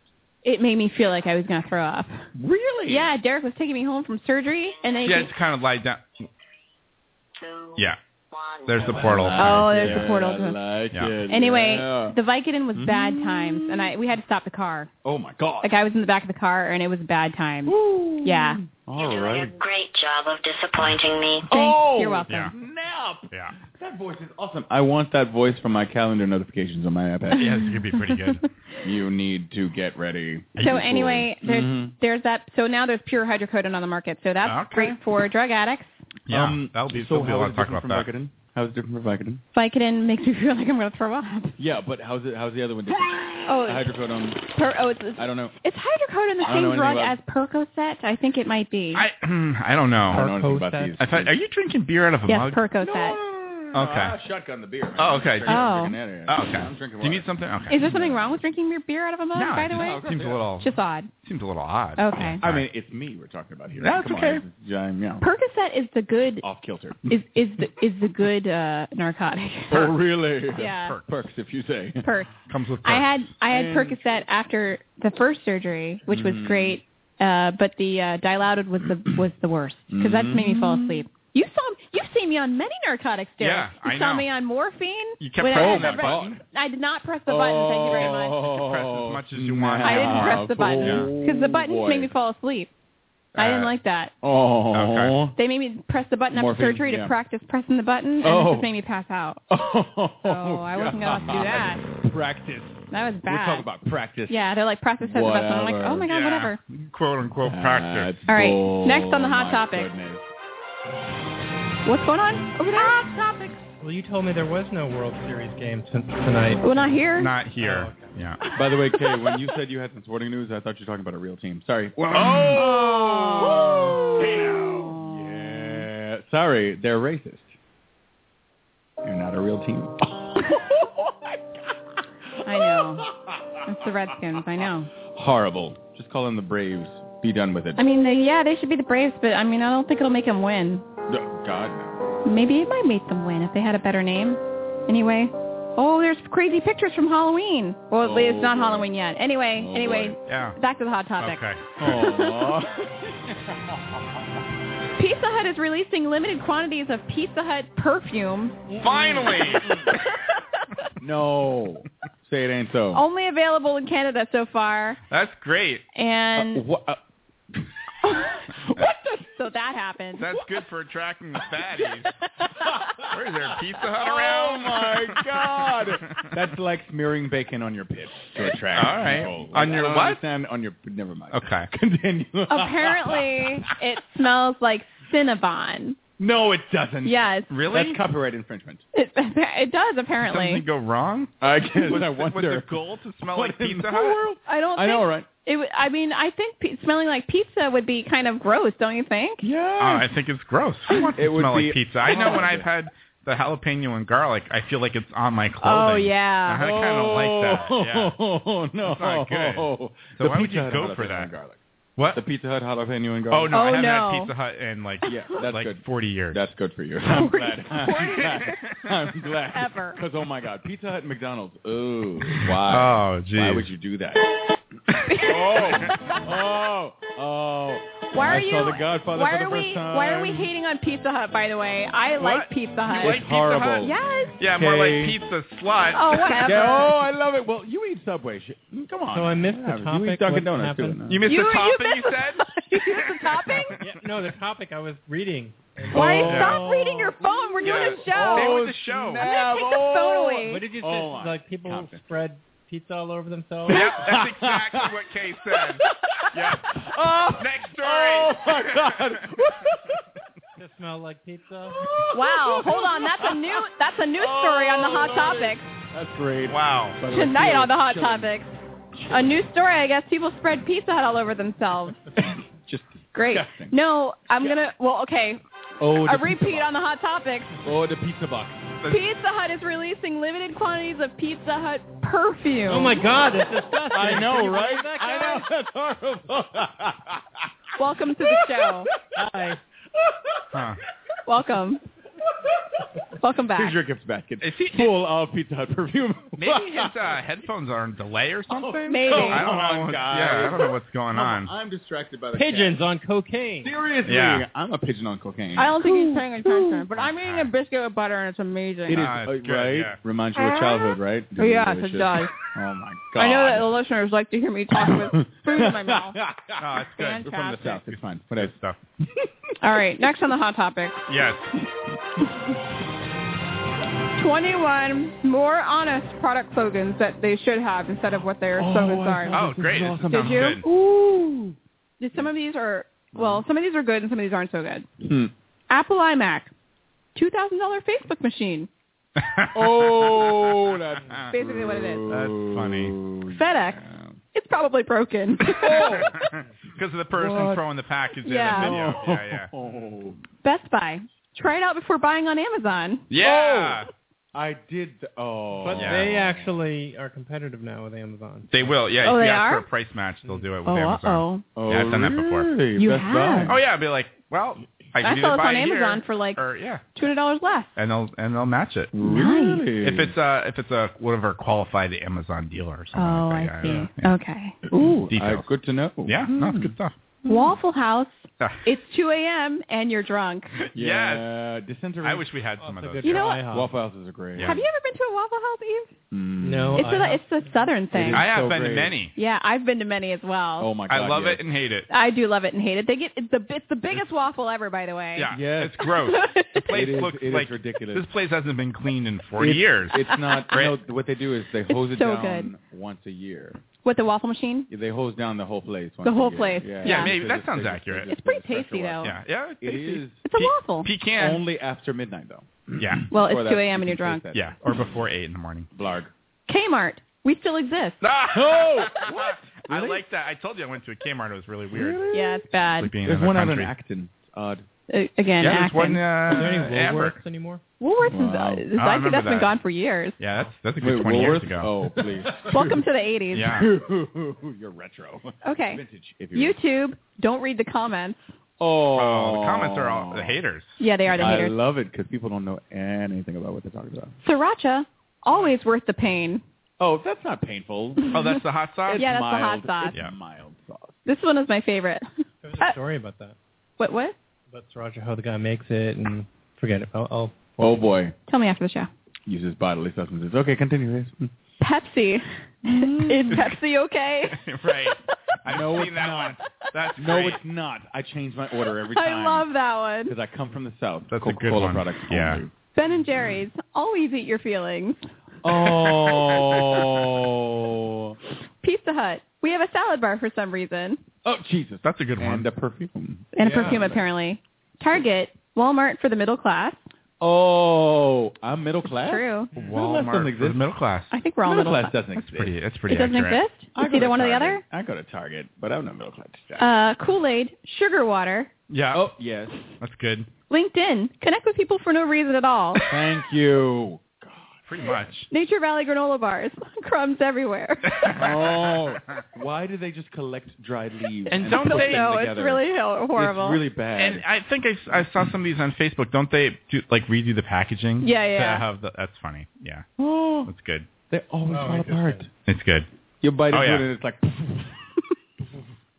Speaker 2: It made me feel like I was gonna throw up.
Speaker 19: Really?
Speaker 2: Yeah, Derek was taking me home from surgery, and then he
Speaker 3: yeah, just kind of lie down. Yeah. There's the portal.
Speaker 2: Oh, there's the portal.
Speaker 19: I like
Speaker 3: Yeah.
Speaker 19: it.
Speaker 2: Anyway,
Speaker 19: yeah.
Speaker 2: the Vicodin was bad times, and I we had to stop the car.
Speaker 19: Oh my God.
Speaker 2: Like I was in the back of the car, and it was bad times. Yeah.
Speaker 19: All right.
Speaker 9: Great job of disappointing me.
Speaker 19: Oh,
Speaker 2: You're welcome.
Speaker 19: yeah.
Speaker 3: Yeah.
Speaker 19: That voice is awesome. I want that voice for my calendar notifications on my iPad.
Speaker 3: Yes, it could be pretty good.
Speaker 19: you need to get ready.
Speaker 2: So anyway, there's
Speaker 19: Mhm.
Speaker 2: there's that. So now there's pure hydrocodone on the market. So that's
Speaker 19: Okay.
Speaker 2: great for drug addicts.
Speaker 3: Yeah,
Speaker 19: um,
Speaker 3: that'll be-
Speaker 19: so
Speaker 3: there'll be a
Speaker 19: how
Speaker 3: lot
Speaker 19: is
Speaker 3: to
Speaker 19: it
Speaker 3: talk
Speaker 19: different
Speaker 3: about
Speaker 19: from Vicodin? How's it different from Vicodin?
Speaker 2: Vicodin makes me feel like I'm gonna throw up.
Speaker 19: Yeah, but how's it? How's the other one different?
Speaker 2: Oh, it's-
Speaker 19: Hydrocodone.
Speaker 2: per- oh, it's, it's,
Speaker 19: I don't know.
Speaker 2: it's hydrocodone, the
Speaker 19: I don't know
Speaker 2: same
Speaker 19: anything
Speaker 2: drug
Speaker 19: about-
Speaker 2: as Percocet. I think it might be.
Speaker 3: I don't know.
Speaker 19: I don't know anything about these.
Speaker 3: I thought, are you drinking beer out of a
Speaker 2: yes,
Speaker 3: mug?
Speaker 2: Percocet.
Speaker 6: Ah,
Speaker 3: Okay.
Speaker 19: shotgun the beer. man.
Speaker 3: Oh, okay.
Speaker 19: I'm
Speaker 2: Oh.
Speaker 19: drinking that here.
Speaker 3: Oh, okay.
Speaker 19: I'm drinking
Speaker 3: Do you
Speaker 19: water.
Speaker 3: need something? Okay.
Speaker 2: Is there something wrong with drinking your beer out of a mug?
Speaker 3: No,
Speaker 2: by the
Speaker 3: just-
Speaker 2: way,
Speaker 3: it seems a little
Speaker 2: just odd.
Speaker 3: seems a little odd.
Speaker 2: Okay.
Speaker 19: I mean, it's me we're talking about here.
Speaker 2: That's
Speaker 19: Come
Speaker 2: okay.
Speaker 19: On, it's, i yeah,
Speaker 2: Percocet is the good
Speaker 19: off kilter.
Speaker 2: is is the is the good uh, narcotic.
Speaker 19: oh, really?
Speaker 2: Yeah.
Speaker 19: Perks, perks, if you say.
Speaker 2: Perks.
Speaker 3: Comes with
Speaker 2: I had I had
Speaker 19: And-
Speaker 2: Percocet after the first surgery, which was
Speaker 19: Mm.
Speaker 2: great, uh, but the uh, Dilaudid was the was the worst because that just made me fall asleep. You saw you've seen me on many narcotics, Derek.
Speaker 3: Mm. Yeah,
Speaker 2: you
Speaker 3: I
Speaker 2: saw
Speaker 3: know.
Speaker 2: me on morphine.
Speaker 3: You kept
Speaker 2: when I
Speaker 3: pressing
Speaker 2: had
Speaker 3: that
Speaker 2: the button.
Speaker 3: button.
Speaker 2: I did not press the button. Thank you very much.
Speaker 19: Oh,
Speaker 3: Press as much as you want.
Speaker 2: I didn't press the button
Speaker 19: Yeah.
Speaker 2: because the buttons
Speaker 19: Oh, boy.
Speaker 2: made me fall asleep. I didn't
Speaker 3: Uh,
Speaker 2: like that.
Speaker 19: Oh.
Speaker 2: They made me press the button after
Speaker 19: Morphine,
Speaker 2: surgery to
Speaker 19: yeah.
Speaker 2: practice pressing the button, and
Speaker 19: Oh.
Speaker 2: it just made me pass out.
Speaker 19: Oh,
Speaker 2: So I wasn't gonna do that.
Speaker 19: Practice.
Speaker 2: That was bad.
Speaker 19: We're talking about practice.
Speaker 2: Yeah, they're like process has the best one. I'm like, oh my god,
Speaker 3: Yeah.
Speaker 2: whatever.
Speaker 3: Quote unquote practice.
Speaker 2: All right, next on the
Speaker 19: Oh
Speaker 2: hot topic. What's going on over there?
Speaker 19: Ah,
Speaker 2: Hot topic.
Speaker 6: Well, you told me there was no World Series game t- tonight.
Speaker 2: Well, not here.
Speaker 3: Not here. Yeah.
Speaker 19: Oh, By the way, Kay, when you said you had some sporting news, I thought you were talking about a real team. Sorry. Oh!
Speaker 3: Oh.
Speaker 19: Yeah. Uh, Sorry, they're racist. They're not a real team.
Speaker 2: I know. It's the Redskins. I know.
Speaker 19: Horrible. Just call them the Braves. Be done with it.
Speaker 2: I mean, they, yeah, they should be the Braves, but I mean, I don't think it'll make them win.
Speaker 19: No, God, no.
Speaker 2: Maybe it might make them win if they had a better name. Anyway. Oh, there's crazy pictures from Halloween. Well,
Speaker 19: Oh,
Speaker 2: it's not
Speaker 19: boy.
Speaker 2: Halloween yet. Anyway,
Speaker 19: Oh,
Speaker 2: anyway,
Speaker 3: Yeah.
Speaker 2: back to the hot topic. Oh,
Speaker 3: Okay.
Speaker 2: Pizza Hut is releasing limited quantities of Pizza Hut perfume,
Speaker 3: Finally.
Speaker 19: no. Say it ain't so.
Speaker 2: only available in Canada so far.
Speaker 3: That's great.
Speaker 2: And
Speaker 19: Uh, wha- uh,
Speaker 2: so that happened.
Speaker 3: That's good for attracting the fatties. Where is there a Pizza Hut
Speaker 19: oh
Speaker 3: around?
Speaker 19: my God! That's like smearing bacon on your pits to attract
Speaker 3: All right.
Speaker 19: people.
Speaker 3: On
Speaker 19: I
Speaker 3: your
Speaker 19: don't
Speaker 3: what?
Speaker 19: Understand on your. Never mind.
Speaker 3: Okay.
Speaker 19: Continue.
Speaker 2: Apparently, it smells like Cinnabon.
Speaker 19: no, it doesn't.
Speaker 2: Yes.
Speaker 3: Really?
Speaker 19: That's copyright infringement.
Speaker 2: It, it does,
Speaker 3: Did
Speaker 2: apparently.
Speaker 3: something go wrong?
Speaker 19: I guess
Speaker 3: Was,
Speaker 19: I
Speaker 3: the- was
Speaker 19: wonder.
Speaker 3: the goal to smell
Speaker 19: What
Speaker 3: like
Speaker 19: in
Speaker 3: Pizza
Speaker 19: the
Speaker 3: Hut?
Speaker 19: world?
Speaker 2: I don't
Speaker 19: I know,
Speaker 2: think-
Speaker 19: right?
Speaker 2: It, would- I mean, I think pe- smelling like pizza would be kind of gross, don't you think?
Speaker 3: Oh,
Speaker 19: Yeah.
Speaker 3: I think it's gross. I want
Speaker 19: It
Speaker 3: to
Speaker 19: would
Speaker 3: smell
Speaker 19: be
Speaker 3: like pizza. I know when
Speaker 19: odd.
Speaker 3: I've had the jalapeno and garlic, I feel like it's on my clothing.
Speaker 2: Oh, yeah.
Speaker 3: I kind of like that. Yeah.
Speaker 19: Oh no!
Speaker 3: That's not good. So
Speaker 19: the
Speaker 3: why would
Speaker 19: Pizza
Speaker 3: you
Speaker 19: Hut
Speaker 3: go for
Speaker 19: jalapeno
Speaker 3: that?
Speaker 19: and Garlic.
Speaker 3: What?
Speaker 19: The Pizza Hut jalapeno and garlic.
Speaker 3: Oh no, I
Speaker 2: Oh,
Speaker 3: haven't
Speaker 2: no.
Speaker 3: had Pizza Hut in like
Speaker 19: Yeah, that's
Speaker 3: like
Speaker 19: good.
Speaker 3: 40 years.
Speaker 19: That's good for you. I'm glad.
Speaker 2: Forty-
Speaker 19: I'm glad. uh, I'm glad.
Speaker 2: Ever.
Speaker 19: Because oh my God, Pizza Hut and McDonald's. Oh, wow.
Speaker 3: oh geez.
Speaker 19: Why would you do that? oh, oh, oh.
Speaker 2: Why are
Speaker 19: I
Speaker 2: you?
Speaker 19: saw The Godfather
Speaker 2: why
Speaker 19: for the
Speaker 2: are
Speaker 19: first
Speaker 2: we?
Speaker 19: time.
Speaker 2: Why are we hating on Pizza Hut? By the way, I like Pizza Hut.
Speaker 19: It's
Speaker 3: like Pizza
Speaker 19: horrible.
Speaker 3: Hut?
Speaker 2: yes.
Speaker 3: Yeah, more like
Speaker 19: Okay.
Speaker 3: pizza slut.
Speaker 2: Oh, whatever.
Speaker 19: Yeah, oh, I love it. Well, you eat Subway. Shit. Mm, Come on.
Speaker 6: So I missed the
Speaker 19: You eat
Speaker 6: topic.
Speaker 19: Dunkin'
Speaker 6: What
Speaker 19: Donuts too.
Speaker 6: happened?
Speaker 19: no?
Speaker 3: You missed
Speaker 2: You-
Speaker 3: the
Speaker 2: you
Speaker 3: topping you,
Speaker 2: missed the-
Speaker 3: said?
Speaker 2: You missed the topping?
Speaker 6: Yeah, no, the topic I was reading.
Speaker 2: Why?
Speaker 19: Oh.
Speaker 2: Stop reading your phone. We're doing a
Speaker 3: Yes.
Speaker 2: show.
Speaker 3: Stay
Speaker 11: Oh,
Speaker 3: with the show.
Speaker 2: I'm gonna take the phone away.
Speaker 6: Oh, What did you say?
Speaker 19: Oh, my
Speaker 6: like people
Speaker 19: God.
Speaker 6: spread pizza all over themselves.
Speaker 3: yep, that's exactly what Kay said. Yeah.
Speaker 19: Oh,
Speaker 3: Next story.
Speaker 19: oh my God.
Speaker 6: to smell like pizza.
Speaker 2: Wow, hold on. That's a new that's a new story on the hot topic.
Speaker 19: That's great.
Speaker 3: wow.
Speaker 19: Oh. By the way,
Speaker 2: Tonight
Speaker 19: Kay
Speaker 2: on the hot
Speaker 19: killing
Speaker 2: topic. A new story, I guess. People spread Pizza Hut all over themselves.
Speaker 19: it. Just
Speaker 2: Great.
Speaker 19: disgusting.
Speaker 2: No, I'm gonna. Well, okay.
Speaker 19: Oh,
Speaker 2: A
Speaker 19: the pizza
Speaker 2: repeat
Speaker 19: box.
Speaker 2: on the hot topic.
Speaker 19: Oh, the pizza box.
Speaker 2: Pizza Hut is releasing limited quantities of Pizza Hut perfume.
Speaker 6: Oh my God, that's disgusting.
Speaker 19: I know, right?
Speaker 6: Back
Speaker 19: I know that's horrible.
Speaker 2: Welcome to the show.
Speaker 6: Hi.
Speaker 3: Huh.
Speaker 2: Welcome.
Speaker 22: Welcome back.
Speaker 19: Here's your gift basket. Full of Pizza Hut perfume.
Speaker 3: Maybe his uh, headphones are on delay or something. Oh,
Speaker 19: Maybe.
Speaker 3: I don't
Speaker 19: Come on,
Speaker 3: know. What's,
Speaker 19: guys.
Speaker 3: yeah, I don't know what's going on.
Speaker 19: Oh, I'm distracted by
Speaker 6: Pigeons on cocaine.
Speaker 19: Seriously,
Speaker 3: Yeah.
Speaker 19: I'm a pigeon on cocaine.
Speaker 2: I don't think he's paying attention, but I'm eating a biscuit with butter and it's amazing.
Speaker 19: It is uh, right. Reminds you of childhood, right?
Speaker 2: Oh, yes, it
Speaker 19: Delicious.
Speaker 2: does.
Speaker 19: Oh my god.
Speaker 2: I know that the listeners like to hear me talk with food in my mouth.
Speaker 3: No, Oh, it's good.
Speaker 2: Fantastic. We're from the
Speaker 19: South. It's fine. Whatever
Speaker 3: stuff.
Speaker 2: All right, next on the hot topic.
Speaker 3: Yes.
Speaker 2: 21 more honest product slogans that they should have instead of what their slogans are.
Speaker 3: Oh, great. This
Speaker 19: awesome.
Speaker 2: Did
Speaker 3: sounds
Speaker 2: you?
Speaker 3: good.
Speaker 2: Ooh. Did some of these are
Speaker 19: Mm-hmm.
Speaker 2: well, some of these are good and some of these aren't so good.
Speaker 19: Hmm.
Speaker 2: Apple iMac, two thousand dollar Facebook machine.
Speaker 19: Oh, that's
Speaker 2: Basically what it is.
Speaker 3: That's
Speaker 19: Oh,
Speaker 3: funny.
Speaker 2: FedEx, it's probably broken. Oh.
Speaker 3: Because of the person
Speaker 2: What?
Speaker 3: throwing the package
Speaker 2: Yeah.
Speaker 3: in
Speaker 19: Oh.
Speaker 3: the video. Yeah, yeah.
Speaker 2: Best Buy, try it out before buying on Amazon.
Speaker 3: Yeah.
Speaker 19: I did. th- oh.
Speaker 6: But
Speaker 3: Yeah.
Speaker 6: they actually are competitive now with Amazon.
Speaker 3: They will. Yeah.
Speaker 6: Oh,
Speaker 3: if
Speaker 6: they
Speaker 3: you ask
Speaker 6: are?
Speaker 3: for a price match, they'll do it with
Speaker 6: Oh,
Speaker 3: Amazon.
Speaker 19: uh-oh.
Speaker 3: Yeah, I've done that before.
Speaker 19: Really?
Speaker 2: You Best Buy. have?
Speaker 3: Oh yeah, I'd be like, well, I,
Speaker 2: I saw
Speaker 3: can either
Speaker 2: this
Speaker 3: buy
Speaker 2: on
Speaker 3: it here,
Speaker 2: Amazon for like
Speaker 3: or, yeah.
Speaker 2: two hundred dollars less.
Speaker 3: and they'll and they'll match it.
Speaker 19: Really?
Speaker 3: If it's uh if it's a whatever qualified Amazon dealer or something.
Speaker 2: Oh,
Speaker 3: like
Speaker 2: I
Speaker 3: that,
Speaker 2: see.
Speaker 3: yeah,
Speaker 2: Okay.
Speaker 19: Ooh,
Speaker 3: Details.
Speaker 19: I- Uh, good to know.
Speaker 3: Yeah, no, it's good stuff.
Speaker 2: Hmm. Waffle House,
Speaker 3: Ah.
Speaker 2: it's two a.m. and you're drunk.
Speaker 19: Yeah. Dysentery.
Speaker 3: I wish we had some of those.
Speaker 2: You know what?
Speaker 19: Waffle houses are great.
Speaker 2: Have you ever been to a Waffle House, Eve?
Speaker 19: Mm.
Speaker 6: No.
Speaker 2: it's a, it's a southern thing.
Speaker 3: I have
Speaker 19: so
Speaker 3: been to
Speaker 19: great.
Speaker 3: many.
Speaker 2: Yeah, I've been to many as well.
Speaker 19: Oh my god.
Speaker 3: I love
Speaker 19: yes.
Speaker 3: it and hate it.
Speaker 2: I do love it and hate it. They get it's the it's the biggest waffle ever, by the way.
Speaker 3: Yeah,
Speaker 19: Yes.
Speaker 3: it's gross. The place
Speaker 19: It is-
Speaker 3: looks
Speaker 19: it is
Speaker 3: like
Speaker 19: ridiculous.
Speaker 3: This place hasn't been cleaned in four
Speaker 19: It's-
Speaker 3: years.
Speaker 19: It's not.
Speaker 3: Right?
Speaker 19: You know, what they do is they hose it
Speaker 2: so
Speaker 19: down once a year.
Speaker 2: With the waffle machine,
Speaker 19: They hose down the whole place. Once
Speaker 2: The
Speaker 19: a
Speaker 2: whole
Speaker 19: year.
Speaker 2: place, yeah.
Speaker 19: Yeah,
Speaker 2: Yeah,
Speaker 3: maybe.
Speaker 19: They
Speaker 3: That
Speaker 19: just-
Speaker 3: sounds
Speaker 19: they just-
Speaker 3: accurate.
Speaker 19: they
Speaker 2: it's
Speaker 19: just
Speaker 2: pretty
Speaker 19: put a
Speaker 2: tasty
Speaker 19: special
Speaker 2: though.
Speaker 19: one.
Speaker 3: yeah, yeah, it's
Speaker 19: It
Speaker 3: tasty.
Speaker 19: is
Speaker 2: It's a waffle.
Speaker 3: pecan.
Speaker 19: only after midnight though.
Speaker 3: yeah,
Speaker 2: Well, it's
Speaker 19: Before that,
Speaker 2: 2 a.m.
Speaker 19: you
Speaker 2: and you're
Speaker 19: can
Speaker 2: drunk.
Speaker 19: taste that.
Speaker 3: yeah, or before eight in the morning.
Speaker 19: Blarg.
Speaker 2: Kmart, we still exist.
Speaker 3: Ah!
Speaker 19: Oh,
Speaker 3: I
Speaker 19: Really?
Speaker 3: like that. I told you I went to a Kmart. It was really weird.
Speaker 2: Yeah, it's bad.
Speaker 3: Like being
Speaker 19: There's
Speaker 3: in
Speaker 19: one out
Speaker 3: another
Speaker 19: in
Speaker 3: country.
Speaker 19: Acton. It's odd.
Speaker 2: Uh, again,
Speaker 3: yeah, there's
Speaker 2: Acton.
Speaker 3: one. Uh,
Speaker 6: Are there any
Speaker 3: Amber.
Speaker 6: Woolworths anymore?
Speaker 2: Woolworths
Speaker 19: Wow.
Speaker 2: is, is
Speaker 3: I
Speaker 2: I think
Speaker 3: remember
Speaker 2: uh, that's been
Speaker 3: that.
Speaker 2: gone for years.
Speaker 3: Yeah, that's that's a good
Speaker 19: Wait,
Speaker 3: 20 years
Speaker 19: Woolworths?
Speaker 3: ago.
Speaker 19: Oh, please.
Speaker 2: Welcome to the 80s.
Speaker 3: Yeah. Hmm.
Speaker 19: You're retro.
Speaker 2: Okay.
Speaker 19: Vintage, if you.
Speaker 2: YouTube, don't read the comments.
Speaker 19: Oh,
Speaker 3: Oh, the comments are all the haters.
Speaker 2: Yeah, they are the
Speaker 19: I
Speaker 2: haters.
Speaker 19: love it because people don't know anything about what they're talking about.
Speaker 2: Sriracha, always worth the pain.
Speaker 19: Oh, that's not painful.
Speaker 3: Oh, that's the hot sauce.
Speaker 2: Yeah, that's the hot
Speaker 19: mild.
Speaker 2: sauce.
Speaker 19: It's
Speaker 3: Yeah.
Speaker 19: mild sauce.
Speaker 2: This one is my favorite. Uh,
Speaker 6: There was a story about that.
Speaker 2: What? What?
Speaker 6: About sriracha, how the guy makes it, and forget it. I'll, I'll
Speaker 19: Oh boy,
Speaker 2: Tell me after the show.
Speaker 19: uses bodily substances. Okay, continue this.
Speaker 2: Pepsi.
Speaker 6: Mm.
Speaker 2: is Pepsi okay?
Speaker 3: right. I've
Speaker 19: No,
Speaker 3: seen
Speaker 19: it's
Speaker 3: that
Speaker 19: not.
Speaker 3: one. That's
Speaker 19: No,
Speaker 3: great.
Speaker 19: it's not. I change my order every
Speaker 2: I
Speaker 19: time.
Speaker 2: love that one.
Speaker 19: because I come from the south.
Speaker 3: That's a good
Speaker 19: Coca-Cola
Speaker 3: one.
Speaker 19: products.
Speaker 3: Yeah.
Speaker 19: only.
Speaker 2: Ben and Jerry's, always eat your feelings.
Speaker 19: Oh.
Speaker 2: Pizza Hut, we have a salad bar for some reason.
Speaker 19: oh Jesus.
Speaker 3: That's a good one.
Speaker 19: And the perfume.
Speaker 2: And
Speaker 6: Yeah.
Speaker 2: a perfume, apparently. Target, Walmart for the middle class.
Speaker 19: Oh, I'm middle class.
Speaker 2: True.
Speaker 19: Middle class doesn't
Speaker 3: Walmart for the
Speaker 19: exist.
Speaker 3: middle class.
Speaker 2: I think we're all
Speaker 19: middle,
Speaker 2: middle class.
Speaker 19: class, doesn't
Speaker 3: That's
Speaker 19: exist.
Speaker 3: pretty. That's pretty.
Speaker 2: It doesn't
Speaker 3: accurate.
Speaker 2: exist?
Speaker 19: I
Speaker 2: It's
Speaker 19: go to
Speaker 2: either one or the
Speaker 19: Target.
Speaker 2: other?
Speaker 19: I go to Target, but I'm not middle class.
Speaker 2: Uh, Kool-Aid, sugar water,
Speaker 3: Yeah.
Speaker 19: oh yes.
Speaker 3: That's good.
Speaker 2: LinkedIn, connect with people for no reason at all.
Speaker 19: Thank you.
Speaker 3: Pretty much.
Speaker 2: Nature Valley granola bars, crumbs everywhere.
Speaker 19: Oh, why do they just collect dried leaves?
Speaker 3: And
Speaker 19: put
Speaker 3: don't
Speaker 19: them
Speaker 3: they-
Speaker 2: no, it's
Speaker 19: together?
Speaker 2: really hor- horrible.
Speaker 19: It's really bad.
Speaker 3: And I think I, I saw some of these on Facebook. Don't they do, like redo the packaging?
Speaker 2: Yeah, yeah.
Speaker 3: To have the, that's funny. Yeah,
Speaker 19: oh,
Speaker 3: that's good.
Speaker 19: they always
Speaker 6: Oh,
Speaker 19: fall
Speaker 6: it is
Speaker 19: apart.
Speaker 3: It's good.
Speaker 19: You bite into
Speaker 3: Oh, yeah.
Speaker 19: it and it's like.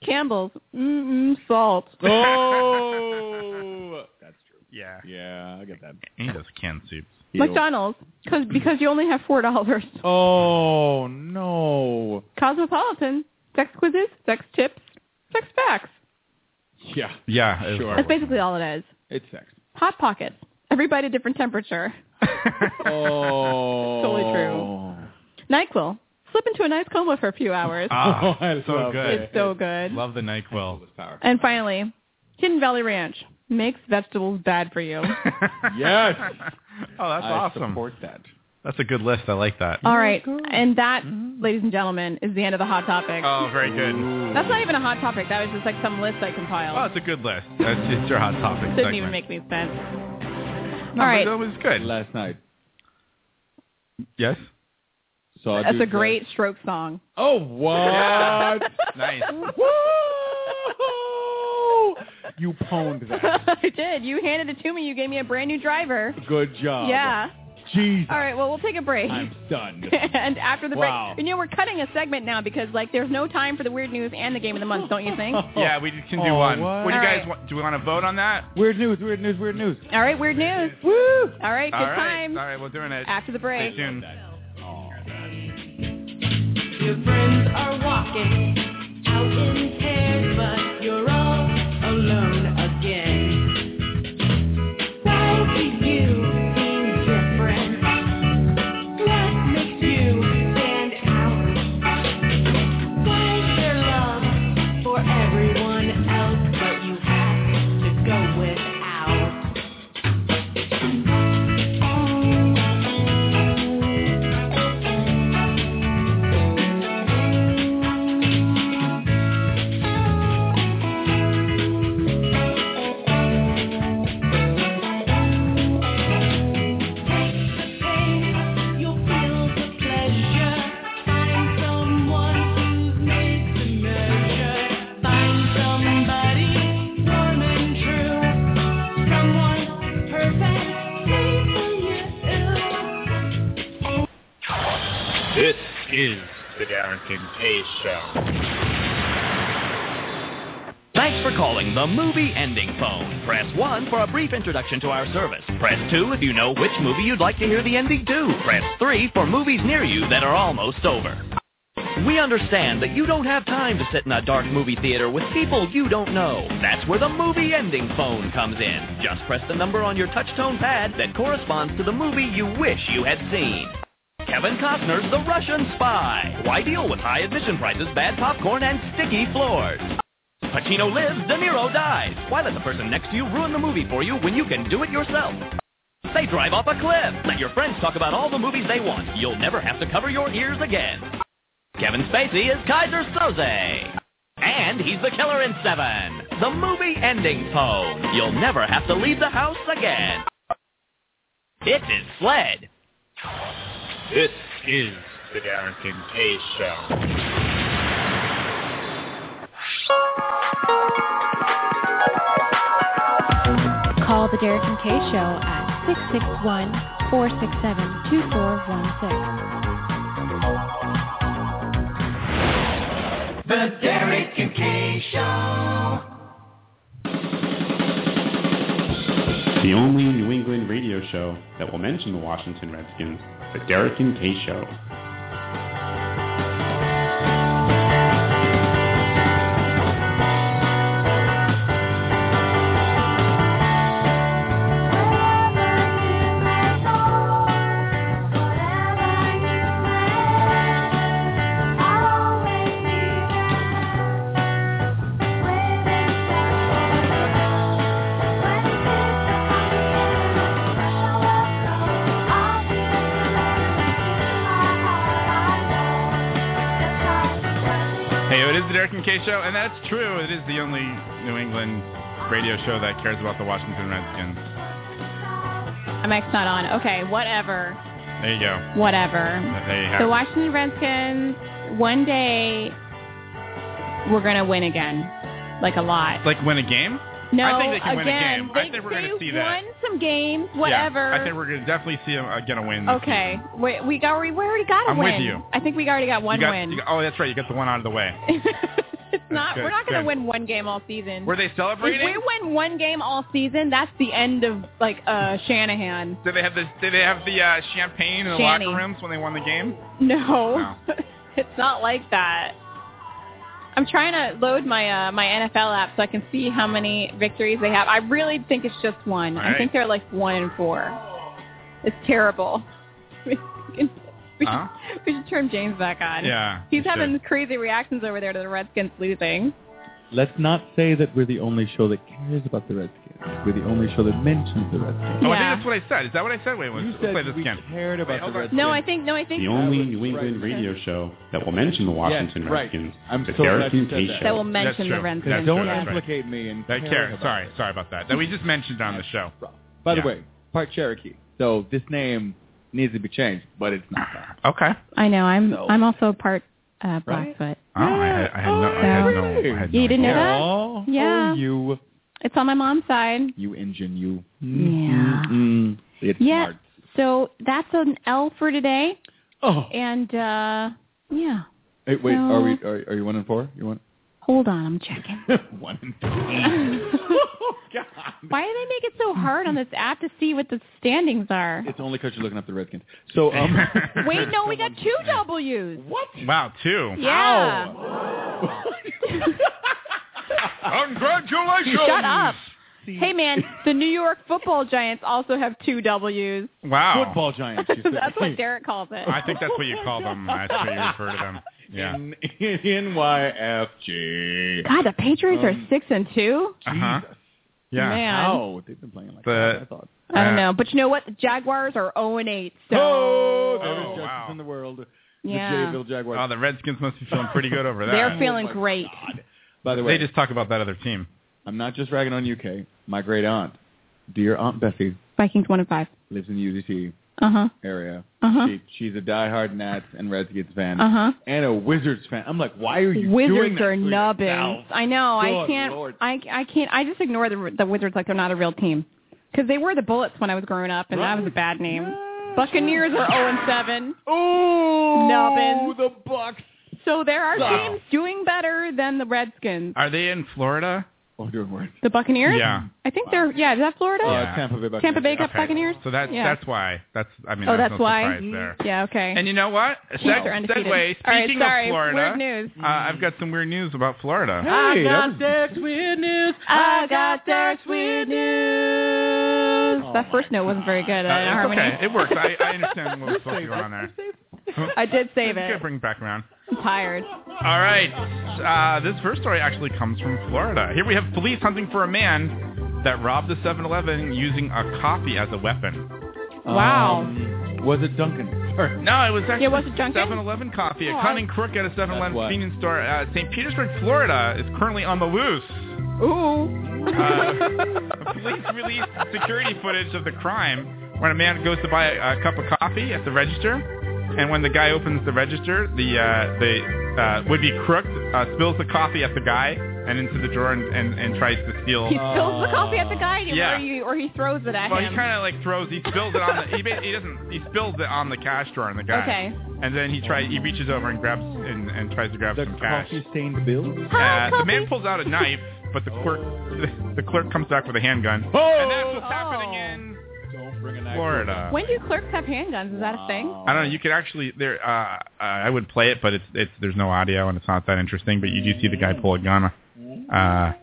Speaker 2: Campbell's, mm-mm, salt.
Speaker 19: oh, that's true.
Speaker 3: Yeah.
Speaker 19: Yeah, I get that.
Speaker 3: He does canned soups.
Speaker 2: McDonald's, cause, because you only have $4.
Speaker 19: Oh no.
Speaker 2: Cosmopolitan, sex quizzes, sex tips, sex facts.
Speaker 19: Yeah,
Speaker 3: Yeah, it's-
Speaker 19: Sure.
Speaker 2: That's basically all it is.
Speaker 19: it's sex.
Speaker 2: Hot pockets, everybody a different temperature.
Speaker 19: Oh,
Speaker 2: Totally true. NyQuil, slip into a nice coma for a few hours.
Speaker 3: Ah,
Speaker 19: I
Speaker 3: so
Speaker 19: love
Speaker 3: good.
Speaker 2: it's so good.
Speaker 3: Love the Nyquil.
Speaker 2: And finally, Hidden Valley Ranch makes vegetables bad for you.
Speaker 19: Yes.
Speaker 3: Oh, that's
Speaker 19: I
Speaker 3: awesome.
Speaker 19: support that.
Speaker 3: That's a good list. I like that.
Speaker 2: All right, and that,
Speaker 19: Mm-hmm.
Speaker 2: ladies and gentlemen, is the end of the hot topic.
Speaker 3: Oh, very good.
Speaker 2: That's not even a hot topic. That was just like some list I
Speaker 3: Oh,
Speaker 2: compiled.
Speaker 3: it's a good list. That's it's your hot topic.
Speaker 2: Didn't
Speaker 3: segment.
Speaker 2: even make any sense.
Speaker 3: No,
Speaker 2: All
Speaker 3: but
Speaker 2: right,
Speaker 3: That was good.
Speaker 19: Last night
Speaker 3: Yes.
Speaker 19: saw.
Speaker 2: that's a
Speaker 19: dude-
Speaker 2: great stroke song.
Speaker 19: Oh what?
Speaker 3: Nice.
Speaker 19: Woo! You pwned that.
Speaker 2: I did. You handed it to me. You gave me a brand new driver.
Speaker 19: Good job.
Speaker 2: yeah.
Speaker 19: Jesus.
Speaker 2: All right. Well, we'll take a break.
Speaker 19: I'm stunned.
Speaker 2: and after the
Speaker 19: Wow.
Speaker 2: break, you know, we're cutting a segment now because like there's no time for the weird news and the game of the month, don't you think?
Speaker 3: Yeah, we can do
Speaker 19: Oh,
Speaker 3: one.
Speaker 19: what?
Speaker 3: What do you
Speaker 2: All
Speaker 3: guys
Speaker 2: right.
Speaker 3: want? Do we want to vote on that?
Speaker 19: Weird news, weird news, weird news.
Speaker 2: All right, weird news. Woo! All right, good
Speaker 3: All right.
Speaker 2: times.
Speaker 3: All right, we're doing it.
Speaker 2: After the break.
Speaker 3: Stay tuned.
Speaker 11: Your friends are walking out in pairs, but you're all alone again. Why do you seem different? What makes you stand out? Why is there love for everyone else, but you have to go without? You'll feel the pleasure. Find someone who's made to measure. Find somebody warm and true. Someone perfect, safe from your
Speaker 4: This is the Darren Kincaid Show.
Speaker 17: Thanks for calling the Movie Ending Phone. Press 1 for a brief introduction to our service. Press 2 if you know which movie you'd like to hear the ending to. Press 3 for movies near you that are almost over. We understand that you don't have time to sit in a dark movie theater with people you don't know. That's where the movie ending phone comes in. Just press the number on your touchtone pad that corresponds to the movie you wish you had seen. Kevin Costner's The Russian Spy. Why deal with high admission prices, bad popcorn, and sticky floors? Pacino lives, De Niro dies. Why let the person next to you ruin the movie for you when you can do it yourself? They drive off a cliff. Let your friends talk about all the movies they want. You'll never have to cover your ears again. Kevin Spacey is Kaiser Soze. And he's the killer in Seven, the movie ending phone. You'll never have to leave the house again. It is Sled.
Speaker 4: This is the Darren Kincaid Show.
Speaker 5: Call the Derek and Kay Show at 661-467-2416.
Speaker 11: The Derek and Kay Show.
Speaker 12: The only New England radio show that will mention the Washington Redskins, the Derek and Kay Show.
Speaker 3: Hey, it is the Derek and Kay Show, and that's true. It is the only New England radio show that cares about the Washington Redskins.
Speaker 2: My mic's not on. Okay, whatever.
Speaker 3: There you go.
Speaker 2: Whatever.
Speaker 3: There you have
Speaker 2: The
Speaker 3: it.
Speaker 2: Washington Redskins, one day we're going to win again. Like a lot.
Speaker 3: Like win a game?
Speaker 2: No,
Speaker 3: I think they
Speaker 2: again,
Speaker 3: can win a game. I
Speaker 2: they-
Speaker 3: think we're going
Speaker 2: they
Speaker 3: to see that.
Speaker 2: won some games, whatever.
Speaker 3: Yeah, I think we're going to definitely see them uh, get a win. this
Speaker 2: okay,
Speaker 3: season.
Speaker 2: we, we got we already got a
Speaker 3: I'm
Speaker 2: win.
Speaker 3: with you.
Speaker 2: I think we already got one
Speaker 3: You got-
Speaker 2: win.
Speaker 3: you got- oh, that's right. You got the one out of the way.
Speaker 2: it's not.
Speaker 3: good,
Speaker 2: We're not going
Speaker 3: good.
Speaker 2: to win one game all season.
Speaker 3: Were they celebrating?
Speaker 2: If we win one game all season, that's the end of like uh Shanahan.
Speaker 3: Did they have the Did they have the uh, champagne in the
Speaker 2: Shanny.
Speaker 3: locker rooms when they won the game?
Speaker 2: No,
Speaker 3: No.
Speaker 2: it's not like that. I'm trying to load my uh, my NFL app so I can see how many victories they have. I really think it's just one.
Speaker 3: All
Speaker 2: I
Speaker 3: right.
Speaker 2: think they're like one and four. It's terrible. We should, we
Speaker 3: Huh?
Speaker 2: should turn James back on.
Speaker 19: Yeah,
Speaker 2: He's
Speaker 19: we
Speaker 2: having crazy reactions over there to the Redskins losing.
Speaker 19: Let's not say that we're the only show that cares about the Redskins. We're the only show that mentions the Redskins.
Speaker 3: Oh, I think that's what I said. Is that what I said? Wait, let's, let's play this again.
Speaker 19: cared about the Redskins.
Speaker 2: No, I think no, I think
Speaker 12: The only New England radio show that will mention the Washington
Speaker 19: Yes, right.
Speaker 12: Redskins,
Speaker 19: I'm
Speaker 12: the
Speaker 19: so glad
Speaker 12: Derek
Speaker 19: you
Speaker 12: and
Speaker 19: said
Speaker 12: Kay
Speaker 19: that.
Speaker 12: Show.
Speaker 2: That will mention the
Speaker 3: true.
Speaker 2: Redskins.
Speaker 3: That's
Speaker 19: Don't
Speaker 3: true, that's right.
Speaker 19: implicate me in
Speaker 3: That
Speaker 19: caring
Speaker 3: care.
Speaker 19: about
Speaker 3: Sorry, sorry about that. That we just mentioned on the show.
Speaker 19: By the
Speaker 3: Yeah.
Speaker 19: way, part Cherokee. So this name needs to be changed, but it's not that.
Speaker 3: Okay.
Speaker 2: I know. I'm
Speaker 19: No.
Speaker 2: I'm also part uh,
Speaker 19: Right? Ah,
Speaker 2: Blackfoot.
Speaker 3: Oh, I had, I had no, I had no, I had no
Speaker 2: You didn't know
Speaker 3: idea.
Speaker 2: that? Yeah.
Speaker 19: you.
Speaker 2: It's on my mom's side.
Speaker 19: You engine, you.
Speaker 2: Yeah.
Speaker 19: Mm-mm. It's
Speaker 2: yeah.
Speaker 19: smart.
Speaker 2: So that's an L for today.
Speaker 19: Oh.
Speaker 2: And uh yeah.
Speaker 19: Hey, wait, are we?
Speaker 2: So-
Speaker 19: Are, are you one and four? You want
Speaker 2: Hold on, I'm checking.
Speaker 19: one and
Speaker 2: Why do they make it so hard on this app to see what the standings are?
Speaker 19: It's only because you're looking up the Redskins. So um,
Speaker 2: Wait, no, we got two W's.
Speaker 19: What?
Speaker 3: Wow, two.
Speaker 2: Yeah.
Speaker 3: Congratulations.
Speaker 2: Shut up. Hey man, the New York Football Giants also have two W's.
Speaker 3: Wow.
Speaker 19: Football Giants. you said.
Speaker 2: That's what Derek calls it.
Speaker 3: I think that's what you call them. That's what you refer to them. Yeah.
Speaker 19: N- NYFG.
Speaker 2: God, the Patriots are
Speaker 19: Um,
Speaker 2: six and two.
Speaker 3: Uh-huh. Yeah.
Speaker 2: Man.
Speaker 19: Wow, they've been playing like
Speaker 3: The-
Speaker 19: that. I thought.
Speaker 2: I don't know, but you know what? The Jaguars are zero and eight. So
Speaker 19: Oh, there is
Speaker 3: Oh,
Speaker 19: justice
Speaker 3: wow.
Speaker 19: in the world. The
Speaker 2: Yeah.
Speaker 19: Jacksonville Jaguars.
Speaker 3: Oh, the Redskins must be feeling pretty good over that.
Speaker 2: they're feeling
Speaker 19: my
Speaker 2: great.
Speaker 19: By the
Speaker 3: they
Speaker 19: way,
Speaker 3: just talk about that other team.
Speaker 19: I'm not just ragging on UK. My great aunt, dear Aunt Bessie,
Speaker 2: Vikings one and five.
Speaker 19: lives in the UDT
Speaker 2: Uh huh.
Speaker 19: area.
Speaker 2: Uh-huh.
Speaker 19: She, she's a diehard Nats and Redskins fan
Speaker 2: Uh huh.
Speaker 19: and a Wizards fan. I'm like, why are you doing
Speaker 2: Wizards
Speaker 19: that
Speaker 2: are
Speaker 19: to
Speaker 2: nubbins.
Speaker 19: yourself?
Speaker 2: I know. I
Speaker 19: Good
Speaker 2: can't.
Speaker 19: Lord.
Speaker 2: I I can't. I just ignore the the Wizards like they're not a real team because they were the Bullets when I was growing up, and that was a bad name. Buccaneers are zero and seven.
Speaker 19: Ooh,
Speaker 2: Nubbins.
Speaker 19: the Bucks.
Speaker 2: So there are
Speaker 3: Wow.
Speaker 2: teams doing better than the Redskins.
Speaker 3: Are they in Florida?
Speaker 19: Oh, doing worse.
Speaker 2: The Buccaneers.
Speaker 3: Yeah.
Speaker 2: I think they're. Yeah. Is that Florida?
Speaker 19: Uh,
Speaker 3: Yeah.
Speaker 19: Tampa Bay Buccaneers.
Speaker 2: Tampa Bay
Speaker 3: Okay.
Speaker 2: Buccaneers.
Speaker 3: So that's
Speaker 2: Yeah.
Speaker 3: that's why. That's I mean
Speaker 2: oh,
Speaker 3: there's
Speaker 2: that's
Speaker 3: no
Speaker 2: why. Mm-hmm.
Speaker 3: surprise there.
Speaker 2: Yeah. Okay.
Speaker 3: And you know what?
Speaker 2: Chiefs are undefeated.
Speaker 3: segue.
Speaker 2: All right,
Speaker 3: Speaking
Speaker 2: sorry,
Speaker 3: of Florida,
Speaker 2: weird news.
Speaker 3: Uh, I've got some weird news about Florida.
Speaker 19: Hey, that was-
Speaker 11: Derek's weird news.
Speaker 2: I got Derek's
Speaker 11: weird
Speaker 2: news. that first note wasn't very good.
Speaker 3: Uh,
Speaker 2: I
Speaker 3: Oh it's
Speaker 2: harmony.
Speaker 3: okay. It works. I, I understand what was supposed to go on there.
Speaker 2: I did save
Speaker 3: Good,
Speaker 2: it.
Speaker 3: bring it back around.
Speaker 2: I'm tired.
Speaker 3: All right. Uh, this first story actually comes from Florida. Here we have police hunting for a man that robbed a 7-Eleven using a coffee as a weapon.
Speaker 2: Wow.
Speaker 19: Um, was it Duncan? Sorry.
Speaker 3: No, it was actually
Speaker 2: Yeah, was it Dunkin'?
Speaker 3: 7-Eleven coffee.
Speaker 2: Oh,
Speaker 3: A
Speaker 2: I-
Speaker 3: cunning crook at a
Speaker 19: That's
Speaker 3: 7-Eleven
Speaker 19: why.
Speaker 3: convenience store at St. Petersburg, Florida is currently on the loose.
Speaker 2: Ooh.
Speaker 3: Uh, police released security footage of the crime when a man goes to buy a, a cup of coffee at the register, and when the guy opens the register, the uh, the uh, would-be crook uh, spills the coffee at the guy and into the drawer and, and, and tries to steal.
Speaker 2: He spills the coffee at the guy,
Speaker 3: Yeah.
Speaker 2: or, he, or he throws it at
Speaker 3: Well, he
Speaker 2: him.
Speaker 3: kind of like throws. He spills it on the. He, ba- he doesn't. He spills it on the cash drawer on the guy.
Speaker 2: Okay.
Speaker 3: And then he tries. He reaches over and grabs and, and tries to grab
Speaker 19: The
Speaker 3: some cash.
Speaker 19: coffee-stained bill?
Speaker 2: Hi,
Speaker 3: Uh, the man
Speaker 2: coffee.
Speaker 3: pulls out a knife, but the clerk the, clerk comes back with a handgun. And that's what's
Speaker 2: Oh.
Speaker 3: happening in
Speaker 19: Don't bring an
Speaker 3: Florida.
Speaker 2: When do clerks have handguns? Is that a thing?
Speaker 3: I don't know. You could actually there. Uh, I would play it, but it's it's there's no audio and it's not that interesting. But you do see the guy pull a gun uh,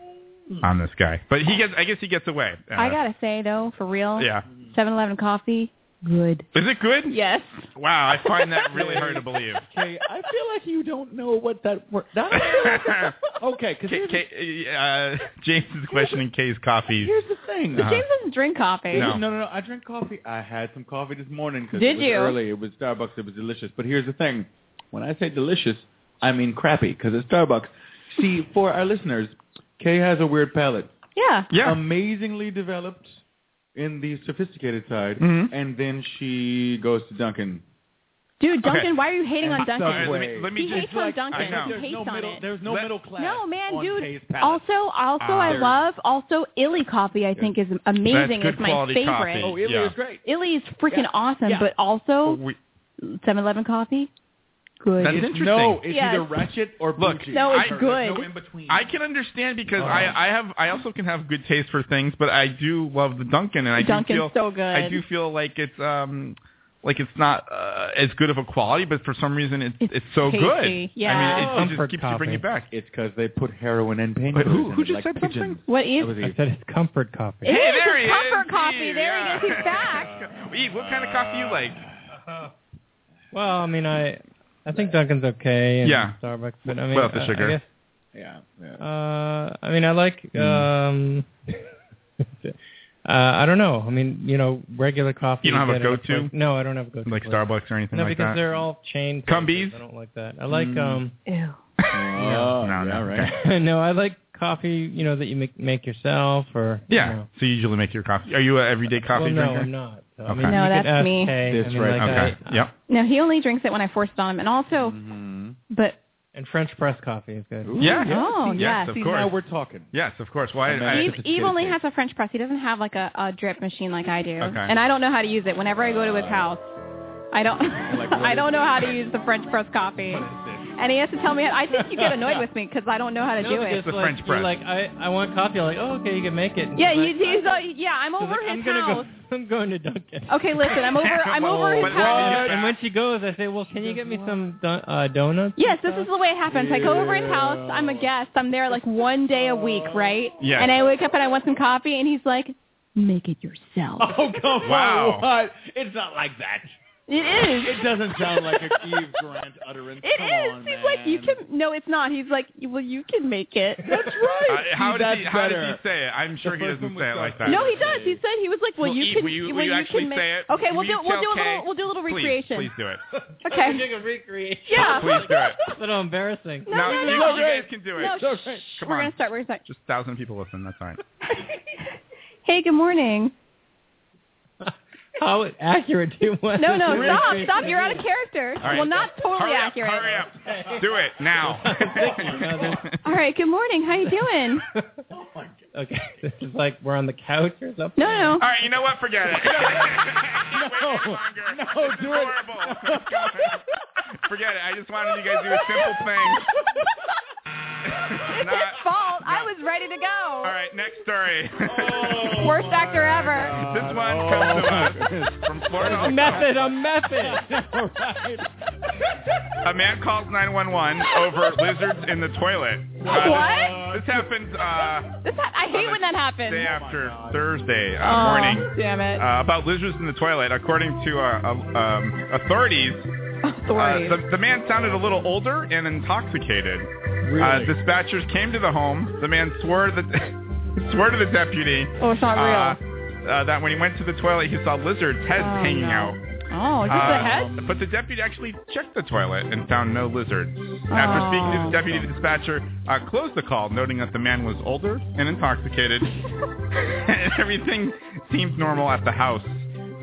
Speaker 3: on this guy. But he gets. I guess he gets away. Uh,
Speaker 2: I gotta say though, for real,
Speaker 3: Yeah.
Speaker 2: 7-Eleven coffee, good.
Speaker 3: Is it good?
Speaker 2: Yes.
Speaker 3: Wow, I find that really hard to believe.
Speaker 19: Okay, I feel like you don't know what that word. That, okay, because
Speaker 3: K,
Speaker 19: here's, the-
Speaker 3: K, uh, James is questioning Kay's coffee.
Speaker 19: here's the thing.
Speaker 3: Uh-huh.
Speaker 2: James doesn't drink coffee.
Speaker 3: No.
Speaker 19: no, no, no. I drink coffee. I had some coffee this morning because
Speaker 2: Did
Speaker 19: it was
Speaker 2: you?
Speaker 19: early. It was Starbucks. It was delicious. But here's the thing. When I say delicious, I mean crappy because it's Starbucks. See, for our listeners, Kay has a weird palate.
Speaker 2: Yeah.
Speaker 3: Yeah.
Speaker 19: Amazingly developed in the sophisticated side,
Speaker 3: Mhm.
Speaker 19: and then she goes to Duncan.
Speaker 2: Dude,
Speaker 3: Okay.
Speaker 2: Duncan, why are you hating on
Speaker 19: And
Speaker 2: Duncan?
Speaker 3: All right, let me, let me
Speaker 2: he
Speaker 3: just
Speaker 2: hates on Duncan.
Speaker 3: I know.
Speaker 2: He hates
Speaker 19: no
Speaker 2: on
Speaker 19: middle,
Speaker 2: it.
Speaker 19: There's no
Speaker 3: Let-
Speaker 19: middle class.
Speaker 2: No man,
Speaker 19: on
Speaker 2: dude.
Speaker 19: Kay's palate.
Speaker 2: Also, also,
Speaker 3: Ah,
Speaker 2: I
Speaker 19: there's-
Speaker 2: love also Illy coffee. I think is amazing.
Speaker 3: good
Speaker 2: It's my
Speaker 3: quality
Speaker 2: favorite.
Speaker 3: coffee.
Speaker 19: oh, Italy
Speaker 3: Yeah.
Speaker 19: is great.
Speaker 2: Illy is freaking
Speaker 19: Yeah.
Speaker 2: awesome,
Speaker 19: Yeah.
Speaker 2: but also
Speaker 3: We-
Speaker 2: 7-Eleven coffee, good.
Speaker 3: That's
Speaker 19: It's-
Speaker 3: interesting.
Speaker 19: No, it's
Speaker 2: Yes.
Speaker 19: either ratchet or blue
Speaker 3: Look,
Speaker 19: cheese.
Speaker 2: no, it's
Speaker 19: There's
Speaker 2: good.
Speaker 19: No in between.
Speaker 3: I can understand because I, I have I also can have good taste for things, but I do love the Dunkin' and I
Speaker 2: Dunkin's
Speaker 3: do feel
Speaker 2: so good.
Speaker 3: I do feel like it's um like it's not uh, as good of a quality, but for some reason it's
Speaker 2: It's
Speaker 3: it's, so
Speaker 2: tasty,
Speaker 3: good.
Speaker 2: yeah.
Speaker 3: I mean, it, it
Speaker 6: Comfort
Speaker 3: just keeps you bringing it back.
Speaker 19: It's because they put heroin and painkillers.
Speaker 3: Wait, who-
Speaker 19: in
Speaker 3: who
Speaker 19: it,
Speaker 3: just
Speaker 19: like
Speaker 3: said something?
Speaker 19: pigeons.
Speaker 2: What is?
Speaker 19: That was
Speaker 6: I
Speaker 19: easy.
Speaker 6: said it's comfort coffee.
Speaker 2: It
Speaker 3: Hey,
Speaker 2: is
Speaker 3: there
Speaker 2: his
Speaker 3: he
Speaker 2: comfort
Speaker 3: is.
Speaker 2: coffee. There
Speaker 3: yeah.
Speaker 2: he is. He's back.
Speaker 3: Eve, what kind of coffee do you like?
Speaker 6: Well, I mean, I I think Dunkin's okay and
Speaker 3: Yeah.
Speaker 6: Starbucks, but I mean,
Speaker 3: Without the
Speaker 6: I-
Speaker 3: sugar.
Speaker 6: I guess,
Speaker 19: Yeah. yeah.
Speaker 6: uh, I mean, I like.
Speaker 19: Hmm.
Speaker 6: Um, uh, I don't know. I mean, you know, regular coffee.
Speaker 3: You don't have a
Speaker 6: get at
Speaker 3: go-to?
Speaker 6: place- No, I don't have a go-to.
Speaker 3: Like
Speaker 6: place.
Speaker 3: Starbucks or anything
Speaker 6: No,
Speaker 3: like
Speaker 6: because
Speaker 3: that?
Speaker 6: they're all chain.
Speaker 3: Cumbies?
Speaker 6: places. I don't like that. I like
Speaker 19: Mm.
Speaker 6: um.
Speaker 2: Ew.
Speaker 19: Oh,
Speaker 3: no,
Speaker 19: yeah,
Speaker 3: no.
Speaker 19: right.
Speaker 6: no, I like coffee. You know that you make make yourself or you
Speaker 3: Yeah.
Speaker 6: know.
Speaker 3: So you usually make your coffee. Are you an everyday coffee
Speaker 6: well, no,
Speaker 3: drinker?
Speaker 6: I'm not. So, I
Speaker 3: Okay.
Speaker 6: mean,
Speaker 2: No,
Speaker 6: you
Speaker 2: Oh, that's
Speaker 6: could ask
Speaker 2: me.
Speaker 6: Kay. I
Speaker 19: This
Speaker 6: mean,
Speaker 19: right
Speaker 6: like,
Speaker 3: okay.
Speaker 6: I-
Speaker 3: yep.
Speaker 2: No, he only drinks it when I force it on him, and also,
Speaker 19: Mhm.
Speaker 2: but
Speaker 6: And French press coffee is good.
Speaker 3: Mm-hmm. Yeah. Oh, yes, of
Speaker 6: See,
Speaker 3: course.
Speaker 6: now
Speaker 3: we're
Speaker 18: talking.
Speaker 3: Yes, of course. Why?
Speaker 6: Amazing.
Speaker 3: I,
Speaker 2: Eve, Eve only has a French press. He doesn't have like a, a drip machine like I do,
Speaker 3: Okay. Uh,
Speaker 2: and I don't know how to use it. Whenever I go to his house, I don't
Speaker 3: Like, what
Speaker 2: I
Speaker 3: is
Speaker 2: don't know
Speaker 3: this?
Speaker 2: how to use the French press coffee, and he has to tell me. I think you get annoyed with me because I don't know how to
Speaker 6: No,
Speaker 2: do
Speaker 6: because,
Speaker 2: it.
Speaker 6: like, you're Like I, I want coffee. I'm like, oh, okay, you can make it. And
Speaker 2: yeah,
Speaker 6: she's
Speaker 2: you,
Speaker 6: like,
Speaker 2: he's, uh, yeah, I'm over
Speaker 6: I'm
Speaker 2: his
Speaker 6: gonna
Speaker 2: house.
Speaker 6: Go, I'm going to Dunkin'.
Speaker 2: Okay, listen, I'm over. I'm over his house.
Speaker 6: And when she goes, I say, well, can you get me some don- uh, donuts?
Speaker 2: Yes, this is the way it happens. I go over his house. I'm a guest. I'm there like one day a week, right?
Speaker 6: Yes.
Speaker 2: And I wake up and I want some coffee, and he's like, "Make it yourself."
Speaker 18: Oh come
Speaker 2: Wow.
Speaker 18: on! What? It's not like that.
Speaker 2: It is.
Speaker 18: It doesn't sound like a Eve Grant utterance.
Speaker 2: It
Speaker 18: come
Speaker 2: is.
Speaker 18: On,
Speaker 2: He's
Speaker 18: man.
Speaker 2: like, you can. No, it's not. He's like, well, you can make it. That's
Speaker 3: Uh,
Speaker 2: right.
Speaker 3: how does he? How does he say it? I'm sure he doesn't say it like that.
Speaker 2: No, he does. He said he was like, well,
Speaker 3: Well,
Speaker 2: you
Speaker 3: Eve,
Speaker 2: can.
Speaker 3: will you- will
Speaker 2: well,
Speaker 3: you actually
Speaker 2: can make,
Speaker 3: say it?
Speaker 2: Okay,
Speaker 3: Will
Speaker 2: we'll
Speaker 3: you
Speaker 2: do. We'll
Speaker 3: tell
Speaker 2: do a
Speaker 3: Kay?
Speaker 2: little. We'll do a little
Speaker 3: Please,
Speaker 2: recreation.
Speaker 3: Please do it.
Speaker 2: Okay.
Speaker 6: I'm doing a recreation.
Speaker 2: Yeah.
Speaker 3: Please do it.
Speaker 6: It's a little embarrassing.
Speaker 2: No,
Speaker 3: Now,
Speaker 2: no,
Speaker 3: you-
Speaker 2: no.
Speaker 3: you guys can do it.
Speaker 2: No,
Speaker 3: It's
Speaker 2: shh,
Speaker 3: alright. Come
Speaker 2: we're
Speaker 3: on.
Speaker 2: gonna start. We're gonna start.
Speaker 3: Just thousand people listen. That's all right.
Speaker 2: Hey, good morning.
Speaker 6: How accurate do you want?
Speaker 2: No,
Speaker 6: this
Speaker 2: no,
Speaker 6: to be?
Speaker 2: stop, stop. You're out of character.
Speaker 6: All right.
Speaker 2: Well, not totally
Speaker 6: Hurry up,
Speaker 2: accurate.
Speaker 6: hurry up.
Speaker 3: Do it now.
Speaker 2: All right. Good morning. How you doing?
Speaker 6: Okay, this is like we're on the couch or something.
Speaker 2: No, no.
Speaker 3: All right. You know what? Forget it.
Speaker 11: No.
Speaker 3: No, do it. Horrible. Forget it. I just wanted you guys to do a simple thing.
Speaker 2: It's
Speaker 3: Not-
Speaker 2: his fault. I was ready to go.
Speaker 3: All right. Next story.
Speaker 2: Worst actor ever.
Speaker 3: This one comes to us from Florida.
Speaker 6: method, a method.
Speaker 3: A man calls 911 over lizards in the toilet. Uh,
Speaker 2: What?
Speaker 3: This, this happened uh,
Speaker 2: This ha- I hate when that happens.
Speaker 3: day after Thursday uh,
Speaker 2: Aw,
Speaker 3: morning.
Speaker 2: Damn it.
Speaker 3: uh, about lizards in the toilet. According to uh, uh, um, authorities,
Speaker 2: Authorities.
Speaker 3: Uh, the, the man sounded a little older and intoxicated. Uh,
Speaker 11: Really?
Speaker 3: dispatchers came to the home. The man swore that swore to the deputy.
Speaker 2: Oh, it's not real.
Speaker 3: uh, uh, that when he went to the toilet, he saw lizards' heads
Speaker 2: Oh,
Speaker 3: hanging
Speaker 2: no.
Speaker 3: out.
Speaker 2: oh, is this
Speaker 3: Uh,
Speaker 2: a head?
Speaker 3: But the deputy actually checked the toilet and found no lizards.
Speaker 2: Oh.
Speaker 3: After speaking to the deputy, the dispatcher uh, closed the call, noting that the man was older and intoxicated. and everything seemed normal at the house,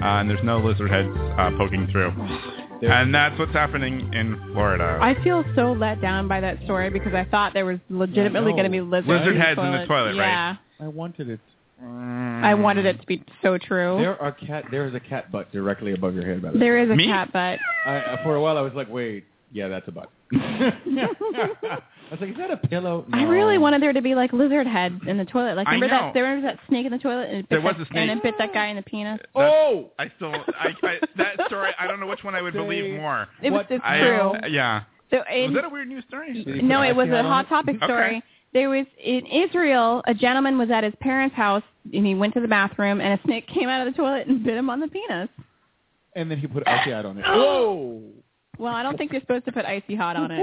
Speaker 3: uh, and there's no lizard heads uh, poking through. And that's what's happening in Florida.
Speaker 2: I feel so let down by that story because I thought there was legitimately
Speaker 3: I know.
Speaker 2: going to be lizards
Speaker 3: Lizard
Speaker 2: in the
Speaker 3: heads in the toilet, right?
Speaker 2: Yeah.
Speaker 18: I wanted it.
Speaker 19: Hmm.
Speaker 2: I wanted it to be so true.
Speaker 18: There are cat. There is a cat butt directly above your head. By the way.
Speaker 2: there is a cat butt.
Speaker 18: I, I- for a while, I was like, wait, yeah, that's a butt. I was like, is that a pillow?
Speaker 2: I
Speaker 18: No.
Speaker 2: really wanted there to be like lizard heads in the toilet. Like
Speaker 18: I
Speaker 2: remember
Speaker 18: know.
Speaker 2: that there was that snake in the toilet and it bit
Speaker 3: There was
Speaker 2: that,
Speaker 3: a snake.
Speaker 2: and it bit that guy in the penis.
Speaker 18: oh,
Speaker 3: I still I, I, that story. I don't know which one I would believe more.
Speaker 2: It was- it's
Speaker 3: I-
Speaker 2: true.
Speaker 3: Yeah.
Speaker 2: So in-
Speaker 3: was that a weird news story?
Speaker 2: No, it was a hot topic
Speaker 3: Okay.
Speaker 2: story. There was in Israel, a gentleman was at his parents' house and he went to the bathroom and a snake came out of the toilet and bit him on the penis.
Speaker 18: And then he put icy out on it. Whoa!
Speaker 2: Well, I don't think you're supposed to put icy hot on it.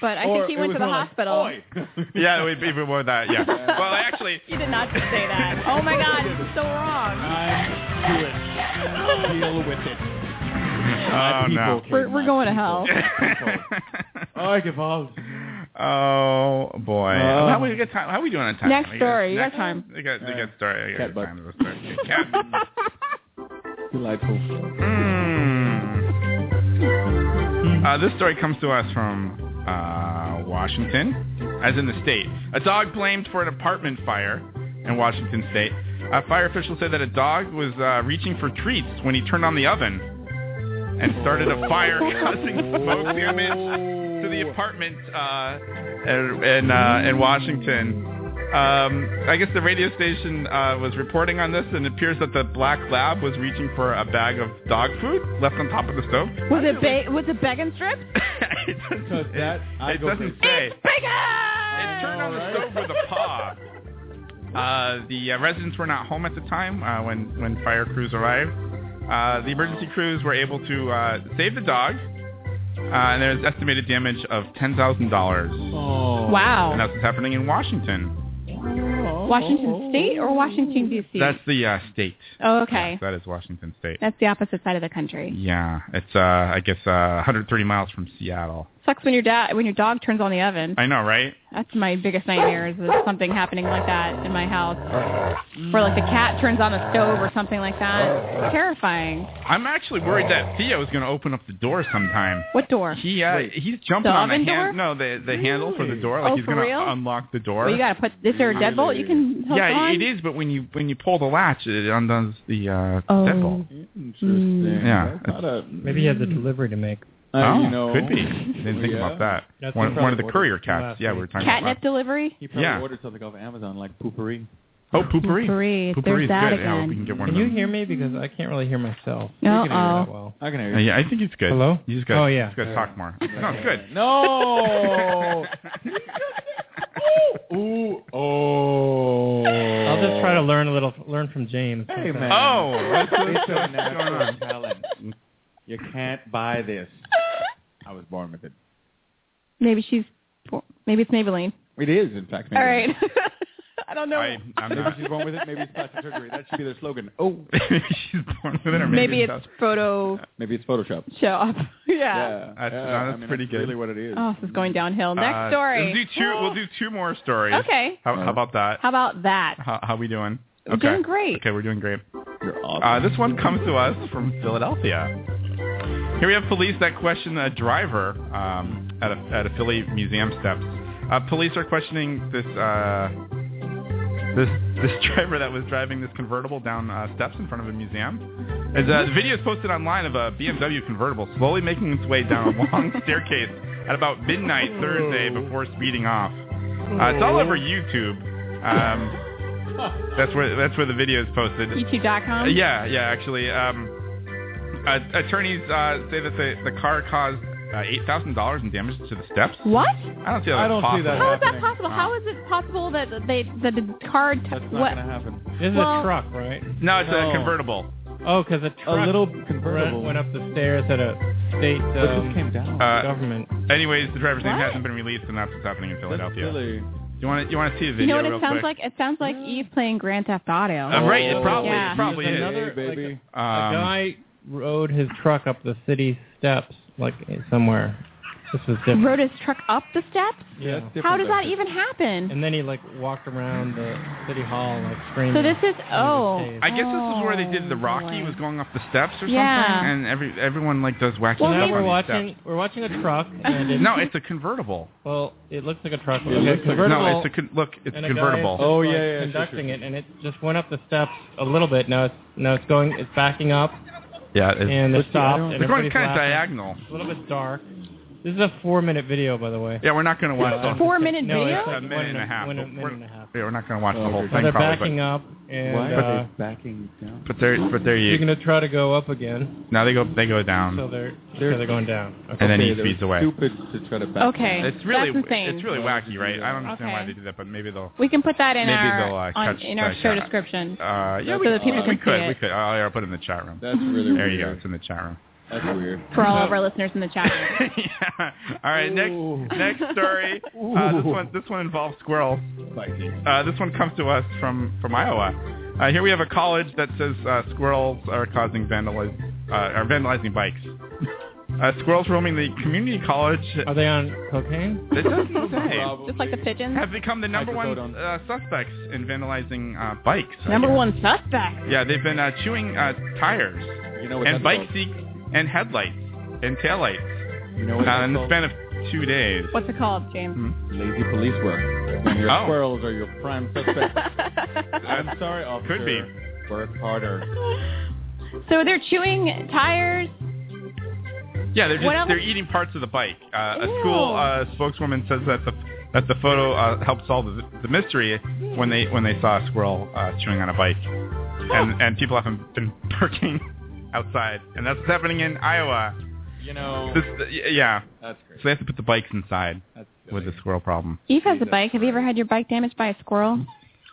Speaker 2: But I
Speaker 18: Or
Speaker 2: think he
Speaker 18: it
Speaker 2: went
Speaker 18: was
Speaker 2: to the
Speaker 18: more like,
Speaker 2: hospital.
Speaker 18: "Oi."
Speaker 3: yeah, it would be more that. Yeah. Well, actually,
Speaker 2: you did not just say that. Oh my God, this is so wrong.
Speaker 18: I'm Deal with it.
Speaker 3: oh no.
Speaker 2: We're, we're going to hell.
Speaker 18: I give up.
Speaker 3: Oh boy!
Speaker 18: Oh.
Speaker 3: how we got time? How we doing on time?
Speaker 2: Next
Speaker 3: We
Speaker 2: story. You got
Speaker 3: next-
Speaker 2: time.
Speaker 3: We got, we got story. I got
Speaker 18: Cat butt.
Speaker 3: time. Let's start. Cat.
Speaker 18: Delightful.
Speaker 3: Mm. Hmm. Uh, this story comes to us from uh, Washington, as in the state. A dog blamed for an apartment fire in Washington state. A fire official said that a dog was uh, reaching for treats when he turned on the oven and started a fire, causing smoke damage to the apartment uh, in in, uh, in Washington. Um, I guess the radio station uh, was reporting on this, and it appears that the black lab was reaching for a bag of dog food left on top of the stove.
Speaker 2: Was it ba- was it bacon strips?
Speaker 18: Because that, I
Speaker 3: it
Speaker 18: go
Speaker 3: doesn't
Speaker 18: crazy.
Speaker 3: say. It turned on the stove with a paw. Uh, the uh, residents were not home at the time uh, when, when fire crews arrived. Uh, the emergency crews were able to uh, save the dog, uh, and there's estimated damage of $10,000.
Speaker 18: Oh.
Speaker 2: Wow.
Speaker 3: And that's what's happening in Washington.
Speaker 2: Washington State or Washington D.C.
Speaker 3: oh. That's the uh, state.
Speaker 2: oh, okay.
Speaker 3: Yes, that is Washington State.
Speaker 2: That's the opposite side of the country.
Speaker 3: Yeah, it's uh, I guess uh, 130 miles from Seattle.
Speaker 2: Sucks when your dad when your dog turns on the oven.
Speaker 3: I know, right?
Speaker 2: That's my biggest nightmare is that something happening like that in my house, where like the cat turns on the stove or something like that. Terrifying.
Speaker 3: I'm actually worried that Theo is going to open up the door sometime.
Speaker 2: What door?
Speaker 3: He uh, he's jumping
Speaker 2: The
Speaker 3: on the
Speaker 2: oven
Speaker 3: hand. No, the the handle for the door. Like
Speaker 2: Oh,
Speaker 3: he's
Speaker 2: for
Speaker 3: gonna
Speaker 2: real?
Speaker 3: unlock the door.
Speaker 2: Well, you gotta put. Is there a deadbolt you can hook
Speaker 3: yeah,
Speaker 2: on?
Speaker 3: it is, but when you when you pull the latch, it undoes the uh,
Speaker 2: Oh.
Speaker 3: deadbolt.
Speaker 2: Interesting.
Speaker 3: Yeah,
Speaker 6: That's not a- Maybe you have the delivery to make.
Speaker 3: oh,
Speaker 6: you know.
Speaker 3: could be. Didn't think
Speaker 6: Yeah.
Speaker 3: about that.
Speaker 6: That's
Speaker 3: one,
Speaker 6: probably
Speaker 3: one of the
Speaker 6: ordered
Speaker 3: courier
Speaker 6: from
Speaker 3: cats.
Speaker 6: last
Speaker 3: Yeah, we
Speaker 6: week.
Speaker 3: were talking
Speaker 2: Catnip
Speaker 3: about.
Speaker 2: delivery.
Speaker 18: He probably
Speaker 3: Yeah.
Speaker 18: ordered something off Amazon like poopery.
Speaker 3: Oh, poopery.
Speaker 2: Poopery.
Speaker 3: Poopery's
Speaker 2: There's that
Speaker 3: good. Yeah, we can
Speaker 2: again.
Speaker 3: get one
Speaker 6: Can
Speaker 3: of
Speaker 6: you
Speaker 3: them.
Speaker 6: hear me? Because I can't really hear myself.
Speaker 2: Uh oh.
Speaker 6: I can hear
Speaker 3: Uh, yeah, I think it's good.
Speaker 6: Hello?
Speaker 3: You just got.
Speaker 6: Oh, yeah.
Speaker 3: You just got to talk more. No, it's good.
Speaker 18: No. Ooh. Oh.
Speaker 6: I'll just try to learn a little, learn from James.
Speaker 18: Hey man.
Speaker 3: Oh.
Speaker 18: It's a natural talent. You can't buy this. I was born with it.
Speaker 2: Maybe she's. Maybe it's Maybelline.
Speaker 18: It is, in fact.
Speaker 2: All right. I don't know.
Speaker 3: I, I'm
Speaker 18: Maybe
Speaker 3: not.
Speaker 18: she's born with it. Maybe it's plastic surgery. That should be their slogan. Oh,
Speaker 3: she's born with it, or maybe,
Speaker 2: maybe it's photo
Speaker 18: maybe it's Photoshop.
Speaker 2: shop.
Speaker 18: Yeah,
Speaker 2: yeah.
Speaker 3: That's-
Speaker 18: yeah,
Speaker 3: no, that's
Speaker 18: I mean,
Speaker 3: pretty
Speaker 18: that's
Speaker 3: good.
Speaker 18: Really, what it is.
Speaker 2: Oh, this is going downhill. Next
Speaker 3: Uh,
Speaker 2: story.
Speaker 3: We'll do two. We'll do two more stories.
Speaker 2: Okay.
Speaker 3: How, how about that?
Speaker 2: How about that?
Speaker 3: How, how we doing?
Speaker 2: We're doing great.
Speaker 3: Okay, we're doing great.
Speaker 18: You're
Speaker 3: Uh,
Speaker 18: awesome.
Speaker 3: this one comes to us from Philadelphia. Here we have police that question a driver um, at, a, at a Philly museum steps. Uh, police are questioning this uh, this this driver that was driving this convertible down uh, steps in front of a museum. As, uh, the video is posted online of a BMW convertible slowly making its way down a long staircase at about midnight Thursday before speeding off. Uh, it's all over YouTube. Um, that's where that's where the video is posted.
Speaker 2: E YouTube.com.
Speaker 3: Uh, Yeah, yeah, actually. Um, uh, attorneys uh, say that the, the car caused uh, $8,000 in damage to the steps.
Speaker 2: What?
Speaker 3: I don't see how that's
Speaker 18: I don't see
Speaker 3: possible.
Speaker 18: that
Speaker 2: How is that
Speaker 18: happening.
Speaker 2: possible? How is it possible that they that the car? T-
Speaker 18: That's not
Speaker 2: what?
Speaker 18: gonna happen.
Speaker 6: This is
Speaker 2: Well-
Speaker 6: a truck, right?
Speaker 3: No, it's
Speaker 18: No.
Speaker 3: a convertible.
Speaker 6: Oh, because a truck
Speaker 18: little
Speaker 6: run-
Speaker 18: convertible.
Speaker 6: went up the stairs at a state
Speaker 18: But
Speaker 6: um,
Speaker 18: this came down.
Speaker 3: Uh,
Speaker 6: government.
Speaker 3: anyways, the driver's name
Speaker 2: What?
Speaker 3: hasn't been released, and that's what's happening in
Speaker 18: That's
Speaker 3: Philadelphia.
Speaker 18: really.
Speaker 3: Do you want to you want to see the
Speaker 2: You know
Speaker 3: video
Speaker 2: what
Speaker 3: real
Speaker 2: it sounds like?
Speaker 3: quick?
Speaker 2: It sounds like Eve playing Grand Theft Auto.
Speaker 3: Uh, right, it
Speaker 18: Oh,
Speaker 3: probably
Speaker 2: yeah.
Speaker 3: it probably
Speaker 6: Here's
Speaker 3: is.
Speaker 6: another-
Speaker 18: Hey, baby.
Speaker 6: like, a
Speaker 3: Um,
Speaker 6: guy rode his truck up the city steps, like somewhere. This was different.
Speaker 2: Rode his truck up the steps.
Speaker 6: yeah.
Speaker 2: How does that even happen?
Speaker 6: And then he like walked around the city hall like screaming.
Speaker 2: So this is
Speaker 6: into the
Speaker 2: oh.
Speaker 6: stage.
Speaker 3: I guess this is where they did the
Speaker 2: Oh,
Speaker 3: Rocky
Speaker 2: boy.
Speaker 3: was going up the steps or
Speaker 2: Yeah.
Speaker 3: something, and every everyone like does wacky
Speaker 6: So
Speaker 2: Well,
Speaker 6: now
Speaker 3: stuff
Speaker 2: maybe-
Speaker 6: we're
Speaker 3: on these
Speaker 6: watching. We're watching a truck, and
Speaker 3: steps.
Speaker 6: it's,
Speaker 3: No, it's a convertible.
Speaker 6: well, it looks like a truck.
Speaker 18: It
Speaker 6: It's a
Speaker 18: looks like-
Speaker 6: convertible,
Speaker 3: No, it's a con- look, it's
Speaker 6: and
Speaker 3: a
Speaker 6: a guy is
Speaker 3: convertible.
Speaker 6: just,
Speaker 18: Oh,
Speaker 6: like,
Speaker 18: yeah, yeah, sure,
Speaker 6: conducting
Speaker 18: sure.
Speaker 6: it, and it just went up the steps a little bit. Now it's now it's going. It's backing up,
Speaker 3: yeah, it's,
Speaker 6: and it
Speaker 18: Let's see, I
Speaker 6: stopped.
Speaker 18: don't-
Speaker 6: and
Speaker 3: they're going
Speaker 6: everybody's
Speaker 3: kind of
Speaker 6: laughing.
Speaker 3: diagonal.
Speaker 6: It's a little bit dark. This is a four-minute video, by the way.
Speaker 3: Yeah, we're not going to watch the
Speaker 6: Uh,
Speaker 3: whole
Speaker 2: Four minute
Speaker 6: no,
Speaker 2: video.
Speaker 6: It's like
Speaker 3: a minute
Speaker 6: one
Speaker 3: and a half.
Speaker 6: One, a
Speaker 3: We're-
Speaker 6: minute and a half.
Speaker 3: Yeah, we're not going to watch the
Speaker 18: Oh,
Speaker 3: whole
Speaker 18: okay.
Speaker 6: Now
Speaker 3: thing
Speaker 6: they're
Speaker 3: probably.
Speaker 6: backing up, and
Speaker 18: Why
Speaker 6: uh,
Speaker 18: are they backing down?
Speaker 3: But, but they're but they're
Speaker 6: you're
Speaker 3: you.
Speaker 6: gonna try to go up again.
Speaker 3: Now they go they go
Speaker 6: So
Speaker 3: down,
Speaker 6: they're
Speaker 18: They're-
Speaker 6: so they're going down. Okay.
Speaker 3: Mm-hmm. and then
Speaker 18: Okay,
Speaker 3: he
Speaker 18: they're
Speaker 3: speeds away.
Speaker 18: Stupid to try to back.
Speaker 2: Okay.
Speaker 3: It's really
Speaker 2: That's insane.
Speaker 3: it's really wacky, right? I don't understand why
Speaker 2: Okay.
Speaker 3: they do that, but maybe they'll.
Speaker 2: We can put that in
Speaker 3: Maybe they'll,
Speaker 2: our
Speaker 3: uh,
Speaker 2: on,
Speaker 3: cut
Speaker 2: in our
Speaker 3: that
Speaker 2: show
Speaker 3: out.
Speaker 2: description.
Speaker 3: Uh, yeah,
Speaker 18: That's
Speaker 3: we,
Speaker 2: so that people
Speaker 3: we
Speaker 2: can see
Speaker 3: could
Speaker 2: it.
Speaker 3: we could. Oh, yeah, I'll put it in the chat room.
Speaker 18: That's really
Speaker 3: There
Speaker 18: weird.
Speaker 3: you go. It's in the chat room.
Speaker 18: That's weird.
Speaker 2: For all of our listeners in the chat.
Speaker 3: yeah. All right.
Speaker 18: Ooh.
Speaker 3: Next next story. Uh, this one this one involves squirrels. Uh, this one comes to us from from Iowa. Uh, here we have a college that says uh, squirrels are causing vandaliz- uh, are vandalizing bikes. Uh, squirrels roaming the community college.
Speaker 6: Are they on cocaine?
Speaker 3: It doesn't say.
Speaker 2: Just like the pigeons.
Speaker 3: Have become the number one uh, suspects in vandalizing uh, bikes. I
Speaker 2: Number
Speaker 3: guess.
Speaker 2: one suspect.
Speaker 3: Yeah, they've been uh, chewing uh, tires
Speaker 18: You know what
Speaker 3: and
Speaker 18: that's
Speaker 3: bike
Speaker 18: called?
Speaker 3: seats and headlights and taillights
Speaker 18: You know what
Speaker 3: uh,
Speaker 18: that's
Speaker 3: in the
Speaker 18: called?
Speaker 3: span of two days.
Speaker 2: What's it called, James?
Speaker 18: Lazy police work. When your
Speaker 3: Oh.
Speaker 18: squirrels are your prime suspect. I'm sorry, officer.
Speaker 3: Could be.
Speaker 18: Work harder.
Speaker 2: so they're chewing tires.
Speaker 3: Yeah, they're just
Speaker 2: What else?
Speaker 3: they're eating parts of the bike. Uh, a
Speaker 2: Ew.
Speaker 3: school uh, spokeswoman says that the that the photo uh, helped solve the, the mystery when they when they saw a squirrel uh, chewing on a bike, and and people haven't been parking outside, and that's what's happening in Iowa.
Speaker 18: You know.
Speaker 3: This y- yeah,
Speaker 18: that's
Speaker 3: so
Speaker 18: great.
Speaker 3: they have to put the bikes inside
Speaker 18: That's
Speaker 3: with
Speaker 18: silly.
Speaker 3: the squirrel problem.
Speaker 2: Eve has a bike. Have you ever had your bike damaged by a squirrel?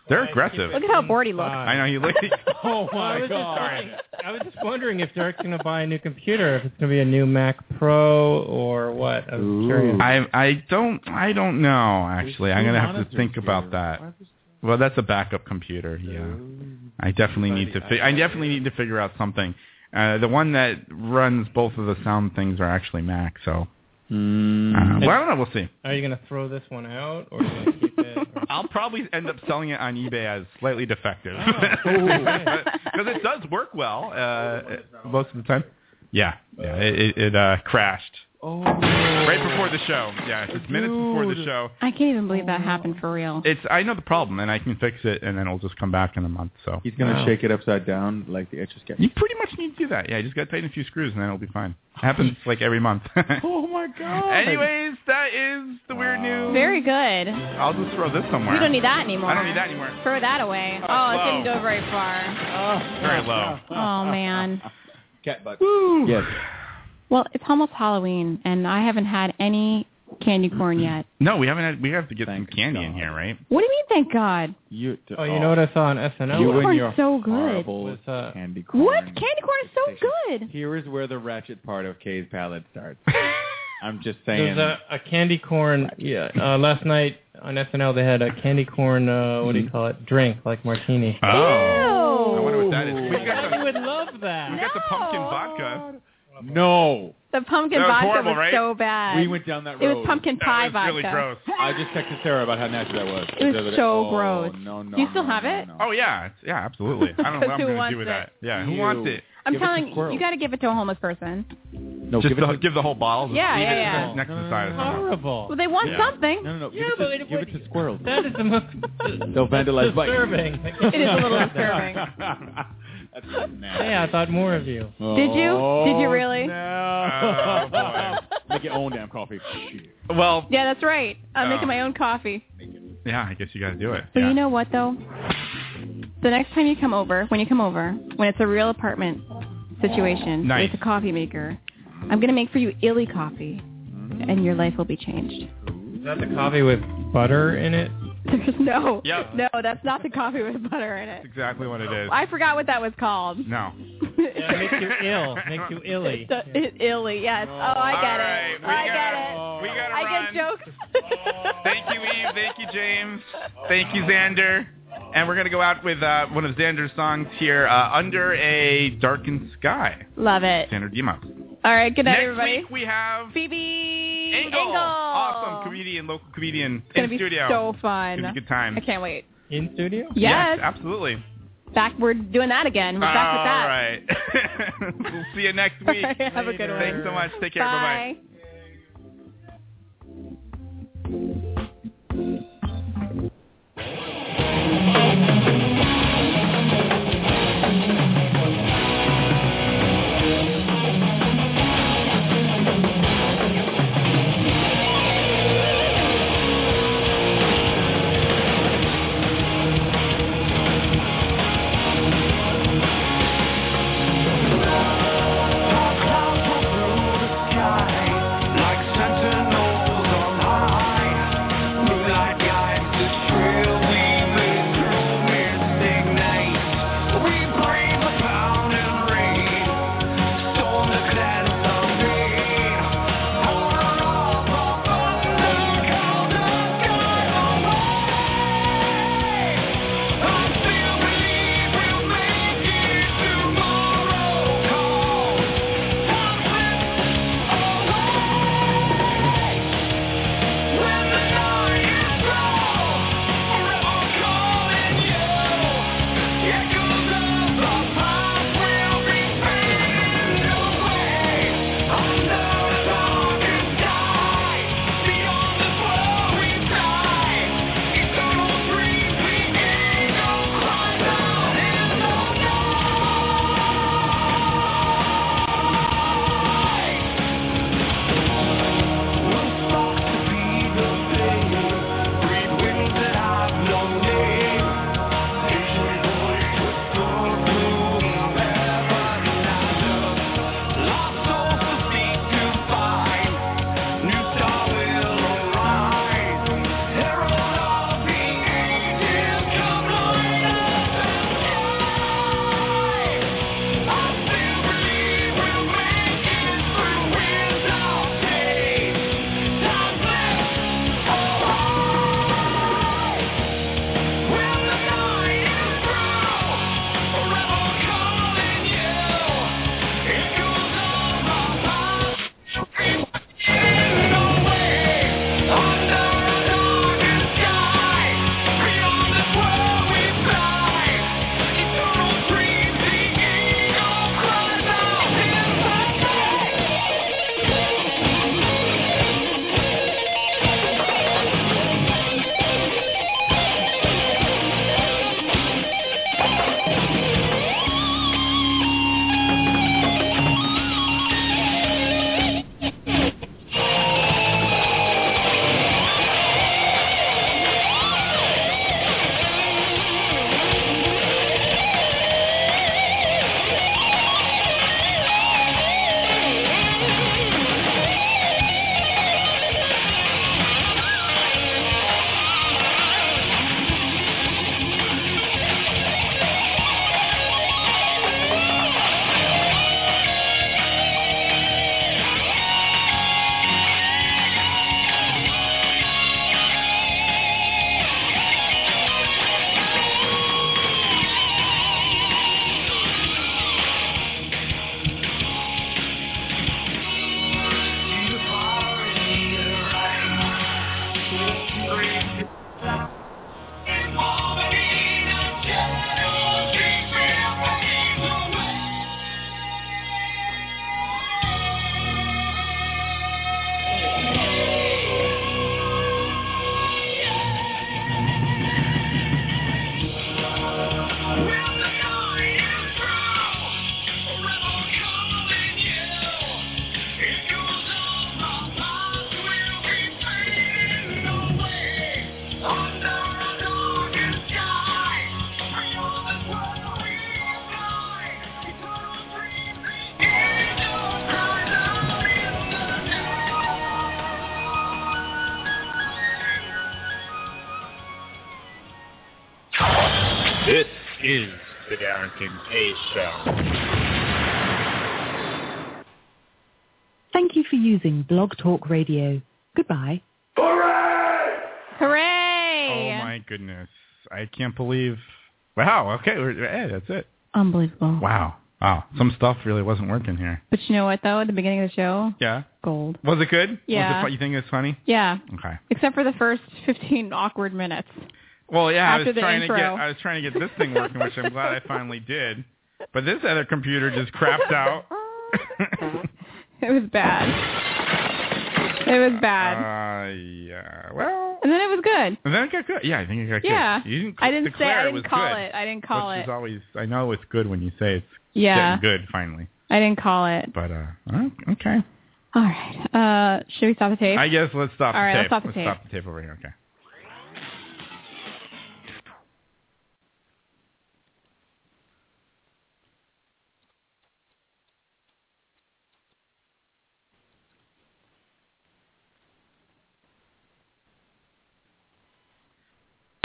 Speaker 3: They're aggressive.
Speaker 2: Look at how bored he looks.
Speaker 3: I know you look.
Speaker 18: Oh
Speaker 6: I
Speaker 18: my
Speaker 6: was just
Speaker 18: god.
Speaker 6: wondering- I was just wondering if Derek's gonna buy a new computer, if it's gonna be a new Mac Pro or what. I was curious.
Speaker 3: I I don't I don't know actually. I'm gonna have to think about that. Well, that's a backup computer. Yeah. I definitely need to. Fi- I definitely need to figure out something. Uh, the one that runs both of the sound things are actually Mac, so Uh, well, I don't know. We'll see.
Speaker 6: Are you going to throw this one out or are you going to keep it?
Speaker 3: I'll probably end up selling it on eBay as slightly defective
Speaker 11: Oh,
Speaker 6: Ooh.
Speaker 3: because it does work well uh, most of the time. Yeah, yeah it, it, it uh, crashed
Speaker 2: Oh.
Speaker 3: right before the show. Yeah, just minutes before the show.
Speaker 2: I can't even believe that happened for real.
Speaker 3: It's I know the problem and I can fix it and then it'll just come back in a month. So
Speaker 19: He's gonna shake it upside down like the etch a sketch.
Speaker 3: You pretty much need to do that. Yeah, you just got to tighten a few screws and then it'll be fine. happens like every month.
Speaker 19: Oh my god.
Speaker 3: Anyways, that is the weird news.
Speaker 2: Very good.
Speaker 3: I'll just throw this somewhere.
Speaker 2: We don't need that anymore.
Speaker 3: I don't need that anymore.
Speaker 2: Throw that away. Oh, it didn't go very far.
Speaker 3: Very low.
Speaker 2: Oh man.
Speaker 19: Cat butt.
Speaker 2: Woo.
Speaker 19: Yes.
Speaker 2: Well, it's almost Halloween, and I haven't had any candy corn yet.
Speaker 3: No, we haven't. Had, we have to get some candy in here, right?
Speaker 2: What do you mean? Thank God.
Speaker 19: You.
Speaker 6: Oh, you know uh, what I saw on SNL?
Speaker 19: You and
Speaker 2: corn's
Speaker 19: your
Speaker 2: so good.
Speaker 19: horrible candy corn.
Speaker 2: What? Candy corn is so good.
Speaker 19: Here is where the ratchet part of Kay's palate starts. I'm just saying.
Speaker 6: There's a, a candy corn. Yeah. Uh, last night on SNL they had a candy corn. Uh, what do you call it? Drink like martini.
Speaker 3: Mm-hmm. Oh. I wonder what that is. We got
Speaker 6: I
Speaker 3: the,
Speaker 6: would love that.
Speaker 3: we got the pumpkin vodka.
Speaker 19: No.
Speaker 2: The pumpkin
Speaker 3: That was
Speaker 2: vodka
Speaker 3: horrible,
Speaker 2: was
Speaker 3: right?
Speaker 2: so bad.
Speaker 19: We went down that
Speaker 2: it
Speaker 19: road.
Speaker 2: was pumpkin pie vodka.
Speaker 19: I just texted Sarah about how nasty that was.
Speaker 2: It was
Speaker 19: The other day.
Speaker 2: so
Speaker 19: Oh,
Speaker 2: gross.
Speaker 19: No, no.
Speaker 2: do you still have it?
Speaker 3: Oh yeah, it's- yeah, absolutely. I don't know what I'm
Speaker 2: Who
Speaker 3: going to
Speaker 2: wants
Speaker 3: do with
Speaker 2: it?
Speaker 3: that. Yeah, who wants it?
Speaker 2: I'm
Speaker 19: Give it to
Speaker 2: telling you,
Speaker 19: Squirrel.
Speaker 2: you got to give it to a homeless person.
Speaker 19: No,
Speaker 3: Just
Speaker 19: give
Speaker 3: the,
Speaker 19: it to-
Speaker 3: give the whole bottle. just
Speaker 2: Yeah,
Speaker 3: leave
Speaker 2: yeah,
Speaker 3: it
Speaker 2: yeah.
Speaker 3: Next to the side. of the house.
Speaker 6: Horrible.
Speaker 2: Well, they want
Speaker 3: Yeah.
Speaker 2: something.
Speaker 19: No, no, no. Give
Speaker 6: Yeah,
Speaker 19: it
Speaker 6: but
Speaker 19: to,
Speaker 6: it
Speaker 19: give
Speaker 6: would-
Speaker 19: it to squirrels.
Speaker 6: That is the most
Speaker 19: They'll vandalize bikes.
Speaker 6: disturbing.
Speaker 2: It is a little disturbing.
Speaker 19: That's nasty.
Speaker 6: Hey, I thought more of you.
Speaker 2: Did you? Did you
Speaker 19: Oh,
Speaker 2: really?
Speaker 19: No.
Speaker 3: Oh, boy.
Speaker 19: Make your own damn coffee.
Speaker 3: Well,
Speaker 2: Yeah, that's right. I'm
Speaker 3: Oh.
Speaker 2: making my own coffee.
Speaker 3: yeah, I guess you got to do it.
Speaker 2: But
Speaker 3: Yeah.
Speaker 2: you know what though? The next time you come over, when you come over, when it's a real apartment situation,
Speaker 3: Nice.
Speaker 2: with a coffee maker, I'm gonna make for you illy coffee, and your life will be changed.
Speaker 6: Is that the coffee with butter in it?
Speaker 2: There's no,
Speaker 3: Yep.
Speaker 2: no, that's not the coffee with butter in it.
Speaker 3: That's exactly what it is.
Speaker 2: I forgot what that was called.
Speaker 3: no.
Speaker 6: Yeah, it makes you ill. Makes you illy.
Speaker 2: It's the- it- illy, yes. Oh, I
Speaker 3: All
Speaker 2: get
Speaker 3: right,
Speaker 2: it.
Speaker 3: we
Speaker 2: I
Speaker 3: gotta-
Speaker 2: get it.
Speaker 3: we gotta
Speaker 2: I
Speaker 3: run.
Speaker 2: get jokes.
Speaker 3: Thank you, Eve. Thank you, James. Thank you, Xander. And we're gonna go out with uh, one of Xander's songs here, uh, "Under a Darkened Sky."
Speaker 2: Love it.
Speaker 3: Xander Demos.
Speaker 2: All right, good night,
Speaker 3: Next
Speaker 2: everybody.
Speaker 3: week we have
Speaker 2: Phoebe
Speaker 3: Engel. Awesome comedian, local comedian
Speaker 2: It's gonna
Speaker 3: in
Speaker 2: be
Speaker 3: studio.
Speaker 2: so
Speaker 3: It's
Speaker 2: fun.
Speaker 3: gonna be a good time.
Speaker 2: I can't wait.
Speaker 6: In studio?
Speaker 2: Yes.
Speaker 3: absolutely.
Speaker 2: Back, we're doing that again. We're back with that.
Speaker 3: All right. we'll see you next week.
Speaker 2: All right, have a good one.
Speaker 3: Thanks so much. Take care. Bye-bye.
Speaker 2: Bye.
Speaker 11: Clouds will fill the sky.
Speaker 4: is the Darren Kincaid Show.
Speaker 14: Thank you for using Blog Talk Radio. Goodbye.
Speaker 2: Hooray!
Speaker 3: Oh my goodness! I can't believe. Wow. Okay. we're- Hey, that's it.
Speaker 2: Unbelievable.
Speaker 3: Wow. Wow. Some stuff really wasn't working here.
Speaker 2: But you know what though? At the beginning of the show,
Speaker 3: Yeah.
Speaker 2: gold.
Speaker 3: Was it good? Was
Speaker 2: Yeah.
Speaker 3: it fu- you think it's funny?
Speaker 2: Yeah.
Speaker 3: Okay.
Speaker 2: Except for the first 15 awkward minutes.
Speaker 3: Well, yeah, I
Speaker 2: After
Speaker 3: was
Speaker 2: the
Speaker 3: trying to
Speaker 2: intro.
Speaker 3: get I was trying to get this thing working, which I'm glad I finally did. But this other computer just crapped out.
Speaker 2: It was bad. It was bad.
Speaker 3: Uh, yeah. Well,
Speaker 2: and then it was good.
Speaker 3: and then it got good. Yeah, I think it got good.
Speaker 2: Yeah.
Speaker 3: You didn't
Speaker 2: I didn't say.
Speaker 3: declare
Speaker 2: I
Speaker 3: it was
Speaker 2: didn't call
Speaker 3: good,
Speaker 2: it. I didn't call
Speaker 3: which
Speaker 2: it.
Speaker 3: is always I know it's good when you say it's
Speaker 2: Yeah.
Speaker 3: getting good finally.
Speaker 2: I didn't call it.
Speaker 3: But uh, oh, okay.
Speaker 2: All right. Uh, should we stop the tape?
Speaker 3: I guess let's stop
Speaker 2: All
Speaker 3: the
Speaker 2: right,
Speaker 3: tape.
Speaker 2: let's stop the tape.
Speaker 3: stop the tape over here. Okay.